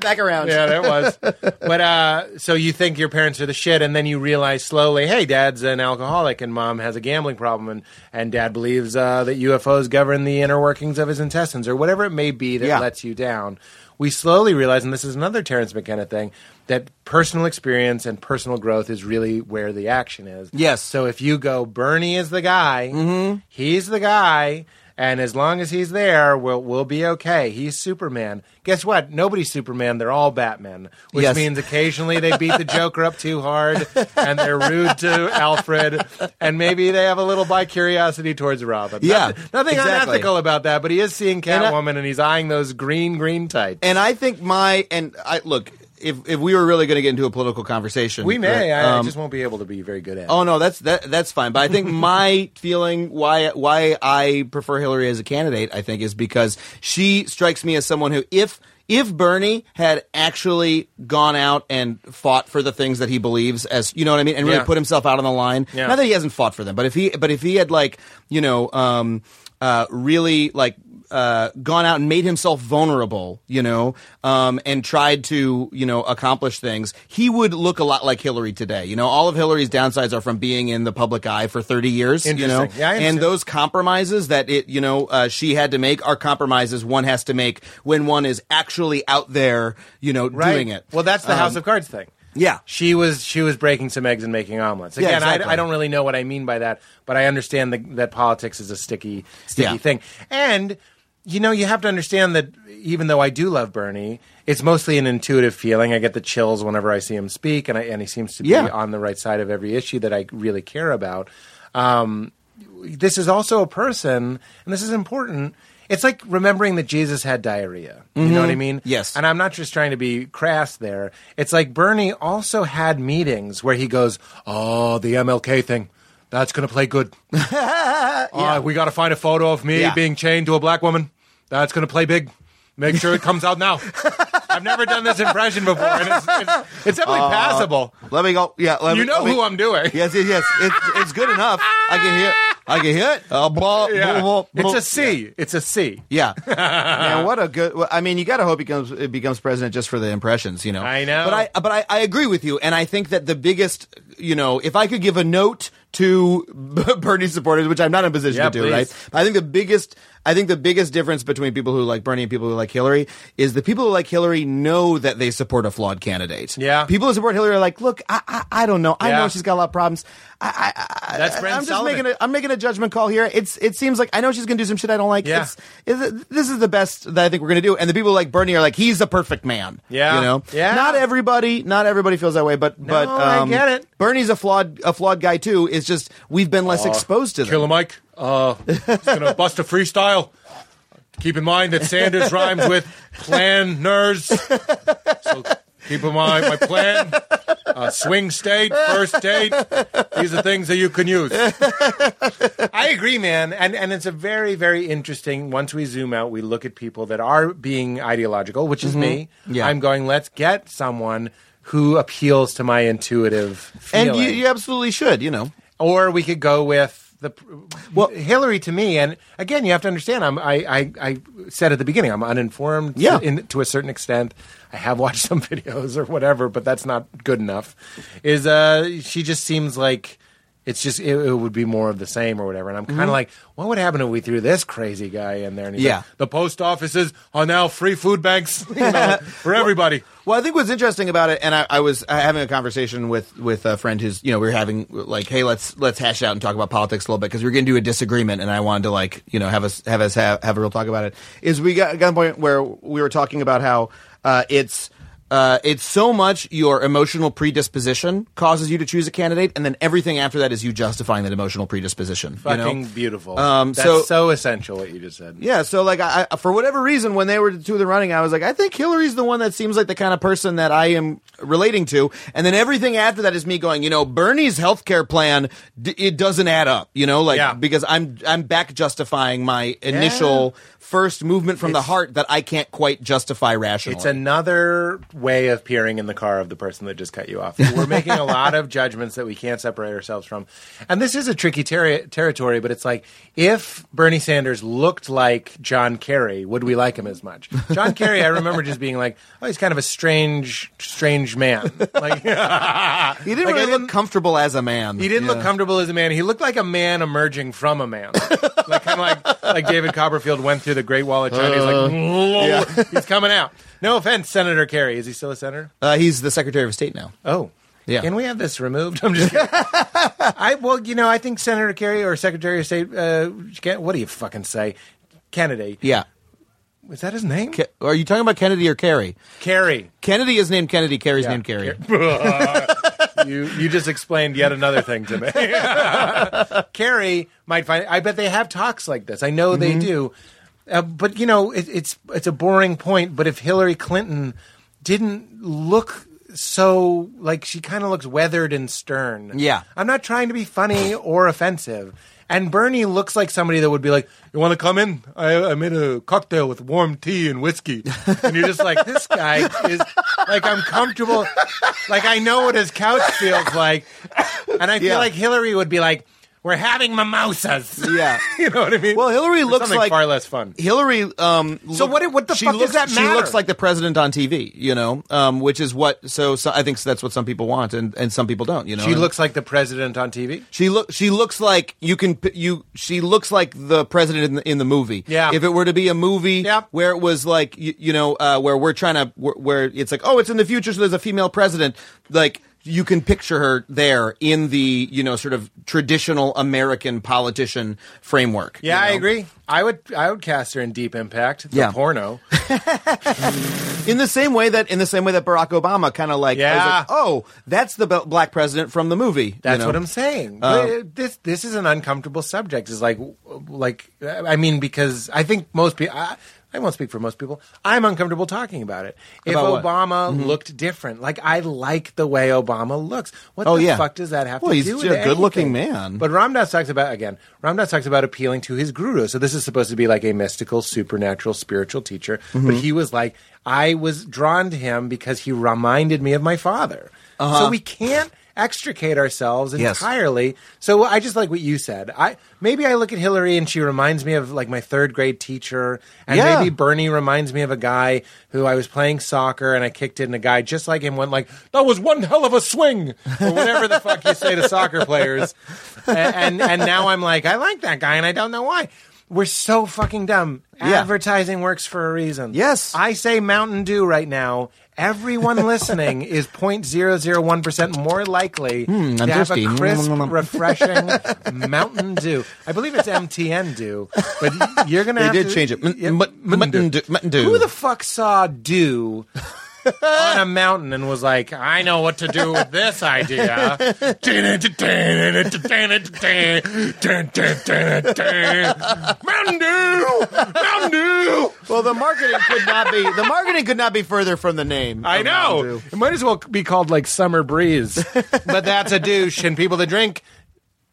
[SPEAKER 6] back around.
[SPEAKER 4] Yeah, there was.
[SPEAKER 6] <laughs>
[SPEAKER 4] but uh, so you think your parents are the shit, and then you realize slowly, hey, dad's an alcoholic, and mom has a gambling problem, and and dad believes uh, that UFOs govern the inner workings of his intestines, or whatever it may be that
[SPEAKER 6] Yeah.
[SPEAKER 4] lets you down. We slowly realize, and this is another Terrence McKenna thing, that personal experience and personal growth is really where the action is.
[SPEAKER 6] Yes. Mm-hmm.
[SPEAKER 4] So if you go, Bernie is the guy, he's the guy, and as long as he's there, we'll, we'll be okay. He's Superman. Guess what? Nobody's Superman. They're all Batman, which
[SPEAKER 6] Yes.
[SPEAKER 4] means occasionally they beat the Joker up too hard and they're rude to Alfred, and maybe they have a little by curiosity towards Robin.
[SPEAKER 6] Yeah,
[SPEAKER 4] Noth- Nothing
[SPEAKER 6] exactly.
[SPEAKER 4] unethical about that, but he is seeing
[SPEAKER 6] I-
[SPEAKER 4] Catwoman and, he's eyeing those green, green tights.
[SPEAKER 6] And I think my and I look if if we were really going to get into a political conversation,
[SPEAKER 4] we may.
[SPEAKER 6] right,
[SPEAKER 4] I, I
[SPEAKER 6] um,
[SPEAKER 4] just won't be able to be very good at it.
[SPEAKER 6] Oh no, that's that that's fine. But I think my feeling why why I prefer Hillary as a candidate, I think, is because she strikes me as someone who if if Bernie had actually gone out and fought for the things that he believes as you know what I mean, and really
[SPEAKER 4] Yeah.
[SPEAKER 6] put himself out on the line.
[SPEAKER 4] Yeah.
[SPEAKER 6] Not that he hasn't fought for them, but if he but if he had like, you know, um uh really like uh, gone out and made himself vulnerable, you know, um, and tried to, you know, accomplish things, he would look a lot like Hillary today. You know, all of Hillary's downsides are from being in the public eye for 30 years, you know,
[SPEAKER 4] Interesting. Yeah, I
[SPEAKER 6] and
[SPEAKER 4] understand.
[SPEAKER 6] those compromises that it, you know, uh, she had to make are compromises one has to make when one is actually out there, you know, doing it. Um,
[SPEAKER 4] Well, that's the House of Cards thing.
[SPEAKER 6] yeah.
[SPEAKER 4] she was she was breaking some eggs and making omelets.
[SPEAKER 6] Yeah,
[SPEAKER 4] Again,
[SPEAKER 6] exactly.
[SPEAKER 4] I, I don't really know what I mean by that, but I understand the, that politics is a sticky sticky
[SPEAKER 6] Yeah.
[SPEAKER 4] thing. And you know, you have to understand that even though I do love Bernie, it's mostly an intuitive feeling. I get the chills whenever I see him speak, and I, and he seems to be
[SPEAKER 6] Yeah.
[SPEAKER 4] on the right side of every issue that I really care about. Um, this is also a person, and this is important. It's like remembering that Jesus had diarrhea. You know what I mean?
[SPEAKER 6] Mm-hmm. Yes.
[SPEAKER 4] And I'm not just trying to be crass there. It's like Bernie also had meetings where he goes, "Oh, the MLK thing, that's going to
[SPEAKER 6] <laughs>
[SPEAKER 4] play good. Uh, we got to find a photo of me
[SPEAKER 6] Yeah.
[SPEAKER 4] being chained to a black woman. That's going to play big.
[SPEAKER 6] <laughs>
[SPEAKER 4] Make sure it comes out now." I've never done this impression before, and it's, it's, it's
[SPEAKER 6] Uh,
[SPEAKER 4] definitely passable.
[SPEAKER 6] Let me go. Yeah. Let
[SPEAKER 4] You
[SPEAKER 6] me,
[SPEAKER 4] know
[SPEAKER 6] let me-
[SPEAKER 4] who I'm doing.
[SPEAKER 6] Yes, yes, yes. It's, it's good enough. I can hear. I can hear it. Uh, blah, blah, blah,
[SPEAKER 4] It's
[SPEAKER 6] blah.
[SPEAKER 4] a C. It's a C. <laughs>
[SPEAKER 6] Yeah, man, what a good. Well, I mean, you got to hope he becomes it becomes president just for the impressions, you know.
[SPEAKER 4] I know.
[SPEAKER 6] but I but I, I agree with you, and I think that the biggest, you know, if I could give a note to <laughs> Bernie supporters, which I'm not in a position
[SPEAKER 4] Yeah,
[SPEAKER 6] to do,
[SPEAKER 4] please.
[SPEAKER 6] right? I think the biggest, I think the biggest difference between people who like Bernie and people who like Hillary is the people who like Hillary know that they support a flawed candidate.
[SPEAKER 4] Yeah.
[SPEAKER 6] people who support Hillary are like, look, I I, I don't know, I
[SPEAKER 4] Yeah.
[SPEAKER 6] know she's got a lot of problems. I, I, I
[SPEAKER 4] That's
[SPEAKER 6] I-
[SPEAKER 4] Brent
[SPEAKER 6] I'm just
[SPEAKER 4] Sullivan.
[SPEAKER 6] making a I'm making a judgment call here. It's it seems like I know she's gonna do some shit I don't like.
[SPEAKER 4] Yeah.
[SPEAKER 6] It's, is it- this is the best that I think we're gonna do. And the people like Bernie are like, he's the perfect man.
[SPEAKER 4] Yeah.
[SPEAKER 6] you know,
[SPEAKER 4] Yeah.
[SPEAKER 6] Not everybody, not everybody feels that way, but but
[SPEAKER 4] I
[SPEAKER 6] um,
[SPEAKER 4] get it.
[SPEAKER 6] Bernie's a flawed a flawed guy too. It's just we've been
[SPEAKER 4] Oh,
[SPEAKER 6] less exposed to them.
[SPEAKER 4] Killer Mike, uh, just <laughs> gonna bust a freestyle. Keep in mind that Sanders rhymes with planners. So keep in mind my plan. Uh, swing state, first date. These are things that you can use. <laughs> I agree, man. And and it's a very, very interesting once we zoom out, we look at people that are being ideological, which is me.
[SPEAKER 6] Yeah.
[SPEAKER 4] I'm going, let's get someone who appeals to my intuitive feeling
[SPEAKER 6] and you, you absolutely should, you know.
[SPEAKER 4] or we could go with the
[SPEAKER 6] Well-
[SPEAKER 4] well Hillary to me. And again, you have to understand. I'm, I, I I said at the beginning, I'm uninformed.
[SPEAKER 6] Yeah.
[SPEAKER 4] in, to a certain extent, I have watched <laughs> some videos or whatever, but that's not good enough. Is uh, she just seems like. It's just it, it would be more of the same or whatever, and I'm kind of like, what would happen if we threw this crazy guy in there? And he's
[SPEAKER 6] Mm-hmm. Yeah.
[SPEAKER 4] like, the post offices are now free food banks <laughs> you know, for everybody.
[SPEAKER 6] Well, I think what's interesting about it, and I, I was uh, having a conversation with with a friend who's you know we were having like, hey, let's let's hash out and talk about politics a little bit because we are going to do a disagreement, and I wanted to like you know have us have us have, have a real talk about it. Is we got, got a point where we were talking about how uh, it's. Uh, it's so much your emotional predisposition causes you to choose a candidate, and then everything after that is you justifying that emotional predisposition. <laughs> you know?
[SPEAKER 4] Fucking beautiful.
[SPEAKER 6] Um,
[SPEAKER 4] That's
[SPEAKER 6] so-
[SPEAKER 4] so, essential what you just said.
[SPEAKER 6] Yeah, so like I, I- for whatever reason, when they were the two of them running, I was like, I think Hillary's the one that seems like the kind of person that I am relating to, and then everything after that is me going, you know, Bernie's healthcare plan, d- it doesn't add up, you know, like
[SPEAKER 4] Yeah.
[SPEAKER 6] because I'm I'm back justifying my initial first movement from the heart that I can't quite justify rationally.
[SPEAKER 4] It's another way of peering in the car of the person that just cut you off. We're making a lot of judgments that we can't separate ourselves from. And this is a tricky terri territory, but it's like if Bernie Sanders looked like John Kerry, would we like him as much? John Kerry, I remember just being like, oh, he's kind of a strange, strange man. Like,
[SPEAKER 6] He didn't
[SPEAKER 4] Like, I
[SPEAKER 6] really look
[SPEAKER 4] didn't-
[SPEAKER 6] comfortable as a man.
[SPEAKER 4] he didn't
[SPEAKER 6] Yeah.
[SPEAKER 4] look comfortable as a man. He looked like a man emerging from a man, like kind of like like David Copperfield went through the Great Wall of China. He's like, he's coming out. No offense, Senator Kerry. Is he still a senator?
[SPEAKER 6] Uh, he's the Secretary of State now.
[SPEAKER 4] Oh.
[SPEAKER 6] Yeah.
[SPEAKER 4] Can we have this removed? <laughs> I'm just kidding. I well, you know, I think Senator Kerry or Secretary of State uh, Ken- what do you fucking say? Kennedy.
[SPEAKER 6] Yeah.
[SPEAKER 4] Is that his name?
[SPEAKER 6] Ke- are you talking about Kennedy or Kerry?
[SPEAKER 4] Kerry.
[SPEAKER 6] Kennedy is named Kennedy. Kerry's
[SPEAKER 4] Yeah.
[SPEAKER 6] named Kerry.
[SPEAKER 4] <laughs> you you just explained yet another thing to me.
[SPEAKER 6] <laughs>
[SPEAKER 4] <laughs> Carrie might find. I bet they have talks like this. I know
[SPEAKER 6] Mm-hmm.
[SPEAKER 4] they do. Uh, but you know, it, it's it's a boring point. But if Hillary Clinton didn't look so like she kind of looks weathered and stern.
[SPEAKER 6] Yeah.
[SPEAKER 4] I'm not trying to be funny or offensive. And Bernie looks like somebody that would be like, "You want to come in? I, I made a cocktail with warm tea and whiskey." And you're just like, "This guy is like, I'm comfortable. Like, I know what his couch feels like." And I feel
[SPEAKER 6] Yeah.
[SPEAKER 4] like Hillary would be like, "We're having mimosas."
[SPEAKER 6] Yeah.
[SPEAKER 4] <laughs> you know what I mean?
[SPEAKER 6] Well, Hillary
[SPEAKER 4] Or
[SPEAKER 6] looks
[SPEAKER 4] something
[SPEAKER 6] like-
[SPEAKER 4] far less fun.
[SPEAKER 6] Hillary. Um,
[SPEAKER 4] So
[SPEAKER 6] look-
[SPEAKER 4] what- what the
[SPEAKER 6] she
[SPEAKER 4] fuck does
[SPEAKER 6] looks,
[SPEAKER 4] that
[SPEAKER 6] She
[SPEAKER 4] matter?
[SPEAKER 6] looks like the president on TV. You know, um, which is what. So, so I think that's what some people want, and, and some people don't. You know,
[SPEAKER 4] She
[SPEAKER 6] And
[SPEAKER 4] looks like the president on TV.
[SPEAKER 6] She look. She looks like you can. p- You. She looks like the president in the, in the movie.
[SPEAKER 4] Yeah.
[SPEAKER 6] If it were to be a movie
[SPEAKER 4] Yep.
[SPEAKER 6] where it was like you, you know uh, where we're trying to where, where it's like oh it's in the future so there's a female president like you can picture her there in the you know sort of traditional American politician framework.
[SPEAKER 4] Yeah,
[SPEAKER 6] you
[SPEAKER 4] I
[SPEAKER 6] know?
[SPEAKER 4] agree. I would I would cast her in Deep Impact, the
[SPEAKER 6] Yeah.
[SPEAKER 4] porno.
[SPEAKER 6] In the same way that in the same way that Barack Obama kind of like, I was
[SPEAKER 4] Yeah.
[SPEAKER 6] like, oh, that's the b- black president from the movie. you
[SPEAKER 4] That's
[SPEAKER 6] know? Uh,
[SPEAKER 4] what I'm saying. But this this is an uncomfortable subject. Is like like I mean because I think most people. I, I won't speak for most people. I'm uncomfortable talking about it. If
[SPEAKER 6] About what? Mm-hmm.
[SPEAKER 4] Obama looked different, like I like the way Obama looks. What
[SPEAKER 6] Oh,
[SPEAKER 4] the
[SPEAKER 6] yeah.
[SPEAKER 4] fuck does that have
[SPEAKER 6] Well,
[SPEAKER 4] to
[SPEAKER 6] he's
[SPEAKER 4] do with
[SPEAKER 6] a good-looking
[SPEAKER 4] anything?
[SPEAKER 6] man.
[SPEAKER 4] But Ramdas talks about again. Ramdas talks about appealing to his guru. So this is supposed to be like a mystical, supernatural, spiritual teacher. But
[SPEAKER 6] Mm-hmm.
[SPEAKER 4] he was like, I was drawn to him because he reminded me of my father. So we can't extricate ourselves
[SPEAKER 6] Uh-huh. Yes.
[SPEAKER 4] entirely. So I just like what you said. I maybe I look at Hillary and she reminds me of like my third grade teacher, and
[SPEAKER 6] Yeah.
[SPEAKER 4] maybe Bernie reminds me of a guy who I was playing soccer and I kicked it, and a guy just like him went like, "That was one hell of a swing," or whatever the fuck you say to soccer players. A- And, and now I'm like, I like that guy, and I don't know why. We're so fucking dumb.
[SPEAKER 6] Yeah.
[SPEAKER 4] Advertising works for a reason.
[SPEAKER 6] Yes.
[SPEAKER 4] I say Mountain Dew right now. Everyone listening is 0.001% more likely
[SPEAKER 6] Hmm,
[SPEAKER 4] to have
[SPEAKER 6] thirsty.
[SPEAKER 4] a crisp,
[SPEAKER 6] <laughs> Mm-mm-mm.
[SPEAKER 4] refreshing Mountain Dew. I believe it's MTN Dew, but you're gonna.
[SPEAKER 6] They
[SPEAKER 4] have
[SPEAKER 6] did
[SPEAKER 4] to-
[SPEAKER 6] change it. M-
[SPEAKER 4] Yeah,
[SPEAKER 6] m- Mountain Dew- Mountain Dew.
[SPEAKER 4] Who the fuck saw Dew? <laughs> on a mountain and was like, I know what to do with this idea. Mountain Dew! Mountain Dew!
[SPEAKER 6] Well, the marketing could not be the marketing could not be further from the name.
[SPEAKER 4] I
[SPEAKER 6] of Mountain
[SPEAKER 4] know.
[SPEAKER 6] Dew.
[SPEAKER 4] It might as well be called like Summer Breeze. but <laughs> that's a douche, and people that drink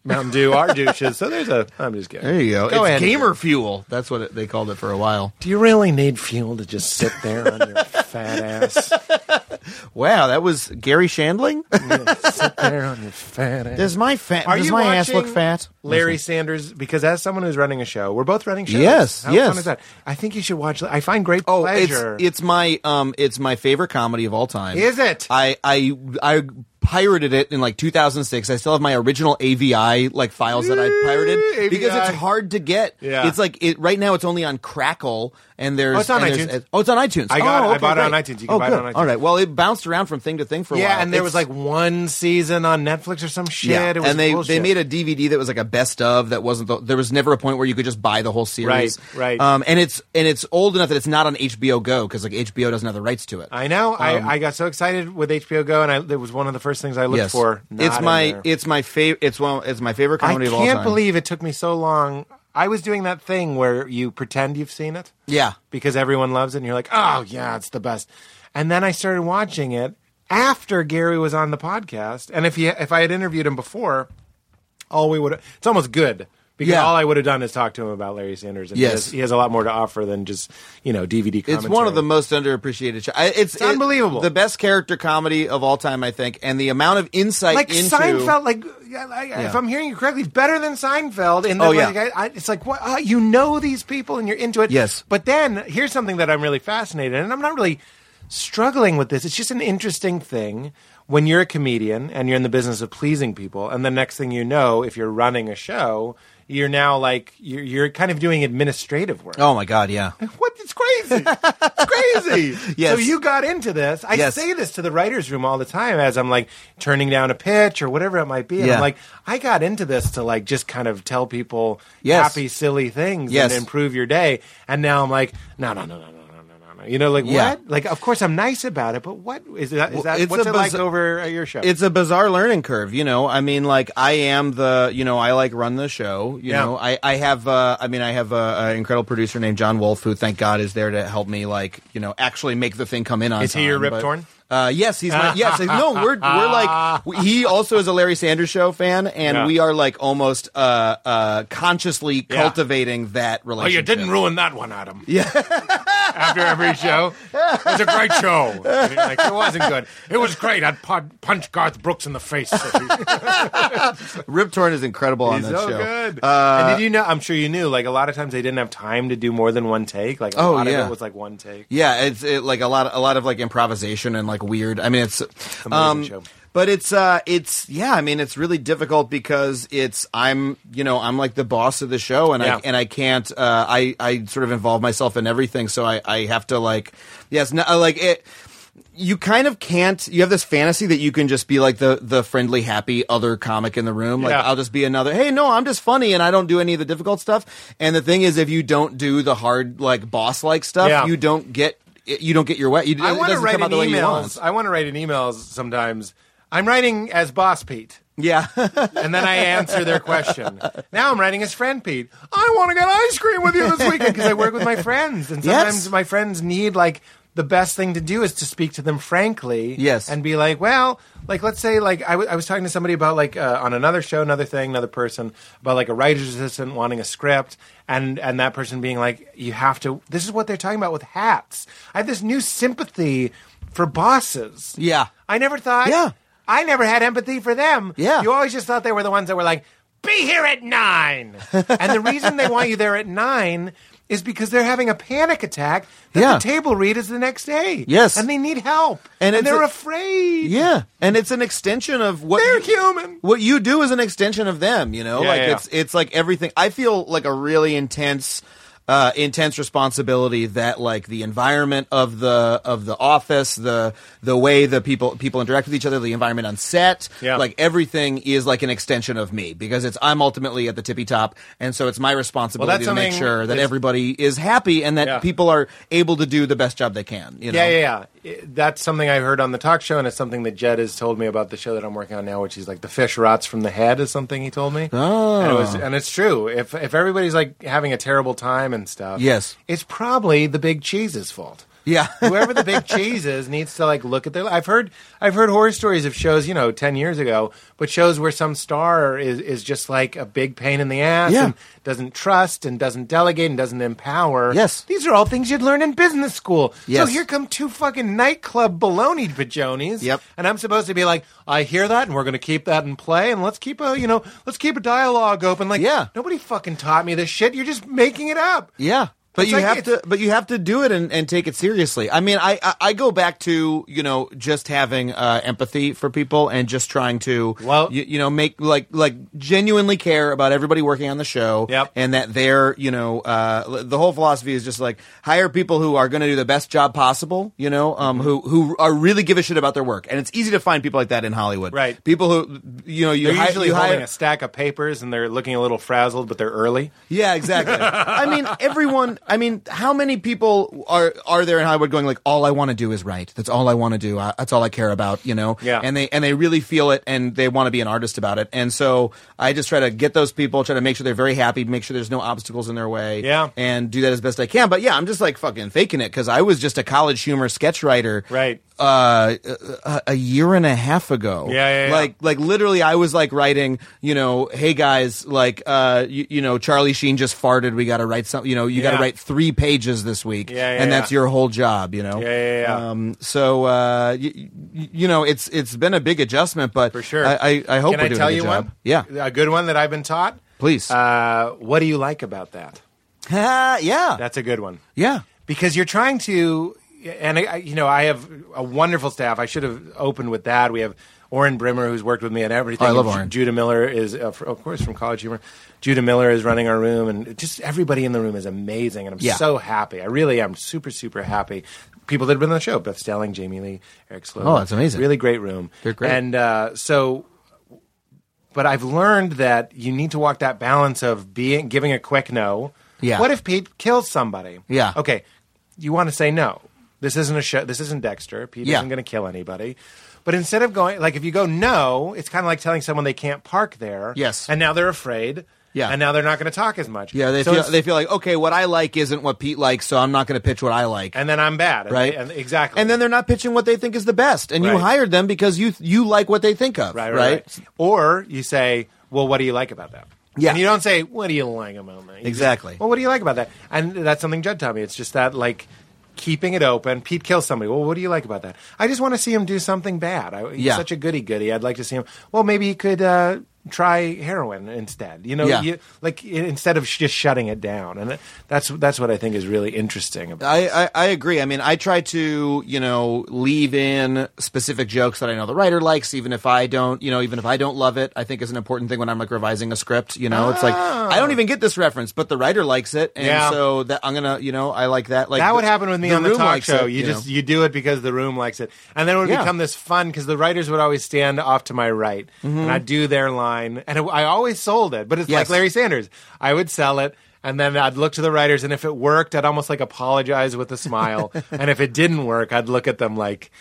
[SPEAKER 4] Mountain Dew are douches. So there's a. I'm just kidding.
[SPEAKER 6] <laughs> There you go.
[SPEAKER 4] Go
[SPEAKER 6] it's
[SPEAKER 4] ahead.
[SPEAKER 6] gamer fuel. That's what it, they called it for a while.
[SPEAKER 4] Do you really need fuel to just sit there on your fat ass? <laughs>
[SPEAKER 6] Wow, that was Gary Shandling.
[SPEAKER 4] sit there on your fat ass.
[SPEAKER 6] does my fat?
[SPEAKER 4] Mm. Are
[SPEAKER 6] does
[SPEAKER 4] you
[SPEAKER 6] my ass look
[SPEAKER 4] watching
[SPEAKER 6] fat?
[SPEAKER 4] Larry Sanders, because as someone who's running a show, we're both running shows.
[SPEAKER 6] Yes,
[SPEAKER 4] How
[SPEAKER 6] yes.
[SPEAKER 4] fun is that? I think you should watch. I find great
[SPEAKER 6] Oh,
[SPEAKER 4] pleasure.
[SPEAKER 6] it's it's my um it's my favorite comedy of all time.
[SPEAKER 4] Is it?
[SPEAKER 6] I I I pirated it in like 2006. I still have my original AVI like files that I
[SPEAKER 4] Yee,
[SPEAKER 6] pirated because
[SPEAKER 4] AVI.
[SPEAKER 6] it's hard to get.
[SPEAKER 4] Yeah.
[SPEAKER 6] It's like it right now. It's only on Crackle and there's
[SPEAKER 4] Oh, it's on
[SPEAKER 6] and there's-
[SPEAKER 4] iTunes.
[SPEAKER 6] oh, it's on iTunes.
[SPEAKER 4] I got
[SPEAKER 6] Oh,
[SPEAKER 4] it. I
[SPEAKER 6] okay,
[SPEAKER 4] bought it on
[SPEAKER 6] great.
[SPEAKER 4] iTunes. You can
[SPEAKER 6] oh,
[SPEAKER 4] buy it
[SPEAKER 6] good.
[SPEAKER 4] on iTunes.
[SPEAKER 6] All right. Well, it bounced around from thing to thing for a while.
[SPEAKER 4] yeah, and there was
[SPEAKER 6] It's-
[SPEAKER 4] like one season on Netflix or some shit.
[SPEAKER 6] yeah,
[SPEAKER 4] It was
[SPEAKER 6] and they they
[SPEAKER 4] bullshit.
[SPEAKER 6] made a DVD that was like a best of that wasn't the, there was never a point where you could just buy the whole series,
[SPEAKER 4] Right, right.
[SPEAKER 6] Um, and it's and it's old enough that it's not on HBO Go because like HBO doesn't have the rights to it.
[SPEAKER 4] I know.
[SPEAKER 6] um,
[SPEAKER 4] I, I got so excited with HBO Go, and I, it was one of the first things I looked for. Not
[SPEAKER 6] it's
[SPEAKER 4] in
[SPEAKER 6] my
[SPEAKER 4] there.
[SPEAKER 6] it's my favorite. It's one. It's my favorite
[SPEAKER 4] I
[SPEAKER 6] comedy of all time.
[SPEAKER 4] can't believe it took me so long. I was doing that thing where you pretend you've seen it
[SPEAKER 6] Yeah.
[SPEAKER 4] because everyone loves it, and you're like, "Oh yeah, it's the best." And then I started watching it after Gary was on the podcast, and if he if I had interviewed him before, all we would it's almost good Because
[SPEAKER 6] Yeah.
[SPEAKER 4] all I would have done is talk to him about Larry Sanders. And he
[SPEAKER 6] Yes.
[SPEAKER 4] has- he has a lot more to offer than just you know DVD. Commentary.
[SPEAKER 6] It's one of the most underappreciated. Show. I- It's, it-
[SPEAKER 4] unbelievable.
[SPEAKER 6] The best character comedy of all time, I think, and the amount of insight
[SPEAKER 4] like
[SPEAKER 6] into
[SPEAKER 4] Seinfeld. Like yeah, I- if I'm hearing you correctly, it's better than Seinfeld. And
[SPEAKER 6] Oh,
[SPEAKER 4] like,
[SPEAKER 6] yeah.
[SPEAKER 4] I, I, it's like what uh, you know these people and you're into it.
[SPEAKER 6] Yes.
[SPEAKER 4] but then here's something that I'm really fascinated, in, and I'm not really struggling with this. It's just an interesting thing when you're a comedian and you're in the business of pleasing people, and the next thing you know, if you're running a show. You're now like you're, you're kind of doing administrative work.
[SPEAKER 6] Oh my god, yeah.
[SPEAKER 4] What? It's crazy. It's crazy.
[SPEAKER 6] <laughs> Yes.
[SPEAKER 4] So you got into this. I
[SPEAKER 6] Yes.
[SPEAKER 4] say this to the writer's room all the time as I'm like turning down a pitch or whatever it might be. And
[SPEAKER 6] Yeah.
[SPEAKER 4] I'm like, I got into this to like just kind of tell people
[SPEAKER 6] Yes.
[SPEAKER 4] happy, silly things
[SPEAKER 6] Yes.
[SPEAKER 4] and improve your day. And now I'm like, no, no, no, no, no, no, no, no, no. You know, like
[SPEAKER 6] Yeah.
[SPEAKER 4] what? Like, of course I'm nice about it, but what is that? Is that
[SPEAKER 6] It's
[SPEAKER 4] what's
[SPEAKER 6] a
[SPEAKER 4] it like
[SPEAKER 6] bizar-
[SPEAKER 4] over at your show?
[SPEAKER 6] It's a bizarre learning curve, you know. I mean, like I am the, you know, I like run the show. You
[SPEAKER 4] Yeah.
[SPEAKER 6] know, I I have, uh, I mean, I have an incredible producer named John Wolf, who thank God is there to help me, like, you know, actually make the thing come in on.
[SPEAKER 4] Is he your
[SPEAKER 6] time,
[SPEAKER 4] Rip
[SPEAKER 6] but-
[SPEAKER 4] Torn?
[SPEAKER 6] Uh, yes, he's my, yes. No, we're we're
[SPEAKER 4] <laughs>
[SPEAKER 6] like we- he also is a Larry Sanders show fan, and
[SPEAKER 4] Yeah.
[SPEAKER 6] we are like almost uh, uh, consciously
[SPEAKER 4] Yeah.
[SPEAKER 6] cultivating that
[SPEAKER 4] Oh, you
[SPEAKER 6] relationship.
[SPEAKER 4] didn't ruin that one, Adam. Yeah. After every show, it was a great show. Like, it wasn't good. It was great. I'd pod- punch Garth Brooks in the face. if he-
[SPEAKER 6] Rip Torn is incredible on
[SPEAKER 4] He's
[SPEAKER 6] that
[SPEAKER 4] so
[SPEAKER 6] show. Uh,
[SPEAKER 4] good. and did you know? I'm sure you knew. Like a lot of times they didn't have time to do more than one take. Like a
[SPEAKER 6] Oh,
[SPEAKER 4] lot
[SPEAKER 6] yeah.
[SPEAKER 4] of it was like one take.
[SPEAKER 6] Yeah, it's it, like a lot, a lot of like improvisation and like weird. I mean, it's um,
[SPEAKER 4] show.
[SPEAKER 6] but it's uh, it's yeah. I mean, it's really difficult because it's I'm you know I'm like the boss of the show and
[SPEAKER 4] Yeah.
[SPEAKER 6] I and I can't uh, I I sort of involve myself in everything, so I I have to like yes no, uh, like it. You kind of can't. You have this fantasy that you can just be like the the friendly, happy other comic in the room. Like
[SPEAKER 4] Yeah.
[SPEAKER 6] I'll just be another. Hey, no, I'm just funny, and I don't do any of the difficult stuff. And the thing is, if you don't do the hard, like boss like stuff,
[SPEAKER 4] Yeah.
[SPEAKER 6] you don't get it- you don't get your way. You, it
[SPEAKER 4] I want to
[SPEAKER 6] doesn't
[SPEAKER 4] write
[SPEAKER 6] come
[SPEAKER 4] in
[SPEAKER 6] out the way you
[SPEAKER 4] emails.
[SPEAKER 6] want.
[SPEAKER 4] I want to write in emails sometimes. I'm writing as Boss Pete,
[SPEAKER 6] Yeah, <laughs>
[SPEAKER 4] and then I answer their question. Now I'm writing as Friend Pete. I want to get ice cream with you this weekend because I work with my friends, and
[SPEAKER 6] Yes.
[SPEAKER 4] sometimes my friends need like. The best thing to do is to speak to them frankly,
[SPEAKER 6] Yes.
[SPEAKER 4] and be like, well, like let's say like I, w- I was talking to somebody about like uh, on another show, another thing, another person about like a writer's assistant wanting a script, and and that person being like, you have to. This is what they're talking about with hats. I have this new sympathy for bosses.
[SPEAKER 6] Yeah.
[SPEAKER 4] I never thought.
[SPEAKER 6] Yeah.
[SPEAKER 4] I never had empathy for them.
[SPEAKER 6] Yeah.
[SPEAKER 4] You always just thought they were the ones that were like, be here at nine. and the reason they want you there at nine is because they're having a panic attack that
[SPEAKER 6] Yeah.
[SPEAKER 4] the table read is the next day.
[SPEAKER 6] Yes.
[SPEAKER 4] And they need help.
[SPEAKER 6] And
[SPEAKER 4] And,
[SPEAKER 6] it's
[SPEAKER 4] they're
[SPEAKER 6] a-
[SPEAKER 4] afraid.
[SPEAKER 6] yeah, and it's an extension of what
[SPEAKER 4] They're
[SPEAKER 6] you-
[SPEAKER 4] human.
[SPEAKER 6] what you do is an extension of them you know
[SPEAKER 4] Yeah,
[SPEAKER 6] like
[SPEAKER 4] yeah,
[SPEAKER 6] it's it's like everything i feel like a really intense uh, intense responsibility that like the environment of the of the office the the way the people people interact with each other the environment on set
[SPEAKER 4] Yeah.
[SPEAKER 6] like everything is like an extension of me because it's i'm ultimately at the tippy top and so it's my responsibility to make
[SPEAKER 4] something
[SPEAKER 6] sure that
[SPEAKER 4] that's-
[SPEAKER 6] everybody is happy and that
[SPEAKER 4] Yeah.
[SPEAKER 6] people are able to do the best job they can you know
[SPEAKER 4] Yeah, yeah, yeah. It- That's something I heard on the talk show, and it's something that Jed has told me about the show that I'm working on now, which is like the fish rots from the head is something he told me. Oh, and, it was, and it's true. If if everybody's like having a terrible time and stuff,
[SPEAKER 6] Yes.
[SPEAKER 4] it's probably the big cheese's fault.
[SPEAKER 6] Yeah.
[SPEAKER 4] <laughs> whoever the big cheese is needs to like look at their. I've heard I've heard horror stories of shows you know ten years ago, but shows where some star is is just like a big pain in the ass
[SPEAKER 6] Yeah.
[SPEAKER 4] and doesn't trust and doesn't delegate and doesn't empower.
[SPEAKER 6] Yes.
[SPEAKER 4] these are all things you'd learn in business school.
[SPEAKER 6] Yes.
[SPEAKER 4] So here come two fucking nightclub baloney pajonies.
[SPEAKER 6] Yep.
[SPEAKER 4] And I'm supposed to be like, I hear that, and we're going to keep that in play, and let's keep a you know let's keep a dialogue open. Like,
[SPEAKER 6] Yeah.
[SPEAKER 4] nobody fucking taught me this shit. You're just making it up.
[SPEAKER 6] Yeah. But
[SPEAKER 4] It's
[SPEAKER 6] you
[SPEAKER 4] like
[SPEAKER 6] have
[SPEAKER 4] it's-
[SPEAKER 6] to, but you have to do it and, and take it seriously. I mean, I, I, I go back to you know just having uh, empathy for people and just trying to
[SPEAKER 4] Well-
[SPEAKER 6] you, you know make like like genuinely care about everybody working on the show.
[SPEAKER 4] Yep.
[SPEAKER 6] And that they're you know uh, l- the whole philosophy is just like hire people who are going to do the best job possible. You know, um, who who are really give a shit about their work. And it's easy to find people like that in Hollywood.
[SPEAKER 4] Right.
[SPEAKER 6] People who you know you
[SPEAKER 4] They're
[SPEAKER 6] hi-
[SPEAKER 4] usually
[SPEAKER 6] you
[SPEAKER 4] holding
[SPEAKER 6] hire,
[SPEAKER 4] a stack of papers and they're looking a little frazzled, but they're early.
[SPEAKER 6] yeah, exactly. I mean, everyone I mean, how many people are are there in Hollywood going like, all I want to do is write. That's all I want to do. I, that's all I care about. You know.
[SPEAKER 4] Yeah.
[SPEAKER 6] And they and they really feel it, and they want to be an artist about it. And so I just try to get those people, try to make sure they're very happy, make sure there's no obstacles in their way.
[SPEAKER 4] Yeah.
[SPEAKER 6] And do that as best I can. But yeah, I'm just like fucking faking it because I was just a college humor sketch writer.
[SPEAKER 4] Right.
[SPEAKER 6] Uh, a, a year and a half ago.
[SPEAKER 4] Yeah, yeah, yeah.
[SPEAKER 6] Like like literally I was like writing, you know, hey guys, like uh you, you know, Charlie Sheen just farted, we got to write some, you know, you got
[SPEAKER 4] Yeah.
[SPEAKER 6] to write 3 pages this week
[SPEAKER 4] Yeah, yeah,
[SPEAKER 6] and that's
[SPEAKER 4] yeah.
[SPEAKER 6] your whole job, you know.
[SPEAKER 4] Yeah, yeah, yeah.
[SPEAKER 6] Um so uh you, you know, it's it's been a big adjustment but
[SPEAKER 4] For sure.
[SPEAKER 6] I I, I hope
[SPEAKER 4] Can
[SPEAKER 6] we're
[SPEAKER 4] I
[SPEAKER 6] doing
[SPEAKER 4] tell
[SPEAKER 6] a good
[SPEAKER 4] you
[SPEAKER 6] job.
[SPEAKER 4] one?
[SPEAKER 6] Yeah.
[SPEAKER 4] A good one that I've been taught.
[SPEAKER 6] Please.
[SPEAKER 4] Uh, what do you like about that?
[SPEAKER 6] Ah, <laughs> yeah.
[SPEAKER 4] That's a good one.
[SPEAKER 6] yeah.
[SPEAKER 4] because you're trying to and I, I- you know i have a wonderful staff i should have opened with that we have Oren Brimmer, who's worked with me on everything.
[SPEAKER 6] Oh, I love
[SPEAKER 4] And
[SPEAKER 6] Oren.
[SPEAKER 4] Judah Miller is, uh, fr- of course, from College Humor. Judah Miller is running our room, and just everybody in the room is amazing, and I'm
[SPEAKER 6] Yeah.
[SPEAKER 4] so happy. I really am super, super happy. People that have been on the show: Beth Stelling, Jamie Lee, Eric Sloan.
[SPEAKER 6] Oh, that's amazing.
[SPEAKER 4] Really great room.
[SPEAKER 6] They're great.
[SPEAKER 4] And uh, so but I've learned that you need to walk that balance of being giving a quick no.
[SPEAKER 6] Yeah.
[SPEAKER 4] What if Pete kills somebody?
[SPEAKER 6] Yeah.
[SPEAKER 4] Okay. You want to say no. This isn't a show. This isn't Dexter. Pete
[SPEAKER 6] Yeah.
[SPEAKER 4] isn't going to kill anybody. But instead of going like if you go no, it's kind of like telling someone they can't park there.
[SPEAKER 6] Yes.
[SPEAKER 4] And now they're afraid.
[SPEAKER 6] Yeah.
[SPEAKER 4] And now they're not going to talk as much.
[SPEAKER 6] Yeah, they
[SPEAKER 4] So
[SPEAKER 6] feel
[SPEAKER 4] it's-
[SPEAKER 6] they feel like okay, what I like isn't what Pete likes, so I'm not going to pitch what I like.
[SPEAKER 4] and then I'm bad. And
[SPEAKER 6] right?
[SPEAKER 4] they- and- exactly.
[SPEAKER 6] And then they're not pitching what they think is the best, and you
[SPEAKER 4] Right.
[SPEAKER 6] hired them because you you like what they think of,
[SPEAKER 4] right, right, right. Or you say, "Well, what do you like about that?"
[SPEAKER 6] Yeah.
[SPEAKER 4] and you don't say, "What do you like about that?" You just,
[SPEAKER 6] Exactly.
[SPEAKER 4] well, what do you like about that? And that's something Judd taught me. It's just that like keeping it open. Pete kills somebody. Well, what do you like about that? I just want to see him do something bad. I, he's
[SPEAKER 6] Yeah.
[SPEAKER 4] such a goody goody. I'd like to see him. Well, maybe he could. Uh, Try heroin instead. You know,
[SPEAKER 6] Yeah.
[SPEAKER 4] you, like i- instead of sh- just shutting it down, and that's that's what I think is really interesting about.
[SPEAKER 6] I, I, I agree. I mean, I try to, you know, leave in specific jokes that I know the writer likes, even if I don't, you know, even if I don't love it, I think is an important thing when I'm like revising a script, you know, it's like, I don't even get this reference, but the writer likes it. And
[SPEAKER 4] Ah. Yeah.
[SPEAKER 6] so that I'm going to, you know, I like that. Like
[SPEAKER 4] that
[SPEAKER 6] the-
[SPEAKER 4] would happen with me on the
[SPEAKER 6] room
[SPEAKER 4] talk
[SPEAKER 6] likes
[SPEAKER 4] show.
[SPEAKER 6] it,
[SPEAKER 4] you just
[SPEAKER 6] know.
[SPEAKER 4] you do it because the room likes it, and then it would
[SPEAKER 6] Yeah.
[SPEAKER 4] become this fun because the writers would always stand off to my right, and I'd do their line, and it, I always sold it. But it's like
[SPEAKER 6] Mm-hmm. Yes.
[SPEAKER 4] Larry Sanders, I would sell it. And then I'd look to the writers, and if it worked, I'd almost like apologize with a smile.
[SPEAKER 6] <laughs>
[SPEAKER 4] and if it didn't work, I'd look at them like,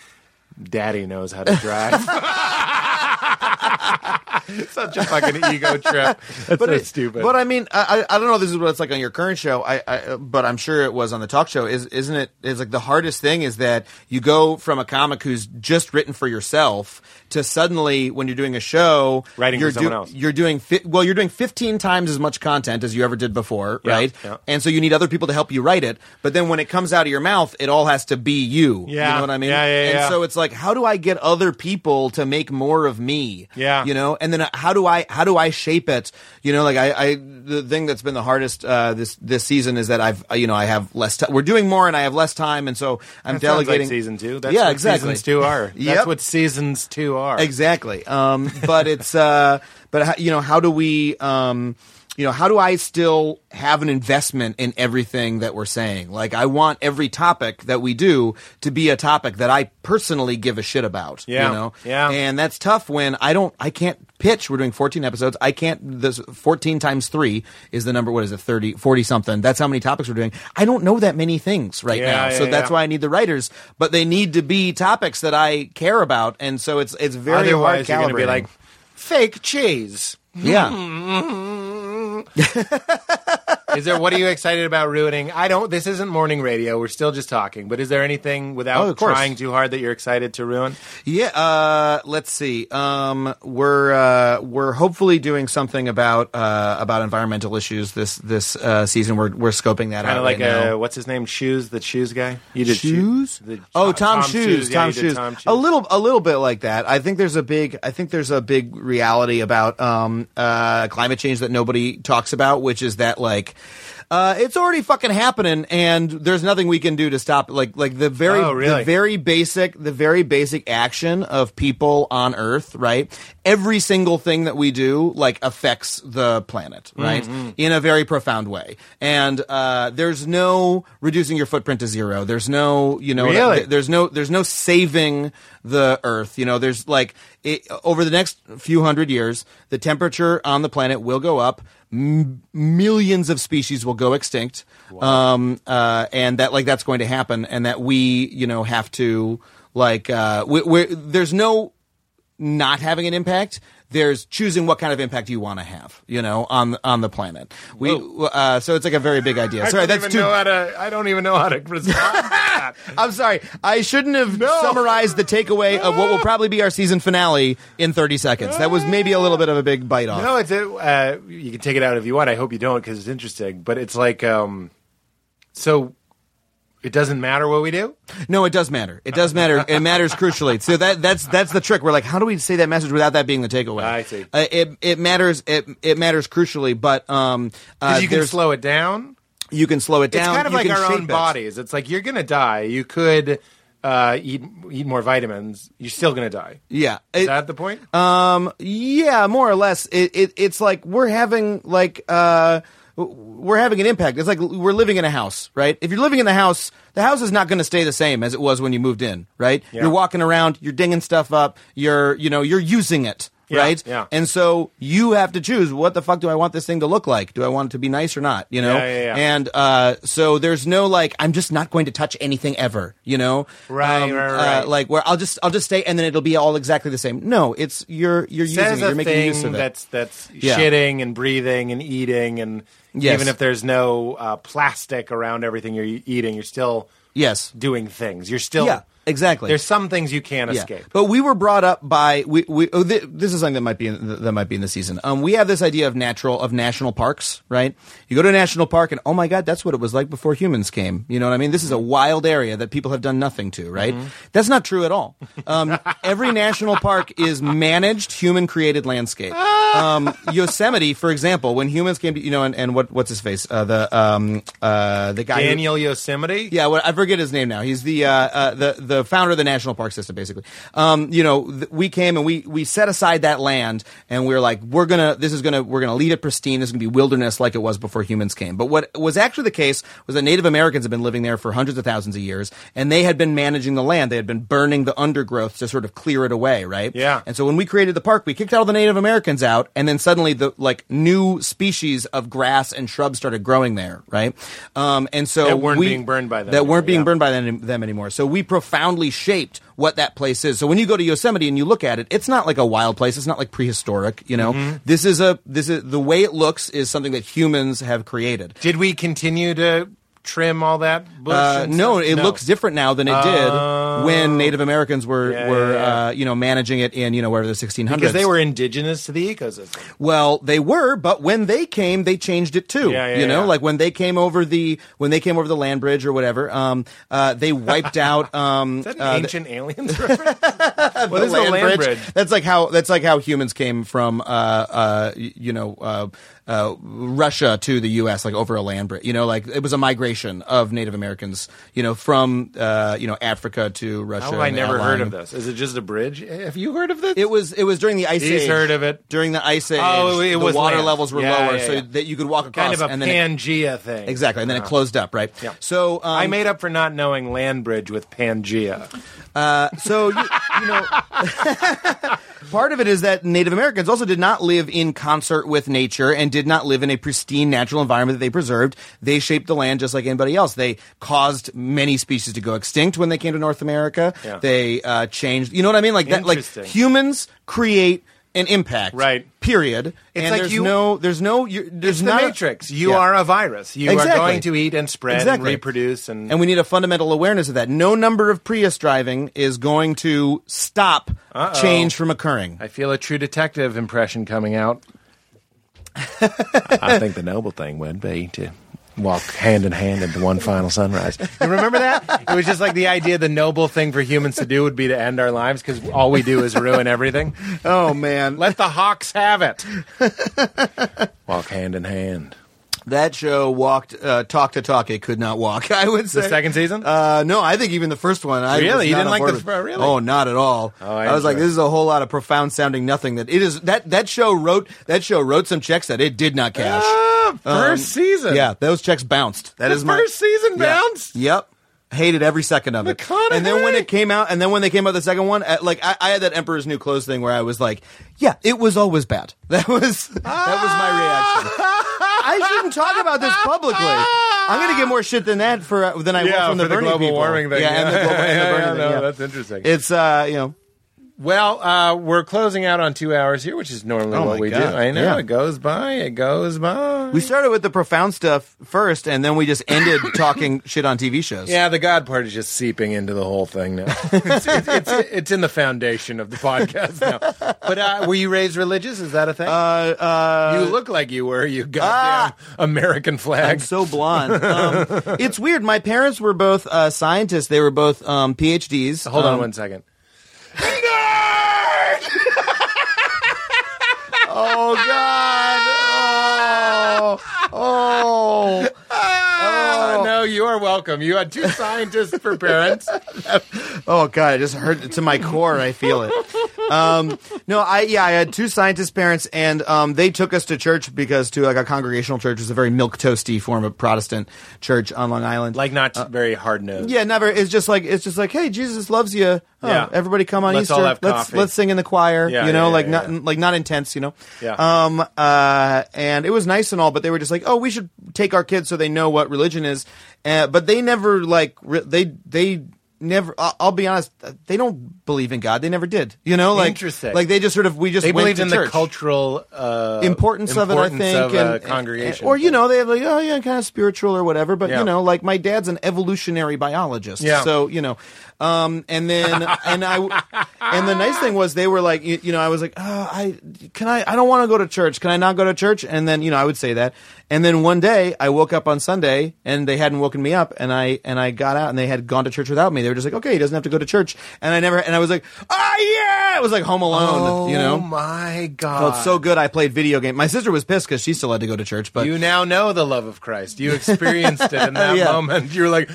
[SPEAKER 4] "Daddy knows how
[SPEAKER 6] <laughs>
[SPEAKER 4] to drive." <laughs> Such a fucking ego trip. That's but
[SPEAKER 6] so
[SPEAKER 4] it's stupid.
[SPEAKER 6] But I mean, I, I I don't know. If this is what it's like on your current show. I, I but I'm sure it was on the talk show. Is isn't it? Is like the hardest thing is that you go from a comic who's just written for yourself to suddenly when you're doing a show,
[SPEAKER 4] Writing for
[SPEAKER 6] you're
[SPEAKER 4] someone else.
[SPEAKER 6] You're doing fi- well. You're doing 15 times as much content as you ever did before,
[SPEAKER 4] Yeah,
[SPEAKER 6] right?
[SPEAKER 4] yeah.
[SPEAKER 6] And so you need other people to help you write it. But then when it comes out of your mouth, it all has to be you.
[SPEAKER 4] Yeah.
[SPEAKER 6] you know what I mean.
[SPEAKER 4] Yeah, yeah,
[SPEAKER 6] And
[SPEAKER 4] yeah.
[SPEAKER 6] so it's like, how do I get other people to make more of me?
[SPEAKER 4] Yeah.
[SPEAKER 6] you know know and then uh, how do i how do i shape it you know like i i the thing that's been the hardest uh this this season is that i've uh, you know i have less time we're doing more and i have less time and so i'm
[SPEAKER 4] That sounds like
[SPEAKER 6] delegating
[SPEAKER 4] season two. That's
[SPEAKER 6] yeah
[SPEAKER 4] what
[SPEAKER 6] exactly
[SPEAKER 4] Seasons
[SPEAKER 6] <laughs>
[SPEAKER 4] two are. That's
[SPEAKER 6] Yep.
[SPEAKER 4] what seasons two are.
[SPEAKER 6] exactly um but it's uh but how- you know how do we um you know how do i still have an investment in everything that we're saying like i want every topic that we do to be a topic that i personally give a shit about
[SPEAKER 4] Yeah.
[SPEAKER 6] you know
[SPEAKER 4] Yeah.
[SPEAKER 6] and that's tough when i don't i can't pitch we're doing 14 episodes i can't this 14 times 3 is the number what is it 30 40 something that's how many topics we're doing i don't know that many things right
[SPEAKER 4] Yeah,
[SPEAKER 6] now so
[SPEAKER 4] yeah,
[SPEAKER 6] that's
[SPEAKER 4] yeah.
[SPEAKER 6] why i need the writers but they need to be topics that i care about and so it's it's very
[SPEAKER 4] Otherwise, you're
[SPEAKER 6] hard
[SPEAKER 4] going to be
[SPEAKER 6] calibrating.
[SPEAKER 4] like fake cheese.
[SPEAKER 6] yeah
[SPEAKER 4] Is there? What are you excited about ruining? I don't. This isn't morning radio. We're still just talking. But is there anything
[SPEAKER 6] Oh,
[SPEAKER 4] without
[SPEAKER 6] of course.
[SPEAKER 4] trying too hard that you're excited to ruin?
[SPEAKER 6] yeah uh let's see um we're uh we're hopefully doing something about uh about environmental issues this this uh season we're we're scoping that
[SPEAKER 4] Kind
[SPEAKER 6] out
[SPEAKER 4] of like
[SPEAKER 6] right now.
[SPEAKER 4] uh, what's his name? Shoes, the shoes guy. You did
[SPEAKER 6] shoes?
[SPEAKER 4] Shoe- the-
[SPEAKER 6] oh, Tom, shoes.
[SPEAKER 4] Yeah,
[SPEAKER 6] Tom
[SPEAKER 4] you did
[SPEAKER 6] shoes.
[SPEAKER 4] Tom shoes.
[SPEAKER 6] A little, a little bit like that. I think there's a big. I think there's a big reality about um, uh, climate change that nobody talks about, which is that like. Uh, it's already fucking happening, and there's nothing we can do to stop. it. Like, like the very,
[SPEAKER 4] Oh, really?
[SPEAKER 6] the very basic, the very basic action of people on Earth. Right, every single thing that we do like affects the planet, right, in a very profound way. And uh, there's no reducing your footprint to zero. There's no, you know know,
[SPEAKER 4] Really?
[SPEAKER 6] th- there's no there's no saving the earth you know there's like it, over the next few hundred years the temperature on the planet will go up M- millions of species will go extinct, um, uh, and that like that's going to happen, and that we you know have to like uh, we, we, there's no not having an impact. There's choosing what kind of impact you want to have, you know, on on the planet. We uh, so it's like a very big idea. Sorry,
[SPEAKER 4] I don't
[SPEAKER 6] that's
[SPEAKER 4] even
[SPEAKER 6] too.
[SPEAKER 4] know how to. I don't even know how to
[SPEAKER 6] <laughs>
[SPEAKER 4] respond. to that.
[SPEAKER 6] I'm sorry. I shouldn't have summarized the takeaway of what will probably be our season finale in 30 seconds. That was maybe a little bit of a big bite off.
[SPEAKER 4] No, it's a, uh, you can take it out if you want. I hope you don't because it's interesting. But it's like, um, so it doesn't matter what we do.
[SPEAKER 6] No, it does matter. It does matter. It matters crucially. So that that's that's the trick. We're like, how do we say that message without that being the takeaway?
[SPEAKER 4] I see.
[SPEAKER 6] Uh, it it matters. It it matters crucially. But um, uh,
[SPEAKER 4] 'Cause you can
[SPEAKER 6] there's-
[SPEAKER 4] slow it down.
[SPEAKER 6] you can slow it down.
[SPEAKER 4] It's kind of
[SPEAKER 6] You
[SPEAKER 4] like
[SPEAKER 6] can
[SPEAKER 4] our
[SPEAKER 6] shape
[SPEAKER 4] own
[SPEAKER 6] it.
[SPEAKER 4] bodies. It's like you're gonna die. You could uh, eat eat more vitamins. You're still gonna die.
[SPEAKER 6] Yeah.
[SPEAKER 4] Is
[SPEAKER 6] It-
[SPEAKER 4] that the point?
[SPEAKER 6] Um, yeah, more or less. It, it it's like we're having like uh, w- we're having an impact. It's like l- we're living in a house, right? If you're living in the house, the house is not going to stay the same as it was when you moved in, right? You're walking around, you're dinging stuff up, you're you know you're using it. right?
[SPEAKER 4] yeah.
[SPEAKER 6] And so you have to choose what the fuck do I want this thing to look like? Do I want it to be nice or not? You know?
[SPEAKER 4] Yeah, yeah, yeah.
[SPEAKER 6] And uh, so there's no like I'm just not going to touch anything ever, you know?
[SPEAKER 4] Right, right, right.
[SPEAKER 6] Uh, like where I'll just I'll just stay and then it'll be all exactly the same. No, it's you're you're using
[SPEAKER 4] says
[SPEAKER 6] it.
[SPEAKER 4] a
[SPEAKER 6] You're making
[SPEAKER 4] thing
[SPEAKER 6] use of it.
[SPEAKER 4] that's that's
[SPEAKER 6] Yeah.
[SPEAKER 4] shitting and breathing and eating and
[SPEAKER 6] Yes.
[SPEAKER 4] even if there's no uh, plastic around everything you're e-, eating, you're still
[SPEAKER 6] yes.
[SPEAKER 4] doing things. You're still
[SPEAKER 6] Yeah, exactly.
[SPEAKER 4] There's some things you can't
[SPEAKER 6] Yeah.
[SPEAKER 4] escape.
[SPEAKER 6] But we were brought up by we, we oh, th- this is something that might be in, that might be in the season. Um, we have this idea of natural of national parks, right? You go to a national park and oh my god, that's what it was like before humans came. You know what I mean? This is a wild area that people have done nothing to, right? That's not true at all. <laughs> Um, every national park is managed human created <laughs> landscape. Um, Yosemite, for example, when humans came to you know and, and what what's his face uh, the um, uh, the guy who-
[SPEAKER 4] Daniel Yosemite.
[SPEAKER 6] yeah, well, I forget his name now. He's the uh, uh, the the founder of the national park system, basically. Um, you know, th- we came and we we set aside that land, and we are like, we're gonna, this is gonna, we're gonna lead it pristine. This is gonna be wilderness like it was before humans came. But what was actually the case was that Native Americans had been living there for hundreds of thousands of years, and they had been managing the land. They had been burning the undergrowth to sort of clear it away, right?
[SPEAKER 4] Yeah.
[SPEAKER 6] And so when we created the park, we kicked all the Native Americans out, and then suddenly the like new species of grass and shrubs started growing there, right? Um, and so
[SPEAKER 4] That weren't
[SPEAKER 6] we-
[SPEAKER 4] being burned by them
[SPEAKER 6] That
[SPEAKER 4] anymore,
[SPEAKER 6] weren't being
[SPEAKER 4] yeah.
[SPEAKER 6] burned by them, them anymore. So we profoundly shaped what that place is. So when you go to Yosemite and you look at it, it's not like a wild place. It's not like prehistoric. You know,
[SPEAKER 4] Mm-hmm.
[SPEAKER 6] this is a this is the way it looks is something that humans have created.
[SPEAKER 4] Did we continue to trim all that bush?
[SPEAKER 6] Uh,
[SPEAKER 4] and
[SPEAKER 6] no,
[SPEAKER 4] stuff?
[SPEAKER 6] it looks different now than it did when Native Americans were
[SPEAKER 4] Oh. Yeah,
[SPEAKER 6] were
[SPEAKER 4] yeah, yeah.
[SPEAKER 6] Uh, you know managing it in you know wherever the 1600s
[SPEAKER 4] because they were indigenous to the ecosystem.
[SPEAKER 6] Well, they were, but when they came, they changed it too.
[SPEAKER 4] Yeah, yeah,
[SPEAKER 6] you know,
[SPEAKER 4] yeah.
[SPEAKER 6] like when they came over the when they came over the land bridge or whatever, um, uh, they
[SPEAKER 4] <laughs>
[SPEAKER 6] wiped out um,
[SPEAKER 4] Is that an
[SPEAKER 6] uh, the-
[SPEAKER 4] ancient aliens <laughs> reference? what is a land bridge?
[SPEAKER 6] That's like how that's like how humans came from uh, uh, y- you know uh, uh, Russia to the U.S. like over a land bridge. You know, like it was a migration of Native Americans. You know, from uh, you know Africa to Russia.
[SPEAKER 4] How have I
[SPEAKER 6] and
[SPEAKER 4] never
[SPEAKER 6] outlying-
[SPEAKER 4] heard of this? Is it just a bridge? Eh, Have you heard of this?
[SPEAKER 6] It was it was during the ice
[SPEAKER 4] He's
[SPEAKER 6] age.
[SPEAKER 4] heard of it.
[SPEAKER 6] during the ice age.
[SPEAKER 4] Oh, it
[SPEAKER 6] the
[SPEAKER 4] was
[SPEAKER 6] water
[SPEAKER 4] land.
[SPEAKER 6] levels were
[SPEAKER 4] Yeah,
[SPEAKER 6] lower,
[SPEAKER 4] yeah,
[SPEAKER 6] so
[SPEAKER 4] yeah.
[SPEAKER 6] that you could walk across.
[SPEAKER 4] kind of a
[SPEAKER 6] and then it-
[SPEAKER 4] Pangea thing.
[SPEAKER 6] Exactly, and then it closed up, right?
[SPEAKER 4] Yeah.
[SPEAKER 6] So um,
[SPEAKER 4] I made up for not knowing land bridge with Pangea.
[SPEAKER 6] Uh, so you, you know, <laughs> part of it is that Native Americans also did not live in concert with nature and did not live in a pristine natural environment that they preserved. They shaped the land just like anybody else. They caused many species to go extinct when they came to North America.
[SPEAKER 4] Yeah.
[SPEAKER 6] They uh, changed. You know what I mean? Like that. Like
[SPEAKER 4] Interesting.
[SPEAKER 6] humans create an impact.
[SPEAKER 4] Right.
[SPEAKER 6] Period.
[SPEAKER 4] It's
[SPEAKER 6] and
[SPEAKER 4] like
[SPEAKER 6] there's
[SPEAKER 4] you-
[SPEAKER 6] no. There's no. you there's
[SPEAKER 4] The
[SPEAKER 6] not a-
[SPEAKER 4] Matrix. You
[SPEAKER 6] Yeah.
[SPEAKER 4] are a virus. You
[SPEAKER 6] Exactly.
[SPEAKER 4] are going to eat and spread
[SPEAKER 6] Exactly.
[SPEAKER 4] and reproduce and,
[SPEAKER 6] And we need a fundamental awareness of that. No number of Prius driving is going to stop change from occurring.
[SPEAKER 4] I feel a true detective impression coming out. I think the noble thing would be to walk hand in hand into one final sunrise. You remember that? It was just like the idea the noble thing for humans to do would be to end our lives because all we do is ruin everything.
[SPEAKER 6] Oh man,
[SPEAKER 4] Let the hawks
[SPEAKER 6] <laughs>
[SPEAKER 4] have it. Walk hand in hand.
[SPEAKER 6] that show walked uh, talk to talk. It could not walk. <laughs> I would say
[SPEAKER 4] The second season?
[SPEAKER 6] Uh, no, I think even the first one. I was
[SPEAKER 4] Really? You
[SPEAKER 6] not
[SPEAKER 4] didn't
[SPEAKER 6] on
[SPEAKER 4] like
[SPEAKER 6] board
[SPEAKER 4] the
[SPEAKER 6] with-
[SPEAKER 4] fir- really?
[SPEAKER 6] Oh, not at all.
[SPEAKER 4] Oh, I
[SPEAKER 6] I, was like,
[SPEAKER 4] enjoyed it.
[SPEAKER 6] this is a whole lot of profound sounding nothing. That it is that that show wrote that show wrote some checks that it did not cash.
[SPEAKER 4] Ah, first
[SPEAKER 6] Um,
[SPEAKER 4] season.
[SPEAKER 6] Yeah, those checks bounced. That
[SPEAKER 4] The
[SPEAKER 6] is my
[SPEAKER 4] first season
[SPEAKER 6] Yeah.
[SPEAKER 4] bounced?
[SPEAKER 6] Yep. Hated every second of it. And then when it came out, and then when they came out the second one, uh, like I, I had that Emperor's New Clothes thing where I was like, yeah, it was always bad. <laughs> That was that was my reaction. I shouldn't talk about this publicly. I'm going to get more shit than that for uh, than I
[SPEAKER 4] Yeah,
[SPEAKER 6] will from the
[SPEAKER 4] for the
[SPEAKER 6] Bernie
[SPEAKER 4] global
[SPEAKER 6] people.
[SPEAKER 4] warming thing.
[SPEAKER 6] Yeah,
[SPEAKER 4] <laughs>
[SPEAKER 6] and the global and the
[SPEAKER 4] Yeah,
[SPEAKER 6] Bernie
[SPEAKER 4] yeah,
[SPEAKER 6] thing.
[SPEAKER 4] no,
[SPEAKER 6] yeah.
[SPEAKER 4] that's interesting.
[SPEAKER 6] It's uh, you know,
[SPEAKER 4] Well, uh, we're closing out on two hours here, which is normally
[SPEAKER 6] Oh
[SPEAKER 4] what
[SPEAKER 6] my
[SPEAKER 4] we
[SPEAKER 6] God.
[SPEAKER 4] do. I know
[SPEAKER 6] Yeah.
[SPEAKER 4] it goes by. It goes by.
[SPEAKER 6] we started with the profound stuff first, and then we just ended talking <laughs> shit on TV shows.
[SPEAKER 4] yeah, the God part is just seeping into the whole thing
[SPEAKER 6] <laughs>
[SPEAKER 4] now. it's, it's, it's, it's in the foundation of the podcast now. But uh, were you raised religious? Is that a thing?
[SPEAKER 6] Uh, Ah!
[SPEAKER 4] you look like you were. You goddamn American flag.
[SPEAKER 6] I'm so blonde. Um, it's weird. My parents were both uh, scientists. They were both um, PhDs.
[SPEAKER 4] Hold on
[SPEAKER 6] Um,
[SPEAKER 4] one second.
[SPEAKER 6] Oh God. Oh. oh.
[SPEAKER 4] Ah, no, you are welcome. You had two scientists for parents.
[SPEAKER 6] Oh god, it just hurt to my core. I feel it. Um, no, I yeah, I had two scientist parents, and um, they took us to church because to like a congregational church is a very milk toasty form of Protestant church on Long Island.
[SPEAKER 4] <laughs> Like, not very hard nosed.
[SPEAKER 6] yeah, never. It's just like it's just like, hey, Jesus loves you. Oh,
[SPEAKER 4] Yeah.
[SPEAKER 6] everybody come on
[SPEAKER 4] Let's
[SPEAKER 6] Easter.
[SPEAKER 4] all have
[SPEAKER 6] let's
[SPEAKER 4] coffee.
[SPEAKER 6] let's sing in the choir.
[SPEAKER 4] Yeah,
[SPEAKER 6] you know,
[SPEAKER 4] yeah, yeah,
[SPEAKER 6] like not
[SPEAKER 4] yeah.
[SPEAKER 6] like not intense. You know.
[SPEAKER 4] Yeah.
[SPEAKER 6] Um. Uh. And it was nice and all, but they were just like, oh, we should take our kids so they know what religion is. Uh, but they never like re- they they. Never, I'll I'll be honest. They don't believe in God. They never did. You know, like,
[SPEAKER 4] Interesting.
[SPEAKER 6] like they just sort of we just
[SPEAKER 4] They
[SPEAKER 6] went
[SPEAKER 4] believed
[SPEAKER 6] to
[SPEAKER 4] in
[SPEAKER 6] church
[SPEAKER 4] the cultural uh,
[SPEAKER 6] importance of it, I
[SPEAKER 4] importance
[SPEAKER 6] think,
[SPEAKER 4] of, uh,
[SPEAKER 6] and and-
[SPEAKER 4] congregation,
[SPEAKER 6] or you know, they have like, oh yeah, kind of spiritual or whatever. But
[SPEAKER 4] Yeah.
[SPEAKER 6] you know, like my dad's an evolutionary biologist,
[SPEAKER 4] Yeah.
[SPEAKER 6] so you know, um, and then
[SPEAKER 4] <laughs>
[SPEAKER 6] and I and the nice thing was they were like, you, you know, I was like, oh, I can I I don't want to go to church. Can I not go to church? And then you know, I would say that. And then one day I woke up on Sunday and they hadn't woken me up, and I and I got out and they had gone to church without me. They were just like, okay, he doesn't have to go to church, and I never and I was like, ah yeah, it was like Home Alone, you know.
[SPEAKER 4] Oh my God!
[SPEAKER 6] Felt Oh, so good. I played video game. My sister was pissed because she still had to go to church, but
[SPEAKER 4] you now know the love of Christ. You experienced it
[SPEAKER 6] <laughs>
[SPEAKER 4] in that
[SPEAKER 6] Yeah.
[SPEAKER 4] moment. You're like,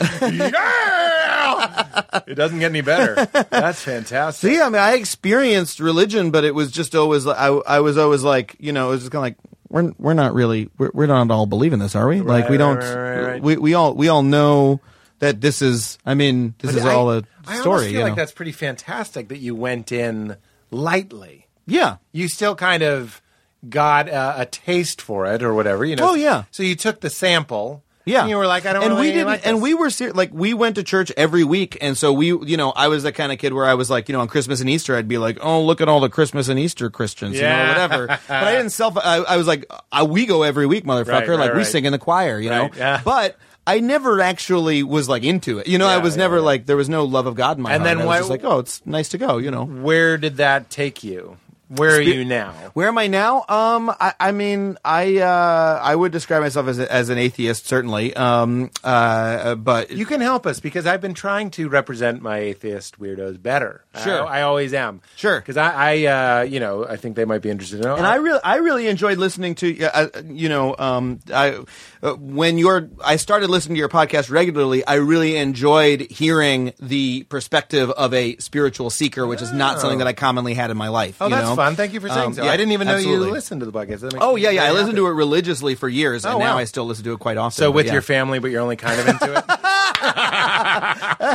[SPEAKER 4] yeah! It doesn't get any better. That's fantastic.
[SPEAKER 6] So yeah, I mean, I experienced religion, but it was just always like- I, I was always like, you know, it was just kind of like we're we're not really we're, we're not all believing this, are we? like we
[SPEAKER 4] right,
[SPEAKER 6] don't
[SPEAKER 4] right, right, right.
[SPEAKER 6] we we all we all know that this is. I mean, this is
[SPEAKER 4] I-
[SPEAKER 6] all a
[SPEAKER 4] I almost
[SPEAKER 6] story.
[SPEAKER 4] feel
[SPEAKER 6] you
[SPEAKER 4] like
[SPEAKER 6] know?
[SPEAKER 4] that's pretty fantastic that you went in lightly.
[SPEAKER 6] yeah.
[SPEAKER 4] You still kind of got a, a taste for it or whatever, you know.
[SPEAKER 6] Oh, yeah.
[SPEAKER 4] So you took the sample.
[SPEAKER 6] Yeah,
[SPEAKER 4] And you were like, I don't.
[SPEAKER 6] And
[SPEAKER 4] really
[SPEAKER 6] we didn't.
[SPEAKER 4] Like
[SPEAKER 6] and
[SPEAKER 4] this.
[SPEAKER 6] we were ser- like, we went to church every week, and so we, you know, I was the kind of kid where I was like, you know, on Christmas and Easter, I'd be like, oh, look at all the Christmas and Easter Christians, you know,
[SPEAKER 4] Yeah.
[SPEAKER 6] or
[SPEAKER 4] <laughs>
[SPEAKER 6] whatever. but I didn't self. I, I was like, uh, we go every week, motherfucker.
[SPEAKER 4] Right, right,
[SPEAKER 6] like we
[SPEAKER 4] right.
[SPEAKER 6] sing in the choir, you
[SPEAKER 4] Right,
[SPEAKER 6] know.
[SPEAKER 4] yeah.
[SPEAKER 6] But. I never actually was like into it, you know. I
[SPEAKER 4] Yeah,
[SPEAKER 6] was
[SPEAKER 4] yeah,
[SPEAKER 6] never
[SPEAKER 4] yeah.
[SPEAKER 6] like there was no love of God in my
[SPEAKER 4] And
[SPEAKER 6] heart. I
[SPEAKER 4] then
[SPEAKER 6] was
[SPEAKER 4] why- Mm-hmm.
[SPEAKER 6] just like, oh, it's nice to go, you know.
[SPEAKER 4] Where did that take you? Where are you now?
[SPEAKER 6] Where am I now? Um, I, I mean, I uh, I would describe myself as, a, as an atheist, certainly. Um, uh, uh, but
[SPEAKER 4] You can help us because I've been trying to represent my atheist weirdos better.
[SPEAKER 6] Sure.
[SPEAKER 4] I, I always am.
[SPEAKER 6] Sure.
[SPEAKER 4] because I, I uh, you know, I think they might be interested. in oh,
[SPEAKER 6] and I really, I really enjoyed listening to, uh, uh, you know, um, I uh, when your I started listening to your podcast regularly. I really enjoyed hearing the perspective of a spiritual seeker, which is not something that I commonly had in my life.
[SPEAKER 4] Oh,
[SPEAKER 6] you
[SPEAKER 4] that's
[SPEAKER 6] know?
[SPEAKER 4] fun. Thank you for saying
[SPEAKER 6] Um,
[SPEAKER 4] so.
[SPEAKER 6] yeah,
[SPEAKER 4] I didn't even know
[SPEAKER 6] absolutely.
[SPEAKER 4] you listened to the podcast. That makes
[SPEAKER 6] Oh
[SPEAKER 4] me
[SPEAKER 6] yeah, yeah. I
[SPEAKER 4] very
[SPEAKER 6] listened to
[SPEAKER 4] happy.
[SPEAKER 6] it religiously for years, and
[SPEAKER 4] Oh,
[SPEAKER 6] now
[SPEAKER 4] wow.
[SPEAKER 6] I still listen to it quite often.
[SPEAKER 4] So
[SPEAKER 6] but
[SPEAKER 4] with
[SPEAKER 6] yeah.
[SPEAKER 4] your family, but you're only kind of <laughs> into it.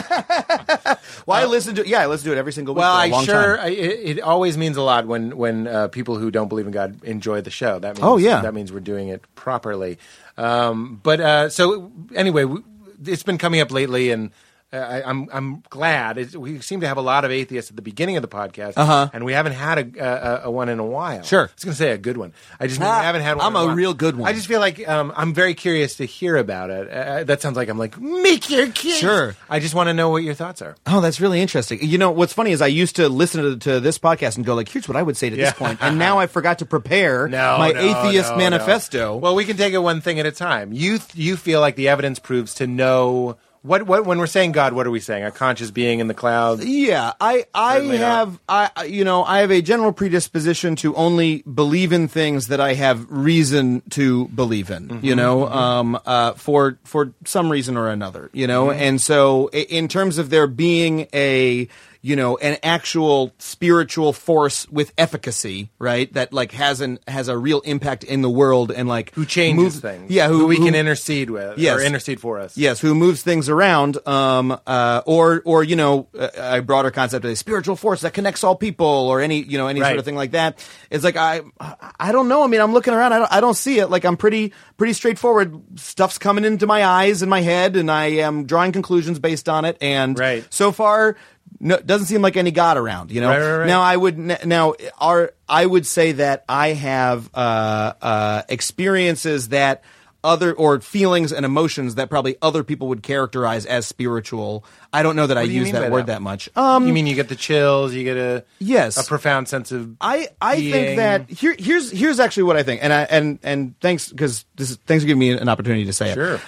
[SPEAKER 6] well, I listen to yeah, I listen to it every single week.
[SPEAKER 4] uh, well,
[SPEAKER 6] for a
[SPEAKER 4] I
[SPEAKER 6] long
[SPEAKER 4] sure
[SPEAKER 6] time.
[SPEAKER 4] I, it, it always means a lot when when uh, people who don't believe in God enjoy the show. That means,
[SPEAKER 6] Oh, yeah.
[SPEAKER 4] that means we're doing it properly. Um, but uh, so anyway, we, it's been coming up lately, and uh, I, I'm I'm glad it's, we seem to have a lot of atheists at the beginning of the podcast, uh-huh. and we haven't had a, a, a one in a while.
[SPEAKER 6] Sure.
[SPEAKER 4] I was going to say a good one. I just
[SPEAKER 6] Ah,
[SPEAKER 4] haven't had one.
[SPEAKER 6] I'm
[SPEAKER 4] in
[SPEAKER 6] a
[SPEAKER 4] while.
[SPEAKER 6] real good one.
[SPEAKER 4] I just feel like um, I'm very curious to hear about it. Uh, that sounds like I'm like make your case.
[SPEAKER 6] Sure.
[SPEAKER 4] I just want to know what your thoughts are.
[SPEAKER 6] Oh, that's really interesting. You know, what's funny is I used to listen to, to this podcast and go like, "Here's what I would say to
[SPEAKER 4] Yeah.
[SPEAKER 6] this point," and now I forgot to prepare my
[SPEAKER 4] <laughs> no,
[SPEAKER 6] atheist
[SPEAKER 4] no, no.
[SPEAKER 6] manifesto.
[SPEAKER 4] Well, we can take it one thing at a time. You th- you feel like the evidence proves to know what what when we're saying God, what are we saying? A conscious being in the clouds.
[SPEAKER 6] Yeah, I I
[SPEAKER 4] Certainly not.
[SPEAKER 6] have I I- you know I have a general predisposition to only believe in things that I have reason to believe in.
[SPEAKER 4] Mm-hmm,
[SPEAKER 6] You know, um, uh, for
[SPEAKER 4] Mm-hmm.
[SPEAKER 6] for some reason or another. You know, and so i- in terms of there being a you know an actual spiritual force with efficacy, right? That like has an has a real impact in the world and like
[SPEAKER 4] who changes
[SPEAKER 6] moves-
[SPEAKER 4] things.
[SPEAKER 6] Yeah, who,
[SPEAKER 4] we
[SPEAKER 6] who-
[SPEAKER 4] can intercede with
[SPEAKER 6] Yes.
[SPEAKER 4] or intercede for us.
[SPEAKER 6] Yes, who moves things around, um, uh, or or you know, a, a broader concept of a spiritual force that connects all people, or any you know any sort
[SPEAKER 4] Right.
[SPEAKER 6] of thing like that. It's like I I don't know. I mean, I'm looking around. I don't, I don't see it. Like I'm pretty pretty straightforward. Stuff's coming into my eyes and my head, and I am drawing conclusions based on it. And
[SPEAKER 4] Right.
[SPEAKER 6] so far. No, doesn't seem like any god around, you know.
[SPEAKER 4] Right, right, right.
[SPEAKER 6] Now I would n- now are I would say that I have uh, uh, experiences that other or feelings and emotions that probably other people would characterize as spiritual. I don't know that I
[SPEAKER 4] do you
[SPEAKER 6] use
[SPEAKER 4] mean
[SPEAKER 6] that
[SPEAKER 4] by
[SPEAKER 6] word
[SPEAKER 4] that?
[SPEAKER 6] that much. Um,
[SPEAKER 4] You mean you get the chills? You get a
[SPEAKER 6] Yes.
[SPEAKER 4] a profound sense of
[SPEAKER 6] I I
[SPEAKER 4] being-
[SPEAKER 6] think that here here's here's actually what I think, and I and and thanks because this is, thanks for giving me an opportunity to say it. Um,
[SPEAKER 4] sure.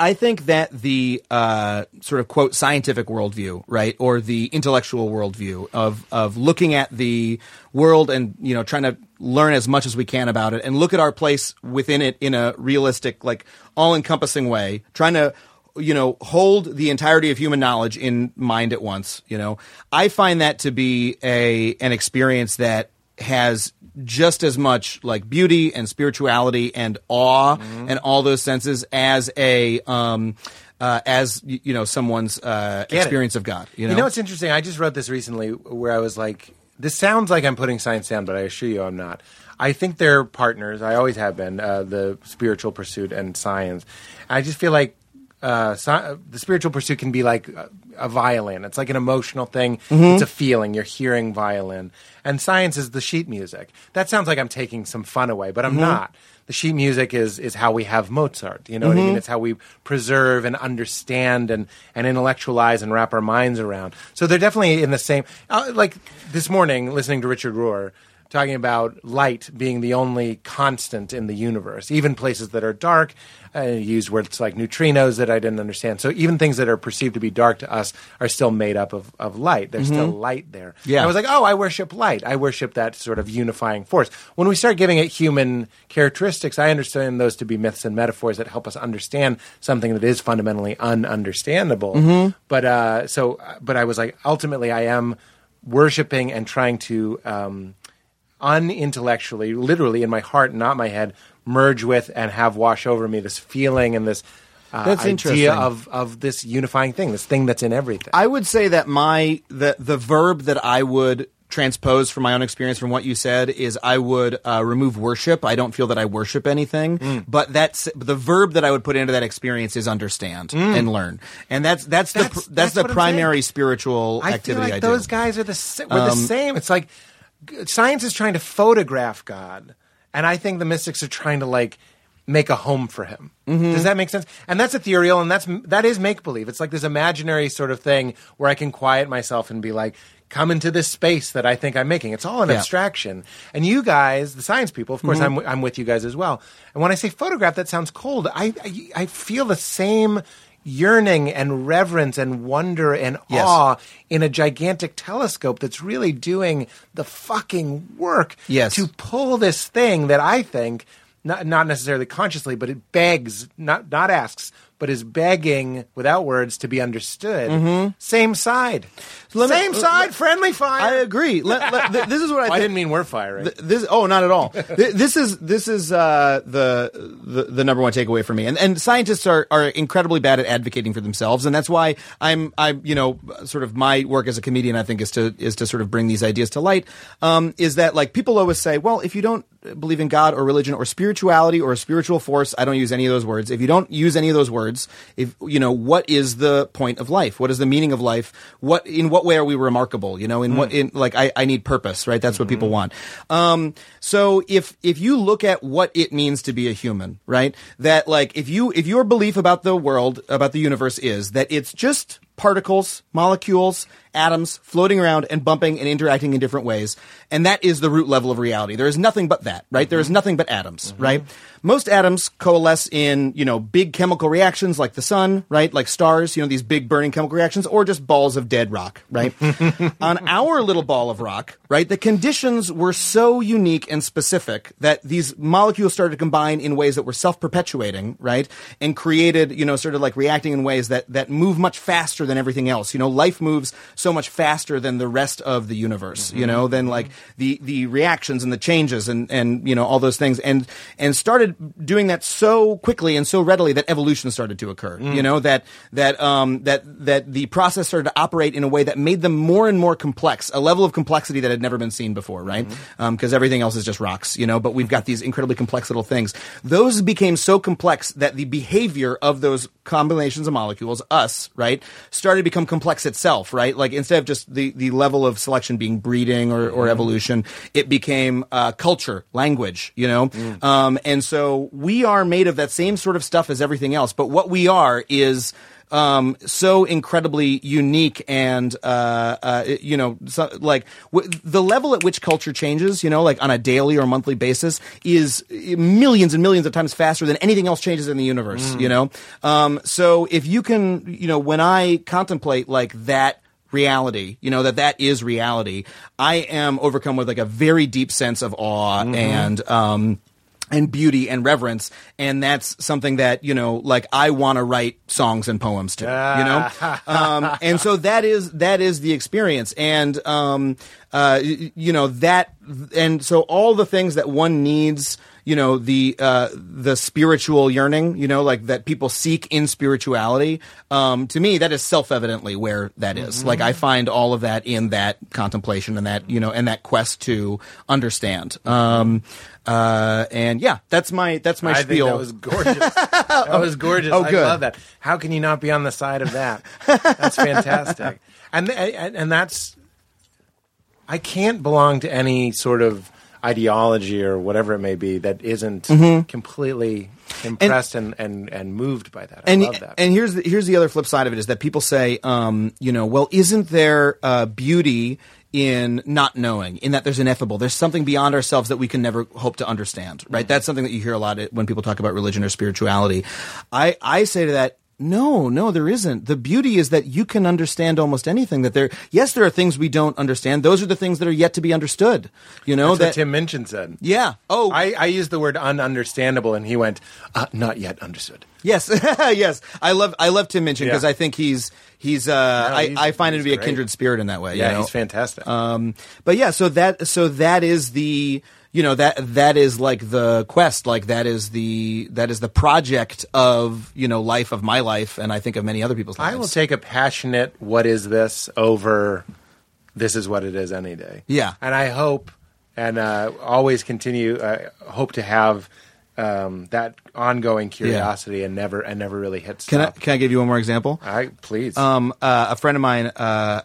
[SPEAKER 6] I think that the uh, sort of quote scientific worldview, right, or the intellectual worldview of of looking at the world and you know trying to learn as much as we can about it and look at our place within it in a realistic, like all encompassing way, trying to you know hold the entirety of human knowledge in mind at once. You know, I find that to be a an experience that has just as much like beauty and spirituality and awe
[SPEAKER 4] Mm-hmm.
[SPEAKER 6] and all those senses as a um uh, as y- you know someone's uh,
[SPEAKER 4] it.
[SPEAKER 6] experience of God. You know,
[SPEAKER 4] You know what's interesting? I just read this recently where I was like, this sounds like I'm putting science down, but I assure you I'm not. I think they're partners. I always have been uh, the spiritual pursuit and science. I just feel like uh, sci- the spiritual pursuit can be like a, a violin. It's like an emotional thing. It's a feeling. You're hearing violin, and science is the sheet music. That sounds like I'm taking some fun away, but I'm not. The sheet music is is how we have Mozart. You know what I mean? It's how we preserve and understand and and intellectualize and wrap our minds around. So they're definitely in the same. Uh, like this morning, listening to Richard Rohr talking about light being the only constant in the universe, even places that are dark. I use words like neutrinos that I didn't understand. So even things that are perceived to be dark to us are still made up of, of light. There's still light there.
[SPEAKER 6] Yeah.
[SPEAKER 4] I was like, oh, I worship light. I worship that sort of unifying force. When we start giving it human characteristics, I understand those to be myths and metaphors that help us understand something that is fundamentally ununderstandable.
[SPEAKER 6] Mm-hmm.
[SPEAKER 4] But uh, so, but I was like, ultimately, I am worshiping and trying to um, unintellectually, literally in my heart, not my head, merge with and have wash over me this feeling and this uh,
[SPEAKER 6] That's interesting.
[SPEAKER 4] idea of of this unifying thing, this thing that's in everything.
[SPEAKER 6] I would say that my the the verb that I would transpose from my own experience from what you said is I would uh, remove worship. I don't feel that I worship anything,
[SPEAKER 4] Mm.
[SPEAKER 6] but that's the verb that I would put into that experience is understand and learn, and that's that's the pr-
[SPEAKER 4] Mm. That's-
[SPEAKER 6] that's,
[SPEAKER 4] that's
[SPEAKER 6] the
[SPEAKER 4] what I'm
[SPEAKER 6] primary
[SPEAKER 4] saying.
[SPEAKER 6] spiritual activity
[SPEAKER 4] I feel like
[SPEAKER 6] I do. Um,
[SPEAKER 4] those guys are the sa- we're the same. It's like g- science is trying to photograph God, and I think the mystics are trying to like make a home for him.
[SPEAKER 6] Mm-hmm.
[SPEAKER 4] Does that make sense? And that's ethereal, and that's that is make believe. It's like this imaginary sort of thing where I can quiet myself and be like. Come into this space that I think I'm making. It's all an
[SPEAKER 6] Yeah. Mm-hmm.
[SPEAKER 4] abstraction. And you guys, the science people, of course, I'm, w- I'm with you guys as well. And when I say photograph, that sounds cold. I, I, I feel the same yearning and reverence and wonder and
[SPEAKER 6] Yes.
[SPEAKER 4] awe in a gigantic telescope that's really doing the fucking work
[SPEAKER 6] Yes.
[SPEAKER 4] to pull this thing that I think not not necessarily consciously, but it begs not not asks, but is begging without words to be understood. Same side,
[SPEAKER 6] Mm-hmm. Let me-
[SPEAKER 4] same
[SPEAKER 6] let-
[SPEAKER 4] side, friendly
[SPEAKER 6] I
[SPEAKER 4] fire.
[SPEAKER 6] agree. Let- let- th- this is what I,
[SPEAKER 4] <laughs> Well,
[SPEAKER 6] think.
[SPEAKER 4] I didn't mean we're firing.
[SPEAKER 6] Th- this oh not at all Th- this is this is uh, the, the the number one takeaway for me and and scientists are are incredibly bad at advocating for themselves and that's why I'm I you know sort of my work as a comedian I think is to is to sort of bring these ideas to light um, is that like people always say well if you don't believe in God or religion or spirituality or a spiritual force I don't use any of those words if you don't use any of those words if you know what is the point of life what is the meaning of life what in what way are we remarkable you know in what in like I, I need purpose right that's what people want um so if if you look at what it means to be a human right that like if you if your belief about the world about the universe is that it's just particles molecules atoms floating around and bumping and interacting in different ways and that is the root level of reality there is nothing but that right There is nothing but atoms right most atoms coalesce in you know big chemical reactions like the sun right like stars you know these big burning chemical reactions or just balls of dead rock right <laughs> on our little ball of rock right the conditions were so unique and specific that these molecules started to combine in ways that were self-perpetuating right and created you know sort of like reacting in ways that that move much faster than everything else. You know, life moves so much faster than the rest of the universe. You know, than like the the reactions and the changes and and you know all those things. And and started doing that so quickly and so readily that evolution started to occur. You know that that um that that the process started to operate in a way that made them more and more complex, a level of complexity that had never been seen before. Right? Because everything else is just rocks. You know, but we've got these incredibly complex little things. Those became so complex that the behavior of those combinations of molecules, us, right, started to become complex itself, right? Like instead of just the, the level of selection being breeding or, or evolution, it became uh, culture, language, you know? Um, and so we are made of that same sort of stuff as everything else, but what we are is. Um, so incredibly unique and uh, uh, it- you know so, like w- the level at which culture changes you know like on a daily or monthly basis is millions and millions of times faster than anything else changes in the universe you know um, so if you can you know when i contemplate like that reality you know that that is reality i am overcome with like a very deep sense of awe and um and beauty and reverence and that's something that you know like i want to write songs and poems to you know um, and so that is that is the experience and um, uh, y- you know that and so all the things that one needs you know the uh, the spiritual yearning you know like that people seek in spirituality um, to me that is self-evidently where that is. like i find all of that in that contemplation and that you know and that quest to understand um, uh, and yeah that's my that's my
[SPEAKER 4] I think
[SPEAKER 6] spiel
[SPEAKER 4] that
[SPEAKER 6] <laughs>
[SPEAKER 4] was gorgeous. that was gorgeous.
[SPEAKER 6] Oh, good.
[SPEAKER 4] I love that. How can you not be on the side of that?
[SPEAKER 6] <laughs>
[SPEAKER 4] That's fantastic. and th- and and that's I can't belong to any sort of ideology or whatever it may be that isn't
[SPEAKER 6] Mm-hmm.
[SPEAKER 4] completely impressed and, and, and, moved by that. I
[SPEAKER 6] and,
[SPEAKER 4] love that.
[SPEAKER 6] And here's the, here's the other flip side of it is that people say, um, you know, well, isn't there uh, beauty in not knowing, in that there's ineffable, there's something beyond ourselves that we can never hope to understand, right?
[SPEAKER 4] Mm-hmm.
[SPEAKER 6] That's something that you hear a lot when people talk about religion or spirituality. I, I say to that, no, no, there isn't. The beauty is that you can understand almost anything. That there, yes, there are things we don't understand. Those are the things that are yet to be understood. You know
[SPEAKER 4] That's what
[SPEAKER 6] that,
[SPEAKER 4] Tim Minchin said.
[SPEAKER 6] yeah. Oh,
[SPEAKER 4] I, I used the word ununderstandable, and he went, uh, "Not yet understood."
[SPEAKER 6] Yes, <laughs> yes. I love I love Tim Minchin
[SPEAKER 4] Yeah.
[SPEAKER 6] because I think he's he's uh
[SPEAKER 4] No,
[SPEAKER 6] I,
[SPEAKER 4] he's-
[SPEAKER 6] I find him to be
[SPEAKER 4] he's
[SPEAKER 6] a
[SPEAKER 4] great.
[SPEAKER 6] kindred spirit in that way. you
[SPEAKER 4] Yeah,
[SPEAKER 6] know?
[SPEAKER 4] he's fantastic.
[SPEAKER 6] Um, but yeah, so that so that is the you know that that is like the quest, like that is the that is the project of you know life of my life, and I think of many other people's lives.
[SPEAKER 4] I will take a passionate "What is this?" over "This is what it is" any day.
[SPEAKER 6] Yeah.
[SPEAKER 4] and I hope and uh, always continue. Uh, hope to have um, that ongoing curiosity and never and never really hit
[SPEAKER 6] Can I
[SPEAKER 4] stop.
[SPEAKER 6] can I give you one more example?
[SPEAKER 4] I, please.
[SPEAKER 6] um, uh, a friend of mine, uh,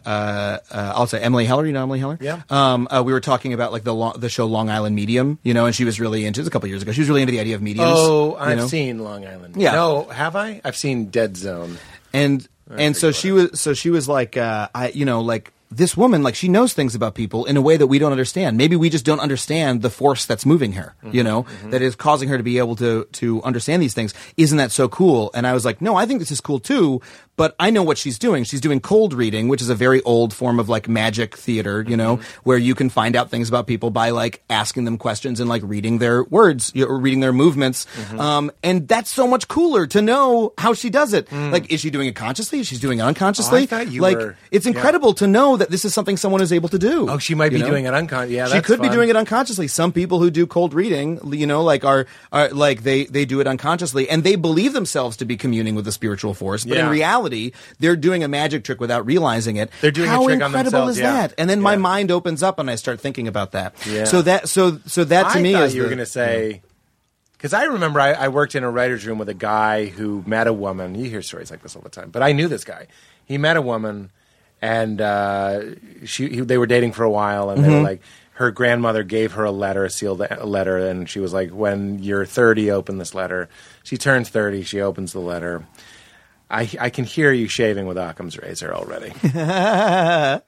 [SPEAKER 6] uh, uh, I'll say Emily Heller. You know Emily Heller?
[SPEAKER 4] Yeah.
[SPEAKER 6] Um, uh, we were talking about like the lo- the show Long Island Medium, you know, and she was really into. It was a couple years ago. She was really into the idea of mediums.
[SPEAKER 4] oh,
[SPEAKER 6] you
[SPEAKER 4] I've
[SPEAKER 6] know?
[SPEAKER 4] seen Long Island.
[SPEAKER 6] Yeah.
[SPEAKER 4] No, have I? I've seen Dead Zone.
[SPEAKER 6] and and so she was so she was like uh, I you know like this woman like she knows things about people in a way that we don't understand maybe we just don't understand the force that's moving her you know that is causing her to be able to to understand these things isn't that so cool and i was like no i think this is cool too but i know what she's doing she's doing cold reading which is a very old form of like magic theater you know
[SPEAKER 4] Mm-hmm.
[SPEAKER 6] where you can find out things about people by like asking them questions and like reading their words you know, or reading their movements
[SPEAKER 4] Mm-hmm.
[SPEAKER 6] um, and that's so much cooler to know how she does it like is she doing it consciously is she doing it unconsciously
[SPEAKER 4] Mm. Oh, I thought you
[SPEAKER 6] like
[SPEAKER 4] were-
[SPEAKER 6] it's
[SPEAKER 4] yeah.
[SPEAKER 6] incredible to know that this is something someone is able to do
[SPEAKER 4] Oh, she might
[SPEAKER 6] you
[SPEAKER 4] be
[SPEAKER 6] know?
[SPEAKER 4] doing it unconscious. Yeah,
[SPEAKER 6] she
[SPEAKER 4] that's
[SPEAKER 6] could be
[SPEAKER 4] fun.
[SPEAKER 6] doing it unconsciously. Some people who do cold reading, you know, like are, are like they they do it unconsciously and they believe themselves to be communing with the spiritual force, but in
[SPEAKER 4] Yeah.
[SPEAKER 6] reality, they're doing a magic trick without realizing it.
[SPEAKER 4] They're doing a
[SPEAKER 6] How
[SPEAKER 4] trick on
[SPEAKER 6] incredible
[SPEAKER 4] themselves,
[SPEAKER 6] is
[SPEAKER 4] yeah.
[SPEAKER 6] that? And then my
[SPEAKER 4] Yeah.
[SPEAKER 6] mind opens up and I start thinking about that.
[SPEAKER 4] Yeah.
[SPEAKER 6] So that so so that to
[SPEAKER 4] I
[SPEAKER 6] me
[SPEAKER 4] thought
[SPEAKER 6] is
[SPEAKER 4] you were
[SPEAKER 6] the-
[SPEAKER 4] going to say because I remember I, I worked in a writer's room with a guy who met a woman. You hear stories like this all the time, but I knew this guy. He met a woman, and uh, she he, they were dating for a while, and
[SPEAKER 6] Mm-hmm.
[SPEAKER 4] they were like. Her grandmother gave her a letter, a sealed a letter, and she was like, "When you're 30, open this letter." She turns 30, she opens the letter. I, I can hear you shaving with Occam's razor already.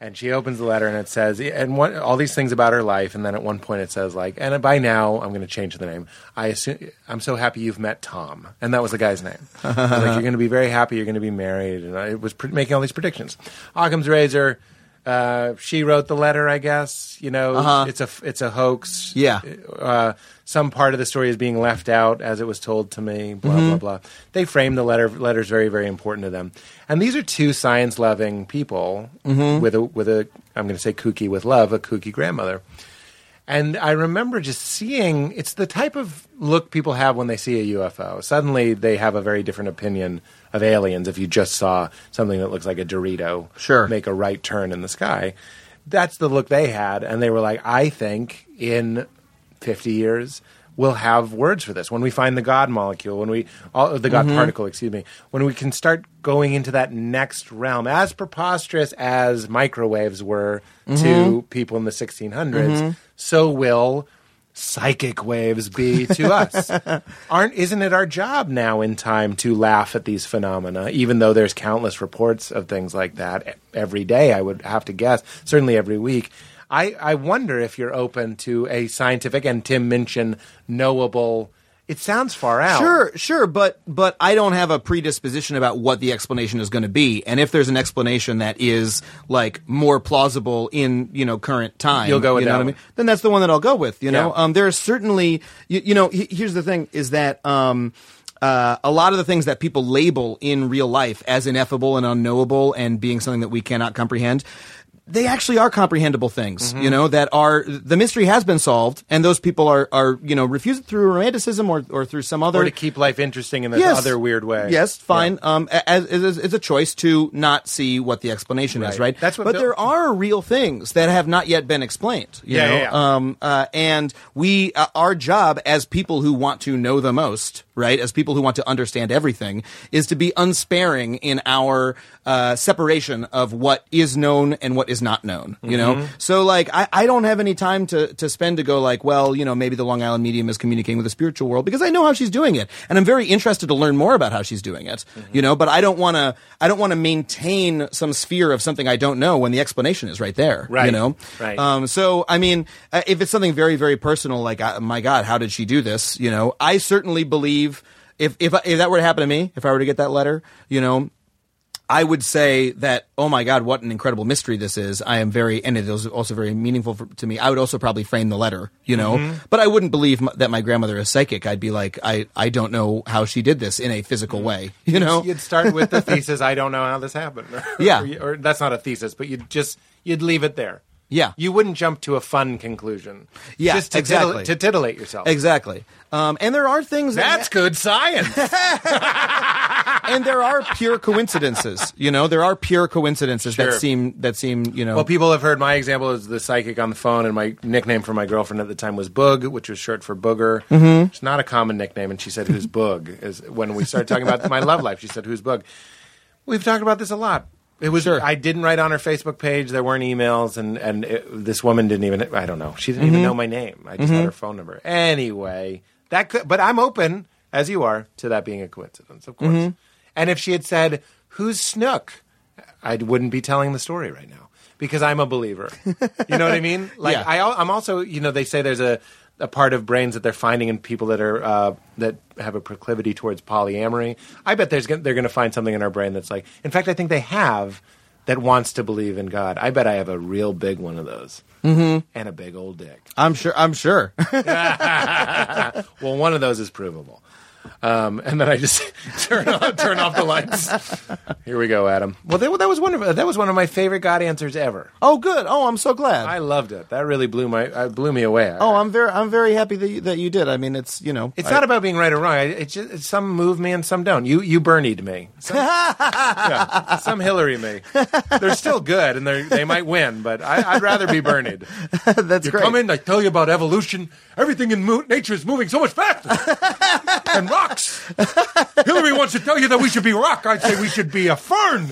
[SPEAKER 4] and she opens the letter and it says, and what, all these things about her life. And then at one point it says, like, and by now I'm going to change the name. I assume I'm so happy you've met Tom, and that was the guy's name. I was like, you're going to be very happy. You're going to be married, and I was pr- making all these predictions. Occam's razor. Uh, she wrote the letter, I guess. You know, it's a it's a hoax.
[SPEAKER 6] Yeah.
[SPEAKER 4] Uh, some part of the story is being left out as it was told to me. Blah
[SPEAKER 6] Mm-hmm.
[SPEAKER 4] blah blah. They frame the letter letters very very important to them, and these are two science loving people
[SPEAKER 6] Mm-hmm.
[SPEAKER 4] with a with a I'm going to say kooky with love a kooky grandmother. And I remember just seeing it's the type of look people have when they see a UFO. Suddenly they have a very different opinion of aliens if you just saw something that looks like a Dorito
[SPEAKER 6] Sure.
[SPEAKER 4] make a right turn in the sky. That's the look they had. And they were like, I think in 50 years, we'll have words for this. When we find the God molecule, when we, all, the God particle, excuse me, when we can start going into that next realm, as preposterous as microwaves were to people in the 1600s, so will psychic waves
[SPEAKER 6] <laughs>
[SPEAKER 4] be to us aren't isn't it our job now in time to laugh at these phenomena even though there's countless reports of things like that e- every day i would have to guess certainly every week i i wonder if you're open to a scientific and tim minchin knowable it sounds far out
[SPEAKER 6] Sure, sure, but but I don't have a predisposition about what the explanation is going to be, and if there's an explanation that is like more plausible in you know current time,
[SPEAKER 4] You'll go with
[SPEAKER 6] you know
[SPEAKER 4] that
[SPEAKER 6] what I
[SPEAKER 4] one.
[SPEAKER 6] mean? Then that's the one that I'll go with. You know,
[SPEAKER 4] Yeah.
[SPEAKER 6] um, there are certainly you, you know. he- here's the thing: is that um, uh, a lot of the things that people label in real life as ineffable and unknowable and being something that we cannot comprehend. They actually are comprehensible things,
[SPEAKER 4] Mm-hmm.
[SPEAKER 6] you know, that are the mystery has been solved, and those people are, are you know, refuse it through romanticism or, or through some other
[SPEAKER 4] or to keep life interesting in this
[SPEAKER 6] Yes.
[SPEAKER 4] other weird way
[SPEAKER 6] Yes, fine. Um, a- as, it is- it's a choice to not see what the explanation is,
[SPEAKER 4] Right.
[SPEAKER 6] right?
[SPEAKER 4] That's what
[SPEAKER 6] but
[SPEAKER 4] Bill-
[SPEAKER 6] there are real things that have not yet been explained. You
[SPEAKER 4] Yeah,
[SPEAKER 6] know?
[SPEAKER 4] yeah, yeah.
[SPEAKER 6] Um, uh, and we, uh, our job as people who want to know the most, right, as people who want to understand everything, is to be unsparing in our uh, separation of what is known and what is not known. You
[SPEAKER 4] Mm-hmm.
[SPEAKER 6] know, so like I, I don't have any time to to spend to go like, well, you know, maybe the Long Island medium is communicating with the spiritual world because I know how she's doing it, and I'm very interested to learn more about how she's doing it.
[SPEAKER 4] Mm-hmm.
[SPEAKER 6] You know, but I don't want to I don't want to maintain some sphere of something I don't know when the explanation is right there. You
[SPEAKER 4] Right.
[SPEAKER 6] know,
[SPEAKER 4] Right.
[SPEAKER 6] Um, um, so, I mean, uh, if it's something very, very personal, like, uh, my God, how did she do this? You know, I certainly believe if, if, if that were to happen to me, if I were to get that letter, you know, I would say that, oh my God, what an incredible mystery this is. I am very, and it is also very meaningful for, to me. I would also probably frame the letter, you know, but I wouldn't believe m- that my grandmother is psychic. I'd be like, I, I don't know how she did this in a physical way, you
[SPEAKER 4] <laughs>
[SPEAKER 6] know?
[SPEAKER 4] you'd start
[SPEAKER 6] <laughs>
[SPEAKER 4] with the thesis i don't know how this happened <laughs> Or-
[SPEAKER 6] Yeah.
[SPEAKER 4] or, or that's not a thesis but you'd just you'd leave it there
[SPEAKER 6] Yeah.
[SPEAKER 4] you wouldn't jump to a fun conclusion
[SPEAKER 6] Yeah,
[SPEAKER 4] just to,
[SPEAKER 6] exactly.
[SPEAKER 4] titilla- to titillate yourself
[SPEAKER 6] Exactly. Um, and there are things that
[SPEAKER 4] that's good science
[SPEAKER 6] and there are pure coincidences. You know, there are pure coincidences that
[SPEAKER 4] Sure.
[SPEAKER 6] seem that seem you know.
[SPEAKER 4] Well, people have heard my example is the psychic on the phone, and my nickname for my girlfriend at the time was Boog, which was short for Booger. It's not a common nickname, and she said, "Who's Boog?" Is when we started talking about my love life, she said, "Who's Boog?" We've talked about this a lot. It was I didn't write on her Facebook page. There weren't emails, and and it, this woman didn't even. I don't know. She didn't even know my name. I just had her phone number. Anyway, that could. But I'm open as you are to that being a coincidence, of course. And if she had said, "Who's Snook?" I wouldn't be telling the story right now because I'm a believer. You know what I mean? Like
[SPEAKER 6] Yeah.
[SPEAKER 4] I, al- I'm also, you know, they say there's a, a part of brains that they're finding in people that are uh, that have a proclivity towards polyamory. I bet there's gonna, they're going to find something in our brain that's like. In fact, I think they have that wants to believe in God. I bet I have a real big one of those mm-hmm. and a big old dick.
[SPEAKER 6] I'm sure. I'm
[SPEAKER 4] <laughs>
[SPEAKER 6] sure.
[SPEAKER 4] Well, one of those is provable. Um, and then I just <laughs> turn off, turn off the lights. Here we go, Adam. Well, that, that was one of that was one of my favorite God answers ever.
[SPEAKER 6] oh, good. Oh, I'm so glad.
[SPEAKER 4] I loved it. That really blew my uh, blew me away.
[SPEAKER 6] oh, I'm very. I'm very happy that you, that you did. I mean, it's you know.
[SPEAKER 4] it's
[SPEAKER 6] I-
[SPEAKER 4] not about being right or wrong. I, it just, it's some move me and some don't. You you Bernied me. <laughs> Some, yeah, some Hillary me. They're still good and they they might win, but I, I'd rather be <laughs> Bernied.
[SPEAKER 6] <laughs> that's
[SPEAKER 4] You
[SPEAKER 6] great.
[SPEAKER 4] come in, I tell you about evolution. Everything in mo- nature is moving so much faster. and rocks. Hillary wants to tell you that we should be rock. I'd say we should be a fern.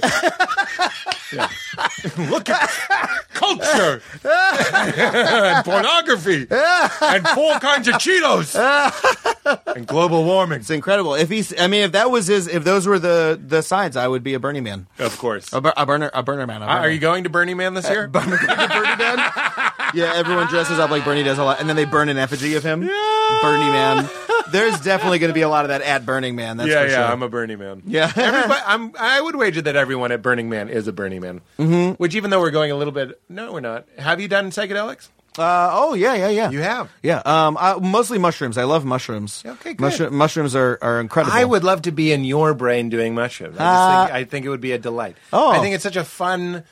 [SPEAKER 4] Yeah. Look at culture <laughs> and pornography and four kinds of Cheetos and global warming.
[SPEAKER 6] It's incredible. If he's, I mean, if that was his, if those were the the signs, I would be a Bernie man,
[SPEAKER 4] Of course. Uh,
[SPEAKER 6] a, bur- a burner, a burner man. A burner.
[SPEAKER 4] Are you going to Burning Man this year?
[SPEAKER 6] Bernie man? <laughs> Yeah, everyone dresses up like Bernie does a lot, and then they burn an effigy of him. Bernie man. There's definitely going to be a lot of that at Burning Man. That's
[SPEAKER 4] yeah,
[SPEAKER 6] for
[SPEAKER 4] yeah,
[SPEAKER 6] sure.
[SPEAKER 4] I'm a Burning Man.
[SPEAKER 6] Yeah.
[SPEAKER 4] <laughs> Everybody, I'm, I would wager that everyone Mm-hmm. at Burning Man is a Burning Man. Which, even though we're going a little bit, no, we're not. Have you done psychedelics?
[SPEAKER 6] Uh, oh yeah, yeah, yeah.
[SPEAKER 4] You have?
[SPEAKER 6] yeah. Um, I, mostly mushrooms. I love mushrooms.
[SPEAKER 4] Okay, good.
[SPEAKER 6] Mushroom- mushrooms are are incredible.
[SPEAKER 4] I would love to be in your brain doing mushrooms. I, just think, I think it would be a delight.
[SPEAKER 6] Oh.
[SPEAKER 4] I think it's such a fun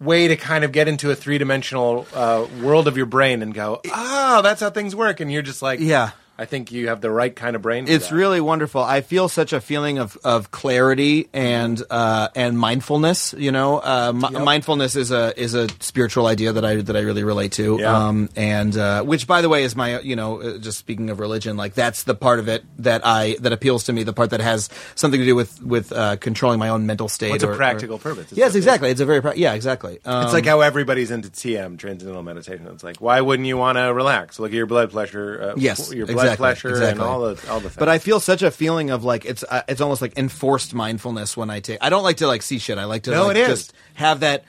[SPEAKER 4] way to kind of get into a three dimensional uh, world of your brain and go, oh, that's how things work. And you're just like,
[SPEAKER 6] Yeah.
[SPEAKER 4] I think you have the right kind of brain. For
[SPEAKER 6] It's
[SPEAKER 4] that.
[SPEAKER 6] really wonderful. I feel such a feeling of, of clarity and uh, and mindfulness. You know, uh, mi- mindfulness is a is a spiritual idea that I that I really relate to.
[SPEAKER 4] Yeah.
[SPEAKER 6] Um, and uh, which, by the way, is my you know uh, just speaking of religion, like that's the part of it that I that appeals to me. The part that has something to do with with uh, controlling my own mental state.
[SPEAKER 4] What's a
[SPEAKER 6] or- or-
[SPEAKER 4] practical purpose? It's
[SPEAKER 6] yes,
[SPEAKER 4] a-
[SPEAKER 6] exactly. It's a very pra- yeah, exactly. Um,
[SPEAKER 4] It's like how everybody's into TM, transcendental meditation. It's like, why wouldn't you want to relax? Look at your blood pressure, uh,
[SPEAKER 6] Yes,
[SPEAKER 4] your blood
[SPEAKER 6] exactly,
[SPEAKER 4] pressure, and
[SPEAKER 6] exactly.
[SPEAKER 4] all the all the. Things.
[SPEAKER 6] But I feel such a feeling of like it's uh, it's almost like enforced mindfulness when I take. I don't like to like see shit. I like to
[SPEAKER 4] No,
[SPEAKER 6] like,
[SPEAKER 4] it is.
[SPEAKER 6] just have that.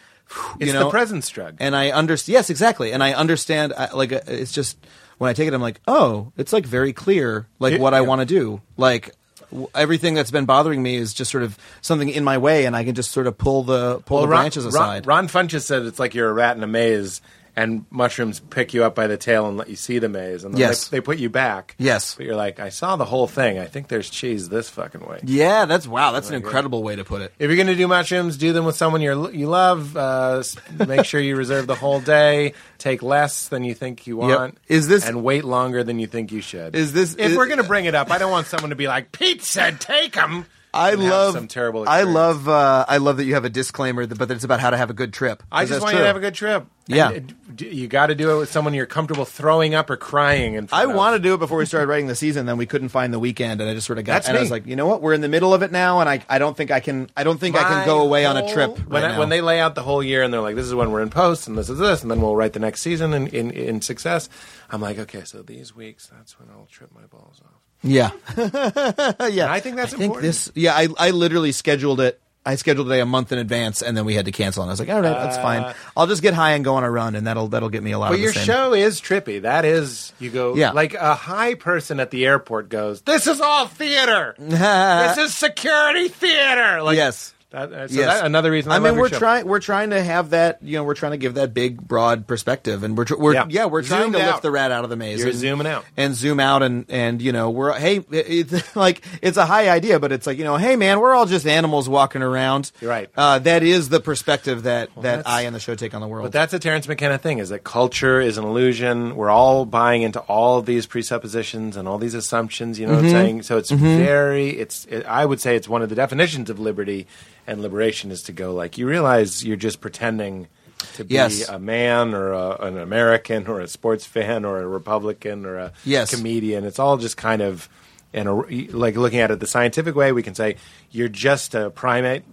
[SPEAKER 6] You
[SPEAKER 4] it's
[SPEAKER 6] know,
[SPEAKER 4] the presence drug.
[SPEAKER 6] and I understand. Yes, exactly. And I understand. I, like uh, it's just when I take it, I'm like, oh, it's like very clear, like
[SPEAKER 4] It-
[SPEAKER 6] what I
[SPEAKER 4] yeah.
[SPEAKER 6] want to do, like. w- Everything that's been bothering me is just sort of something in my way, and I can just sort of pull the pull the
[SPEAKER 4] Ron-
[SPEAKER 6] branches
[SPEAKER 4] Ron,
[SPEAKER 6] aside.
[SPEAKER 4] Ron Funches said it's like you're a rat in a maze, and mushrooms pick you up by the tail and let you see the maze, and then
[SPEAKER 6] Yes.
[SPEAKER 4] they, they put you back.
[SPEAKER 6] Yes.
[SPEAKER 4] but you're like, I saw the whole thing. I think there's cheese this fucking way.
[SPEAKER 6] yeah, that's wow. That's an incredible way to put it.
[SPEAKER 4] If you're going to do mushrooms, do them with someone you're, you love. Uh, s- make sure you reserve the whole day. Take less than you think you
[SPEAKER 6] Yep.
[SPEAKER 4] want.
[SPEAKER 6] Is this-
[SPEAKER 4] and wait longer than you think you should?
[SPEAKER 6] Is this-
[SPEAKER 4] If
[SPEAKER 6] is-
[SPEAKER 4] we're going to bring it up, I don't want someone to be like Pete said, take them.
[SPEAKER 6] I love
[SPEAKER 4] some terrible.
[SPEAKER 6] I
[SPEAKER 4] experience.
[SPEAKER 6] love uh, I love that you have a disclaimer, that- but it's about how to have a good trip.
[SPEAKER 4] I
[SPEAKER 6] 'Cause
[SPEAKER 4] just
[SPEAKER 6] that's
[SPEAKER 4] want you
[SPEAKER 6] true.
[SPEAKER 4] to have a good trip.
[SPEAKER 6] Yeah.
[SPEAKER 4] And, uh, d- you got to do it with someone you're comfortable throwing up or crying. And
[SPEAKER 6] I wanted to do it before we started writing the season. Then we couldn't find the weekend, and I just sort of got.
[SPEAKER 4] That's
[SPEAKER 6] and I was
[SPEAKER 4] me.
[SPEAKER 6] like, you know what? We're in the middle of it now, and I, I don't think I can. I don't think I can go away on a trip
[SPEAKER 4] when,
[SPEAKER 6] right
[SPEAKER 4] I-
[SPEAKER 6] now.
[SPEAKER 4] when they lay out the whole year and they're like, "This is when we're in post, and this is this, and then we'll write the next season in in, in success." I'm like, okay, so these weeks, that's when I'll trip my balls off.
[SPEAKER 6] yeah, <laughs>
[SPEAKER 4] And I think that's
[SPEAKER 6] I think
[SPEAKER 4] important.
[SPEAKER 6] this. Yeah, I I literally scheduled it. I scheduled it a month in advance, and then we had to cancel. And I was like, all right, that's fine. I'll just get high and go on a run, and that'll that'll get me a lot.
[SPEAKER 4] Uh, but
[SPEAKER 6] of the
[SPEAKER 4] your
[SPEAKER 6] same. <laughs>
[SPEAKER 4] show is trippy. That is, you go
[SPEAKER 6] Yeah.
[SPEAKER 4] like a high person at the airport goes. This is all theater. this is security theater. Like,
[SPEAKER 6] Uh, Yes.
[SPEAKER 4] That, uh, so
[SPEAKER 6] Yes.
[SPEAKER 4] that- another reason. I,
[SPEAKER 6] I,
[SPEAKER 4] love
[SPEAKER 6] mean,
[SPEAKER 4] your
[SPEAKER 6] we're
[SPEAKER 4] show.
[SPEAKER 6] trying we're trying to have that you know we're trying to give that big broad perspective, and we're tr- we're yeah,
[SPEAKER 4] Yeah.
[SPEAKER 6] we're trying
[SPEAKER 4] Zoomed
[SPEAKER 6] to lift
[SPEAKER 4] out.
[SPEAKER 6] the rat out of the maze.
[SPEAKER 4] You're
[SPEAKER 6] and,
[SPEAKER 4] zooming out.
[SPEAKER 6] and zoom out, and and you know we're hey <laughs> it, it's like it's a high idea, but it's like you know hey man we're all just animals walking around.
[SPEAKER 4] You're right.
[SPEAKER 6] Uh, that is the perspective that that
[SPEAKER 4] that's-
[SPEAKER 6] I and the show take on the world.
[SPEAKER 4] But that's a Terrence McKenna thing: is that culture is an illusion. We're all buying into all of these presuppositions and all these assumptions. You know
[SPEAKER 6] Mm-hmm.
[SPEAKER 4] what I'm saying? So it's very. It's. It, I would say it's one of the definitions of liberty and liberation is to go like you realize you're just pretending to be
[SPEAKER 6] Yes.
[SPEAKER 4] a man or a, an American or a sports fan or a Republican or a
[SPEAKER 6] Yes.
[SPEAKER 4] comedian. It's all just kind of. And a, like looking at it the scientific way, we can say you're just a primate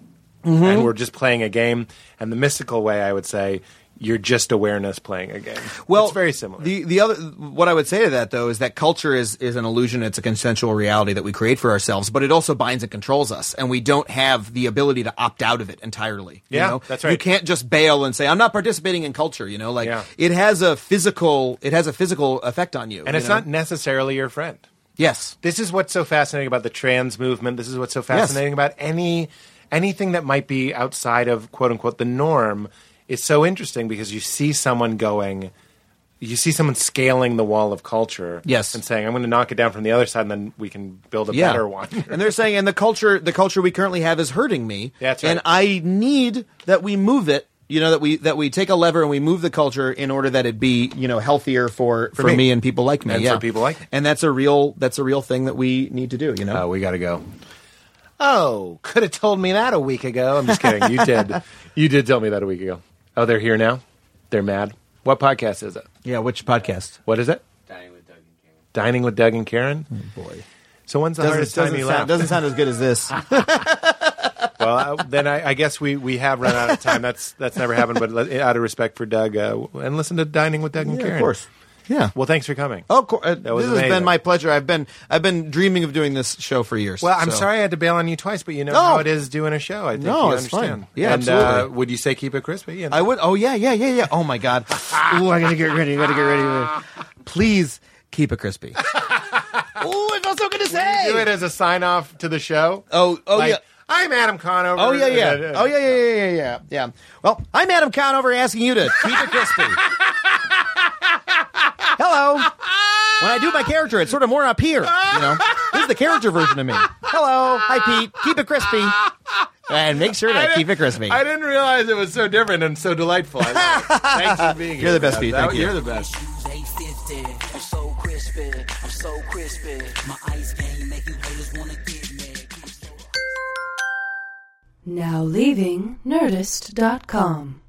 [SPEAKER 6] Mm-hmm.
[SPEAKER 4] and we're just playing a game. And the mystical way, I would say, you're just awareness playing a game.
[SPEAKER 6] well,
[SPEAKER 4] it's very similar.
[SPEAKER 6] The the other what I would say to that though is that culture is is an illusion. It's a consensual reality that we create for ourselves, but it also binds and controls us, and we don't have the ability to opt out of it entirely. you
[SPEAKER 4] Yeah,
[SPEAKER 6] know?
[SPEAKER 4] that's
[SPEAKER 6] You
[SPEAKER 4] right.
[SPEAKER 6] can't just bail and say I'm not participating in culture. You know, like
[SPEAKER 4] Yeah.
[SPEAKER 6] it has a physical it has a physical effect on you.
[SPEAKER 4] and
[SPEAKER 6] you
[SPEAKER 4] it's
[SPEAKER 6] know?
[SPEAKER 4] not necessarily your friend.
[SPEAKER 6] Yes.
[SPEAKER 4] This is what's so fascinating about the trans movement. This is what's so fascinating about any anything that might be outside of quote unquote the norm is so interesting because you see someone going you see someone scaling the wall of culture
[SPEAKER 6] Yes.
[SPEAKER 4] and saying i'm going to knock it down from the other side and then we can build a better one <laughs>
[SPEAKER 6] and they're saying, and the culture, the culture we currently have is hurting me.
[SPEAKER 4] That's right.
[SPEAKER 6] And I need that we move it. You know that we that we take a lever and we move the culture in order that it be you know healthier for for, me.
[SPEAKER 4] me.
[SPEAKER 6] and people like me.
[SPEAKER 4] And for
[SPEAKER 6] yeah,
[SPEAKER 4] people like me.
[SPEAKER 6] And that's a real that's a real thing that we need to do. You
[SPEAKER 4] Oh,
[SPEAKER 6] know.
[SPEAKER 4] we got to go. Oh, could have told me that a week ago. I'm just kidding. You did. You did tell me that a week ago. Oh, they're here now. They're mad. What podcast is it?
[SPEAKER 6] yeah. Which podcast?
[SPEAKER 4] What is it?
[SPEAKER 8] Dining with Doug and Cameron.
[SPEAKER 4] Dining with Doug and Karen.
[SPEAKER 6] Boy.
[SPEAKER 4] So when's the
[SPEAKER 6] Doesn't,
[SPEAKER 4] hardest time
[SPEAKER 6] doesn't
[SPEAKER 4] you
[SPEAKER 6] sound,
[SPEAKER 4] left?
[SPEAKER 6] doesn't sound as good as
[SPEAKER 4] <laughs>
[SPEAKER 6] this.
[SPEAKER 4] well, I, then I, I guess we, we have run out of time. That's that's never happened. But let- out of respect for Doug, uh, and listen to Dining with Doug and Karen.
[SPEAKER 6] of course. Yeah.
[SPEAKER 4] Well, thanks for coming.
[SPEAKER 6] Of course. Uh,
[SPEAKER 4] That was
[SPEAKER 6] this has been
[SPEAKER 4] amazing.
[SPEAKER 6] my pleasure. I've been I've been dreaming of doing this show for years.
[SPEAKER 4] Well, I'm
[SPEAKER 6] so.
[SPEAKER 4] sorry I had to bail on you twice, but you know
[SPEAKER 6] No.
[SPEAKER 4] how it is doing a show. I think
[SPEAKER 6] No,
[SPEAKER 4] you
[SPEAKER 6] it's fine.
[SPEAKER 4] understand.
[SPEAKER 6] Yeah,
[SPEAKER 4] and, Uh,
[SPEAKER 6] absolutely.
[SPEAKER 4] would you say keep it crispy? And-
[SPEAKER 6] I would. Oh yeah, yeah, yeah, yeah. Oh my
[SPEAKER 4] <laughs>
[SPEAKER 6] god. Ooh, I gotta get ready. I gotta get ready. Please keep it
[SPEAKER 4] <laughs>
[SPEAKER 6] crispy. Ooh, it's also gonna
[SPEAKER 4] do it
[SPEAKER 6] say.
[SPEAKER 4] as a sign off to the show.
[SPEAKER 6] Oh, oh
[SPEAKER 4] Like,
[SPEAKER 6] yeah.
[SPEAKER 4] I'm Adam Conover.
[SPEAKER 6] Oh yeah, yeah.
[SPEAKER 4] <laughs> Uh, uh,
[SPEAKER 6] Oh yeah, yeah, yeah,
[SPEAKER 4] <laughs>
[SPEAKER 6] yeah, yeah. Yeah. Well, I'm Adam Conover asking you to keep it crispy. hello. When I do my character, it's sort of more up here. You know, this is the character version of me. Hello, hi Pete. Keep it crispy, and make sure to keep it crispy.
[SPEAKER 4] I didn't realize it was so different and so delightful.
[SPEAKER 6] <laughs>
[SPEAKER 4] I love it. Thanks for being here.
[SPEAKER 6] You're the best,
[SPEAKER 4] man.
[SPEAKER 6] Pete.
[SPEAKER 4] That-
[SPEAKER 6] Thank you.
[SPEAKER 4] You're the best.
[SPEAKER 7] Day 50. I'm so crispy. I'm so crispy. My ice game make you haters wanna get mad. Keep so-
[SPEAKER 9] Now leaving Nerdist.com.